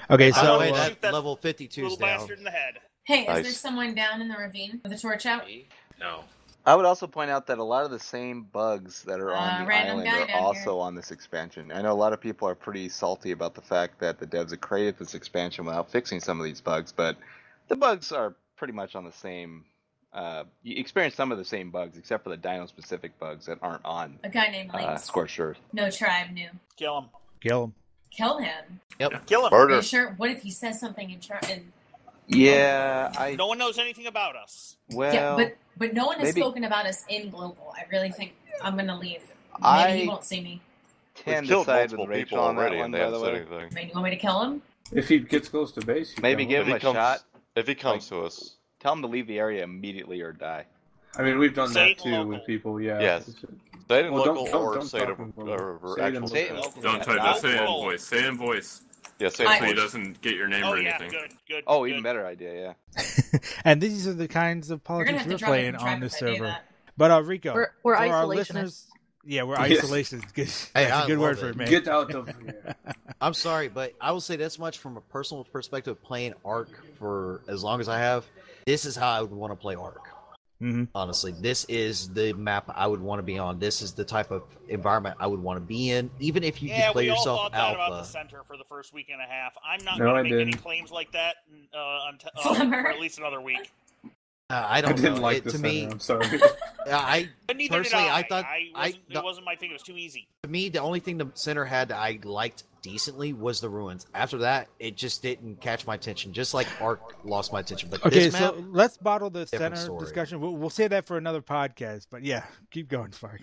Speaker 1: Okay,
Speaker 4: By
Speaker 1: so
Speaker 4: the way,
Speaker 1: uh,
Speaker 4: that,
Speaker 3: shoot that
Speaker 4: level
Speaker 3: Little
Speaker 4: 52's down.
Speaker 3: bastard in the head.
Speaker 8: Hey, is there
Speaker 10: Nice.
Speaker 8: someone down in the ravine with a torch out?
Speaker 9: Me? No.
Speaker 7: I would also point out that a lot of the same bugs that are
Speaker 8: Uh,
Speaker 7: on the
Speaker 8: random
Speaker 7: island
Speaker 8: guy
Speaker 7: are
Speaker 8: down
Speaker 7: also
Speaker 8: here.
Speaker 7: on this expansion. I know a lot of people are pretty salty about the fact that the devs have created this expansion without fixing some of these bugs, but the bugs are pretty much on the same. Uh, you experience some of the same bugs, except for the dino-specific bugs that aren't on
Speaker 8: A guy named
Speaker 7: uh,
Speaker 8: Lynx.
Speaker 7: Scorched Earth.
Speaker 8: no tribe knew.
Speaker 3: Kill him.
Speaker 1: Kill him.
Speaker 8: Kill him.
Speaker 4: Yep.
Speaker 3: Kill him.
Speaker 10: Murder.
Speaker 8: Are you sure? What if he says something in tri- and
Speaker 7: Yeah, I
Speaker 3: No one knows anything about us.
Speaker 7: well.
Speaker 8: yeah, but but no one has
Speaker 7: maybe-
Speaker 8: spoken about us in global. I really think I'm gonna leave. Maybe
Speaker 7: I-
Speaker 8: he won't see me.
Speaker 10: We've
Speaker 7: tend to
Speaker 10: killed
Speaker 7: side with
Speaker 10: multiple
Speaker 7: Rachel
Speaker 10: people
Speaker 7: on that
Speaker 10: already,
Speaker 7: one.
Speaker 10: and they
Speaker 7: By the
Speaker 10: haven't
Speaker 7: way,
Speaker 10: said anything.
Speaker 8: I mean, you want me to kill him?
Speaker 6: If he gets close to base, you
Speaker 7: Maybe
Speaker 6: kill
Speaker 7: give
Speaker 10: If
Speaker 6: him.
Speaker 7: him
Speaker 10: he
Speaker 7: a
Speaker 10: comes,
Speaker 7: shot.
Speaker 10: if he comes to us,
Speaker 7: Tell him to leave the area immediately or die.
Speaker 6: I mean, we've done
Speaker 3: Say
Speaker 6: that too
Speaker 3: local.
Speaker 6: with people. Yeah.
Speaker 10: Yes. Satan
Speaker 6: Well, don't-
Speaker 10: local
Speaker 6: don't-
Speaker 10: or
Speaker 6: don't
Speaker 10: Satan
Speaker 6: talk in
Speaker 10: or,
Speaker 6: public.
Speaker 10: or
Speaker 6: Satan
Speaker 10: actual.
Speaker 6: local.
Speaker 7: Say it locally.
Speaker 2: Don't
Speaker 7: Yeah,
Speaker 2: type
Speaker 7: not
Speaker 2: that. Say it in
Speaker 7: local.
Speaker 2: voice. Say it in voice.
Speaker 10: Yeah, Satan
Speaker 8: I-
Speaker 2: So he
Speaker 10: voice.
Speaker 2: doesn't get your name
Speaker 3: Oh
Speaker 2: or
Speaker 3: yeah,
Speaker 2: anything.
Speaker 3: good, good.
Speaker 7: Oh,
Speaker 3: good.
Speaker 7: even better idea. Yeah.
Speaker 1: and these are the kinds of
Speaker 8: You're gonna
Speaker 1: politics
Speaker 8: have
Speaker 1: we're
Speaker 8: to drop me
Speaker 1: playing
Speaker 8: from tribe
Speaker 1: on
Speaker 8: if
Speaker 1: this
Speaker 8: I do
Speaker 1: server.
Speaker 8: that.
Speaker 1: But uh, Rico,
Speaker 5: We're- we're
Speaker 1: for our
Speaker 5: isolationists.
Speaker 1: listeners, yeah,
Speaker 4: *laughs*
Speaker 1: we're
Speaker 6: Yes.
Speaker 1: isolationists. Good-
Speaker 4: Hey,
Speaker 1: That's a
Speaker 4: I
Speaker 1: good word
Speaker 4: love
Speaker 1: for
Speaker 4: it.
Speaker 1: it, man.
Speaker 6: Get out
Speaker 1: *laughs*
Speaker 6: of here.
Speaker 4: I'm sorry, but I will say this much from a personal perspective: playing Ark for as long as I have, this is how I would want to play Ark.
Speaker 1: Mhm.
Speaker 4: Honestly, this is the map I would want to be on. This is the type of environment I would want to be in, even if you
Speaker 3: Yeah,
Speaker 4: just play
Speaker 3: we all
Speaker 4: yourself
Speaker 3: thought that about the
Speaker 4: alpha.
Speaker 3: center for the first week and a half. I'm not
Speaker 6: No,
Speaker 3: going
Speaker 6: I
Speaker 3: to make any
Speaker 6: didn't.
Speaker 3: claims like that uh, until uh,
Speaker 8: Flummer.
Speaker 3: for at least another week.
Speaker 4: Uh, I
Speaker 6: I
Speaker 4: don't
Speaker 6: didn't
Speaker 4: know.
Speaker 6: like
Speaker 4: it,
Speaker 6: this
Speaker 4: to
Speaker 6: center.
Speaker 4: me,
Speaker 6: I'm sorry.
Speaker 4: *laughs* I
Speaker 3: But neither
Speaker 4: Personally,
Speaker 3: did I.
Speaker 4: I thought- I-
Speaker 3: wasn't,
Speaker 4: no.
Speaker 3: it wasn't my thing. It was too easy.
Speaker 4: to me the only thing the center had that I liked decently was the ruins. After that, it just didn't catch my attention. Just like Ark lost my attention, but
Speaker 1: Okay,
Speaker 4: this map,
Speaker 1: so let's bottle the center
Speaker 4: different story.
Speaker 1: discussion. We'll, we'll save that for another podcast. But yeah, keep going, Spark.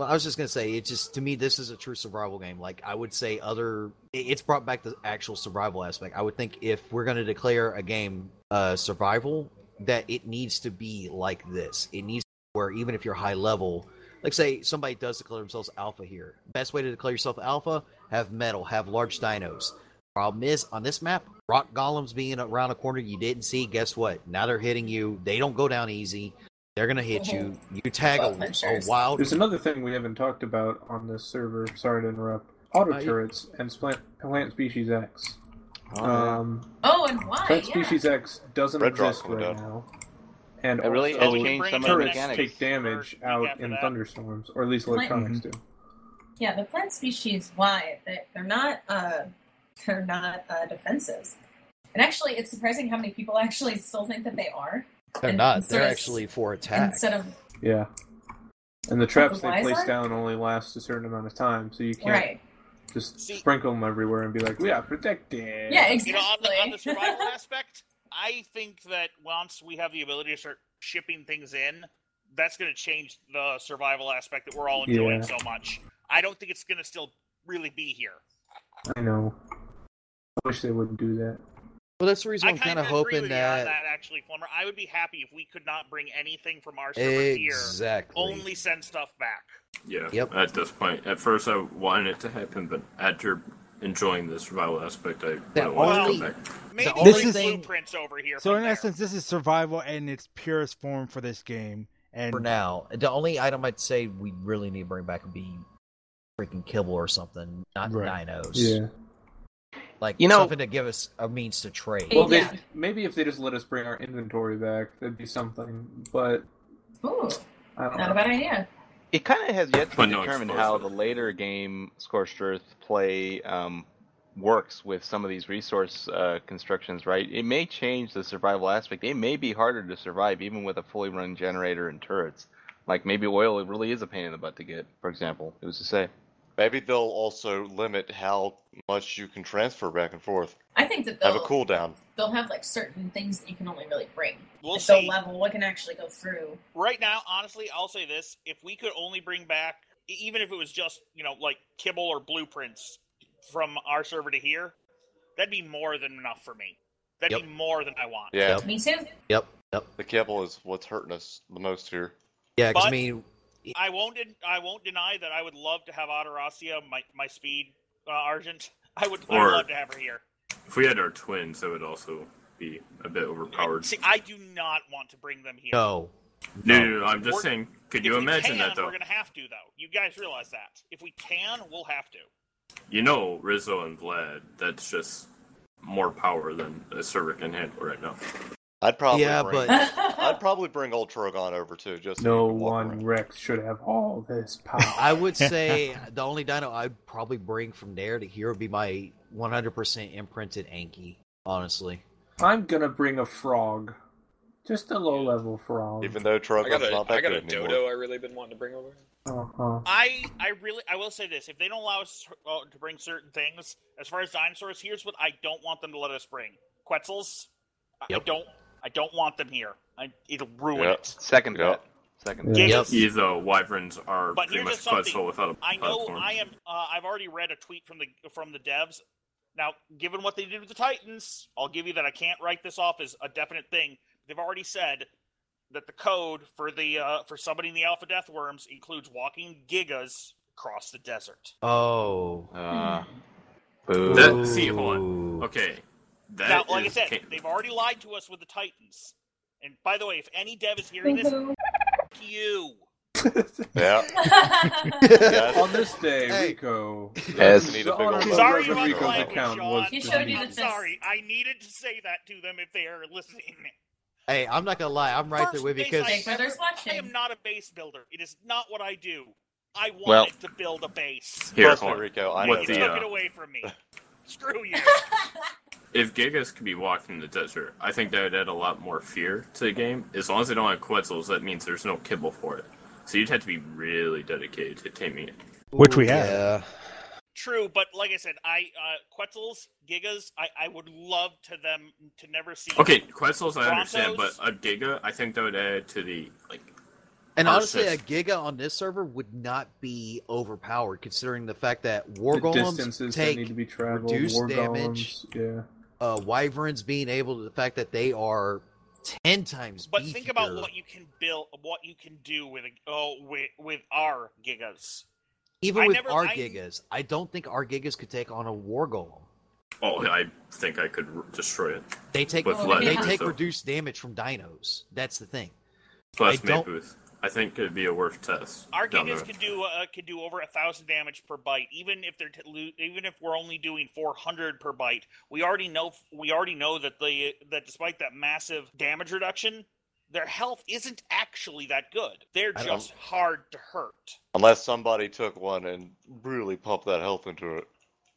Speaker 4: Well, I was just gonna say, it just to me, this is a true survival game. Like I would say, other it- it's brought back the actual survival aspect. I would think if we're gonna declare a game uh, survival, that it needs to be like this. It needs where even if you're high level, like say somebody does declare themselves alpha here. Best way to declare yourself alpha: have metal, have large dinos. Problem is on this map, rock golems being around a corner you didn't see. Guess what? Now they're hitting you. They don't go down easy. They're gonna hit you. You tag a,
Speaker 8: Well, I'm sure.
Speaker 4: a wild
Speaker 6: There's another thing we haven't talked about on this server. Sorry to interrupt. Auto
Speaker 4: Uh, you-
Speaker 6: turrets and plant, plant species X.
Speaker 4: Oh, yeah.
Speaker 6: Um,
Speaker 8: Oh, and why?
Speaker 6: plant
Speaker 8: yeah.
Speaker 6: species X doesn't
Speaker 10: Red rock
Speaker 6: exist
Speaker 10: coming
Speaker 6: right
Speaker 10: down.
Speaker 6: now. And
Speaker 7: It really
Speaker 3: Oh,
Speaker 7: has
Speaker 3: we can
Speaker 6: also,
Speaker 7: changed
Speaker 3: bring
Speaker 7: some
Speaker 3: it
Speaker 7: of
Speaker 3: to
Speaker 7: the
Speaker 6: turrets
Speaker 3: next
Speaker 7: mechanics.
Speaker 6: take damage
Speaker 3: Or
Speaker 6: out
Speaker 3: recap
Speaker 6: in
Speaker 3: that.
Speaker 6: thunderstorms, or at least electronics
Speaker 4: Hmm.
Speaker 6: do.
Speaker 8: Yeah, the plant species Y, they- they're not uh, *laughs* they're not uh, defensives. And actually, it's surprising how many people actually still think that they are
Speaker 4: They're
Speaker 8: And
Speaker 4: not.
Speaker 8: instead
Speaker 4: They're
Speaker 8: of-
Speaker 4: actually for attack.
Speaker 8: instead of
Speaker 6: Yeah. And the traps they
Speaker 8: Why is
Speaker 6: place
Speaker 8: that?
Speaker 6: down only last a certain amount of time, so you can't
Speaker 8: right.
Speaker 6: just
Speaker 3: See-
Speaker 6: sprinkle them everywhere and be like, "We are protected."
Speaker 8: Yeah,
Speaker 3: You know, on the,
Speaker 8: exactly.
Speaker 3: on the survival
Speaker 8: *laughs*
Speaker 3: aspect, I think that once we have the ability to start shipping things in, that's going to change the survival aspect that we're all enjoying so
Speaker 6: Yeah.
Speaker 3: much. I don't think it's going to still really be here.
Speaker 6: I know. I wish they wouldn't do that.
Speaker 4: well, that's the reason
Speaker 3: I
Speaker 4: I'm kind of
Speaker 3: agree
Speaker 4: hoping
Speaker 3: with you on
Speaker 4: that,
Speaker 3: that actually, Plummer. I would be happy if we could not bring anything from our server here.
Speaker 4: exactly.
Speaker 3: Only send stuff back.
Speaker 2: Yeah.
Speaker 4: Yep.
Speaker 2: At this point, at first I wanted it to happen, but after enjoying the survival aspect, I
Speaker 4: That
Speaker 2: wouldn't want
Speaker 3: only-
Speaker 2: to come back.
Speaker 3: Maybe
Speaker 4: only
Speaker 3: bring
Speaker 4: thing-
Speaker 3: blueprints over here.
Speaker 1: So
Speaker 3: from
Speaker 1: in
Speaker 3: there.
Speaker 1: essence, this is survival in its purest form for this game. And
Speaker 4: for now, the only item I'd say we really need to bring back would be freaking kibble or something, not
Speaker 1: Right.
Speaker 4: dinos.
Speaker 6: Yeah.
Speaker 4: Like
Speaker 7: You know-
Speaker 4: something to give us a means to trade.
Speaker 6: Well,
Speaker 8: Yeah.
Speaker 6: they, maybe if they just let us bring our inventory back, that'd be something. But
Speaker 8: Ooh,
Speaker 6: I don't
Speaker 8: not a
Speaker 6: know.
Speaker 8: bad idea.
Speaker 7: It kind of has yet to
Speaker 2: But
Speaker 7: be
Speaker 2: no
Speaker 7: determined how the
Speaker 2: explosive.
Speaker 7: later game Scorched Earth play um, works with some of these resource uh, constructions, right? It may change the survival aspect. It may be harder to survive even with a fully run generator and turrets. Like maybe oil really is a pain in the butt to get, for example. It was to say.
Speaker 10: Maybe they'll also limit how much you can transfer back and forth.
Speaker 8: I think that they'll
Speaker 10: Have a cooldown.
Speaker 8: they'll have like certain things that you can only really bring.
Speaker 3: We'll
Speaker 8: like
Speaker 3: see.
Speaker 8: The level, what can actually go through.
Speaker 3: right now, honestly, I'll say this: if we could only bring back, e- even if it was just you know like kibble or blueprints from our server to here, that'd be more than enough for me. That'd be more than I want.
Speaker 10: Yeah,
Speaker 8: Me too.
Speaker 4: Yep, yep,
Speaker 10: the kibble is what's hurting us the most here.
Speaker 4: yeah. Because I
Speaker 3: But-
Speaker 4: mean,
Speaker 3: I won't. Den- I won't deny that I would love to have Adoracia, my my speed uh, argent. I would. I'd
Speaker 2: Or-
Speaker 3: love to have her here.
Speaker 2: If we had our twins, that would also be a bit overpowered.
Speaker 3: See, I do not want to bring them here.
Speaker 4: no,
Speaker 2: No, no, no, I'm just
Speaker 3: We're-
Speaker 2: saying. Could
Speaker 3: If
Speaker 2: you
Speaker 3: we
Speaker 2: imagine
Speaker 3: can,
Speaker 2: that though?
Speaker 3: We're gonna have to, though. You guys realize that. If we can, we'll have to.
Speaker 2: You know, Rizzo and Vlad. That's just more power than a server can handle right now.
Speaker 10: I'd probably
Speaker 4: Yeah,
Speaker 10: bring,
Speaker 4: but-
Speaker 10: *laughs* I'd probably bring old Trogon over too. Just so
Speaker 6: No
Speaker 10: you can walk
Speaker 6: one
Speaker 10: around.
Speaker 6: Rex should have all this power.
Speaker 4: *laughs* *laughs* I would
Speaker 6: *laughs*
Speaker 4: say the only dino I'd probably bring from there to here would be my 100% imprinted Anki. Honestly,
Speaker 6: I'm gonna bring a frog. Just a low level frog.
Speaker 10: Even though
Speaker 9: I
Speaker 10: Trogon's
Speaker 9: got a,
Speaker 10: not that
Speaker 9: I got a
Speaker 10: good anymore.
Speaker 9: dodo I really been wanting to bring over.
Speaker 6: Uh-huh.
Speaker 3: I I really I will say this: if they don't allow us uh, to bring certain things, as far as dinosaurs, here's what I don't want them to let us bring: Quetzals. I- I
Speaker 4: Yep.
Speaker 3: don't I don't want them here. I, it'll ruin
Speaker 10: Yeah.
Speaker 3: it.
Speaker 7: Second
Speaker 10: Yeah.
Speaker 7: that. Second
Speaker 6: Yeah.
Speaker 7: that.
Speaker 3: Yes.
Speaker 2: Yeah, though uh, wyverns are
Speaker 3: But
Speaker 2: pretty
Speaker 3: here's
Speaker 2: much
Speaker 3: just something.
Speaker 2: Quetzal without a
Speaker 3: I know
Speaker 2: platform.
Speaker 3: I am. Uh, I've already read a tweet from the from the devs. Now, given what they did with the Titans, I'll give you that I can't write this off as a definite thing. They've already said that the code for the uh, for somebody in the Alpha Death Worms includes walking gigas across the desert.
Speaker 4: Oh.
Speaker 7: Uh, boo.
Speaker 2: That- see, hold Okay, that
Speaker 3: now, like I
Speaker 2: is
Speaker 3: said,
Speaker 2: ca-
Speaker 3: they've already lied to us with the Titans. And by the way, if any dev is hearing this, f- you.
Speaker 6: *laughs*
Speaker 10: Yeah.
Speaker 4: Ooh.
Speaker 6: On this day,
Speaker 4: Hey.
Speaker 6: Rico.
Speaker 7: Yes.
Speaker 10: Need a big old
Speaker 6: Sorry,
Speaker 3: Sorry
Speaker 10: Sorry
Speaker 6: Rico's
Speaker 3: about the
Speaker 10: Rico's
Speaker 3: language,
Speaker 6: account was
Speaker 3: Sean.
Speaker 8: You showed me
Speaker 3: I'm
Speaker 8: the fist.
Speaker 3: sorry. I needed to say that to them if they are listening.
Speaker 4: hey, I'm not gonna lie, I'm right there
Speaker 3: First
Speaker 4: with you
Speaker 3: base
Speaker 4: because
Speaker 8: Big
Speaker 3: I, ever-
Speaker 8: Brother's watching.
Speaker 3: I am not a base builder. It is not what I do. I wanted
Speaker 7: Well-
Speaker 3: to build a base.
Speaker 2: Here,
Speaker 10: Trust me,
Speaker 2: hold on.
Speaker 10: Rico. I
Speaker 2: What
Speaker 10: know
Speaker 3: you
Speaker 2: the,
Speaker 10: that.
Speaker 3: took
Speaker 2: uh,
Speaker 3: it away from
Speaker 2: *laughs*
Speaker 3: me. Screw
Speaker 8: *laughs*
Speaker 3: you.
Speaker 2: if Gigas could be walked in the desert, I think that would add a lot more fear to the game. As long as they don't have Quetzals, that means there's no kibble for it. So you'd have to be really dedicated to taming it.
Speaker 1: Which we have.
Speaker 4: Yeah.
Speaker 3: True, but like I said, I uh, Quetzals, Gigas, I, I would love to them to never see.
Speaker 2: Okay, Quetzals I understand, but
Speaker 3: Broncos?
Speaker 2: a Giga, I think that would add to the like.
Speaker 4: And honestly, a
Speaker 2: Versus-
Speaker 4: Giga on this server would not be overpowered, considering the fact that War
Speaker 6: The
Speaker 4: Golems
Speaker 6: distances that
Speaker 4: take
Speaker 6: need to be traveled.
Speaker 4: reduce
Speaker 6: war
Speaker 4: damage.
Speaker 6: Golems, yeah.
Speaker 4: uh, Wyverns being able to the fact that they are ten times.
Speaker 3: But think about
Speaker 4: beefier.
Speaker 3: what you can build, what you can do with a, oh with with our gigas.
Speaker 4: even
Speaker 3: I
Speaker 4: with
Speaker 3: never-
Speaker 4: our
Speaker 3: I-
Speaker 4: Gigas, I don't think our Gigas could take on a War Golem.
Speaker 2: Oh, I think I could r- destroy it.
Speaker 4: They take Oh,
Speaker 2: With
Speaker 8: lead,
Speaker 4: they
Speaker 8: yeah.
Speaker 4: take
Speaker 2: so-
Speaker 4: reduced damage from dinos. That's the thing.
Speaker 2: Plus,
Speaker 4: I don't-
Speaker 2: Maybooth. I think it'd be a worth test.
Speaker 3: Our
Speaker 2: down the
Speaker 3: gigas
Speaker 2: road.
Speaker 3: can do uh, can do over a thousand damage per bite, even if they're t- lo- even if we're only doing four hundred per bite. We already know we already know that the that despite that massive damage reduction, their health isn't actually that good. They're
Speaker 4: I
Speaker 10: don't-
Speaker 3: just hard to hurt.
Speaker 10: Unless somebody took one and really pumped that health into it.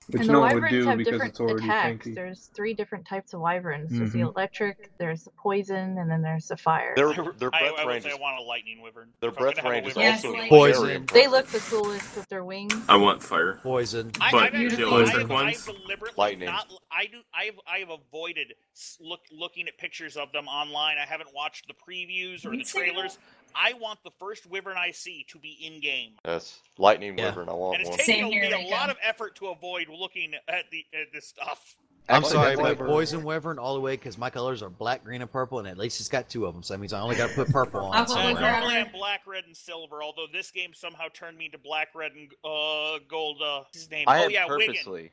Speaker 6: Which
Speaker 5: and the
Speaker 6: no one would
Speaker 5: wyverns
Speaker 6: do
Speaker 5: have
Speaker 6: because
Speaker 5: different
Speaker 6: it's already
Speaker 5: attacks.
Speaker 6: tanky. Mm-hmm.
Speaker 5: There's three different types of wyverns. There's the electric, there's the poison, and then there's the fire.
Speaker 10: Their
Speaker 3: I,
Speaker 10: their
Speaker 3: *laughs* I,
Speaker 10: breath
Speaker 3: I would
Speaker 10: range
Speaker 3: say
Speaker 10: is
Speaker 3: I want a lightning wyvern.
Speaker 10: their
Speaker 3: If I'm
Speaker 10: breath
Speaker 3: gonna have a
Speaker 10: range is
Speaker 3: wyvern-
Speaker 8: Yes,
Speaker 10: also
Speaker 8: like-
Speaker 4: Poison.
Speaker 10: very
Speaker 5: they
Speaker 10: impressive.
Speaker 5: look the coolest with
Speaker 3: *laughs*
Speaker 5: their wings.
Speaker 2: I want fire.
Speaker 4: Poison.
Speaker 3: I,
Speaker 2: But
Speaker 3: I've actually,
Speaker 2: the
Speaker 3: I
Speaker 2: electric
Speaker 3: have,
Speaker 2: ones?
Speaker 3: I've deliberately
Speaker 10: Lightning.
Speaker 3: not. I do. I've I've avoided s- look looking at pictures of them online. I haven't watched the previews or
Speaker 8: Me
Speaker 3: the
Speaker 8: too.
Speaker 3: trailers. I want the first Wyvern I see to be in game,
Speaker 10: Yes, lightning
Speaker 4: Yeah.
Speaker 10: wyvern. I
Speaker 3: and
Speaker 10: want
Speaker 3: it's
Speaker 10: one.
Speaker 8: Same
Speaker 3: taking
Speaker 8: here,
Speaker 3: me a
Speaker 8: Rico.
Speaker 3: lot of effort to avoid looking at the at this stuff.
Speaker 4: I'm
Speaker 10: Actually,
Speaker 4: sorry,
Speaker 10: that's
Speaker 4: but
Speaker 10: why-
Speaker 4: poison wyvern all the way because my colors are black, green, and purple, and at least it's got two of them. So that means I only got to put purple on.
Speaker 8: Aqua
Speaker 3: Uh,
Speaker 8: Wyvern.
Speaker 4: somewhere.
Speaker 3: normally I'm black, red, and silver. Although this game somehow turned me into black, red, and uh, gold. Uh, what's his name?
Speaker 7: I
Speaker 3: oh
Speaker 7: have
Speaker 3: yeah, Wigan.
Speaker 7: purposely,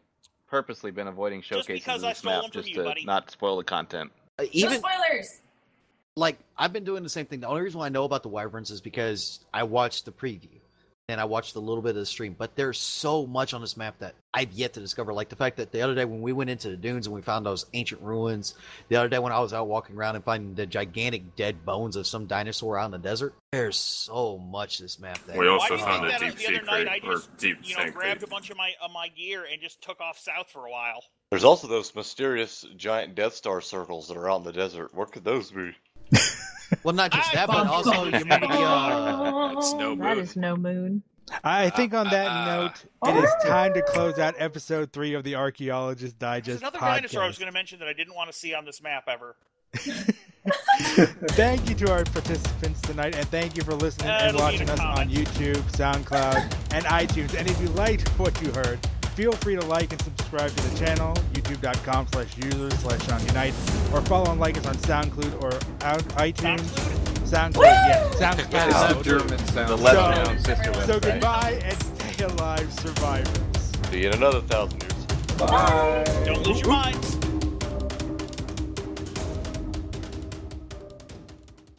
Speaker 7: purposely been avoiding showcases
Speaker 3: because
Speaker 7: of
Speaker 3: I
Speaker 7: this
Speaker 3: stole
Speaker 7: map
Speaker 3: them from
Speaker 7: just
Speaker 3: you,
Speaker 7: to
Speaker 3: buddy.
Speaker 7: not spoil the content.
Speaker 4: Uh,
Speaker 8: No
Speaker 4: Even
Speaker 8: spoilers.
Speaker 4: like I've been doing the same thing. The only reason why I know about the wyverns is because I watched the preview and I watched a little bit of the stream. But there's so much on this map that I've yet to discover. Like the fact that the other day when we went into the dunes and we found those ancient ruins. The other day when I was out walking around and finding the gigantic dead bones of some dinosaur out in the desert. There's so much this map that
Speaker 2: We
Speaker 3: Why do
Speaker 2: also
Speaker 3: you
Speaker 2: found
Speaker 3: think
Speaker 2: a
Speaker 3: that
Speaker 2: deep
Speaker 3: the other
Speaker 2: sea
Speaker 3: night I
Speaker 2: crate or
Speaker 3: just,
Speaker 2: deep
Speaker 3: You know,
Speaker 2: sand crate.
Speaker 3: grabbed a bunch of my of my gear and just took off south for a while.
Speaker 10: There's also those mysterious giant Death Star circles that are out in the desert. Where could those be?
Speaker 4: Well, not just
Speaker 3: I
Speaker 4: that, but
Speaker 3: bumped
Speaker 4: also
Speaker 3: into
Speaker 4: you remember the uh,
Speaker 9: That's no
Speaker 5: That
Speaker 9: moon.
Speaker 5: is no moon.
Speaker 1: I think on that
Speaker 9: Uh,
Speaker 1: note,
Speaker 8: uh,
Speaker 1: it is
Speaker 8: uh.
Speaker 1: time to close out episode three of the Archaeologist
Speaker 3: oh! There's
Speaker 1: Digest
Speaker 3: another
Speaker 1: podcast.
Speaker 3: dinosaur I was going to mention that I didn't want to see on this map ever.
Speaker 1: thank you to our participants tonight, and thank you for listening
Speaker 3: Uh,
Speaker 1: and
Speaker 3: it'll be in
Speaker 1: watching
Speaker 3: a
Speaker 1: us on
Speaker 3: comment.
Speaker 1: YouTube, SoundCloud, and iTunes. And if you liked what you heard, feel free to like and subscribe to the channel, youtube.com slash user slash Sean Unite, or follow and like us on SoundCloud or out iTunes.
Speaker 3: Soundclude?
Speaker 1: SoundCloud, yeah,
Speaker 6: *laughs* It's
Speaker 1: SoundCloud.
Speaker 6: the German sound.
Speaker 7: The
Speaker 1: left
Speaker 6: sound
Speaker 1: hand.
Speaker 6: system.
Speaker 1: so goodbye and stay alive, survivors.
Speaker 10: See you in another thousand years.
Speaker 6: Bye.
Speaker 3: Don't lose your minds.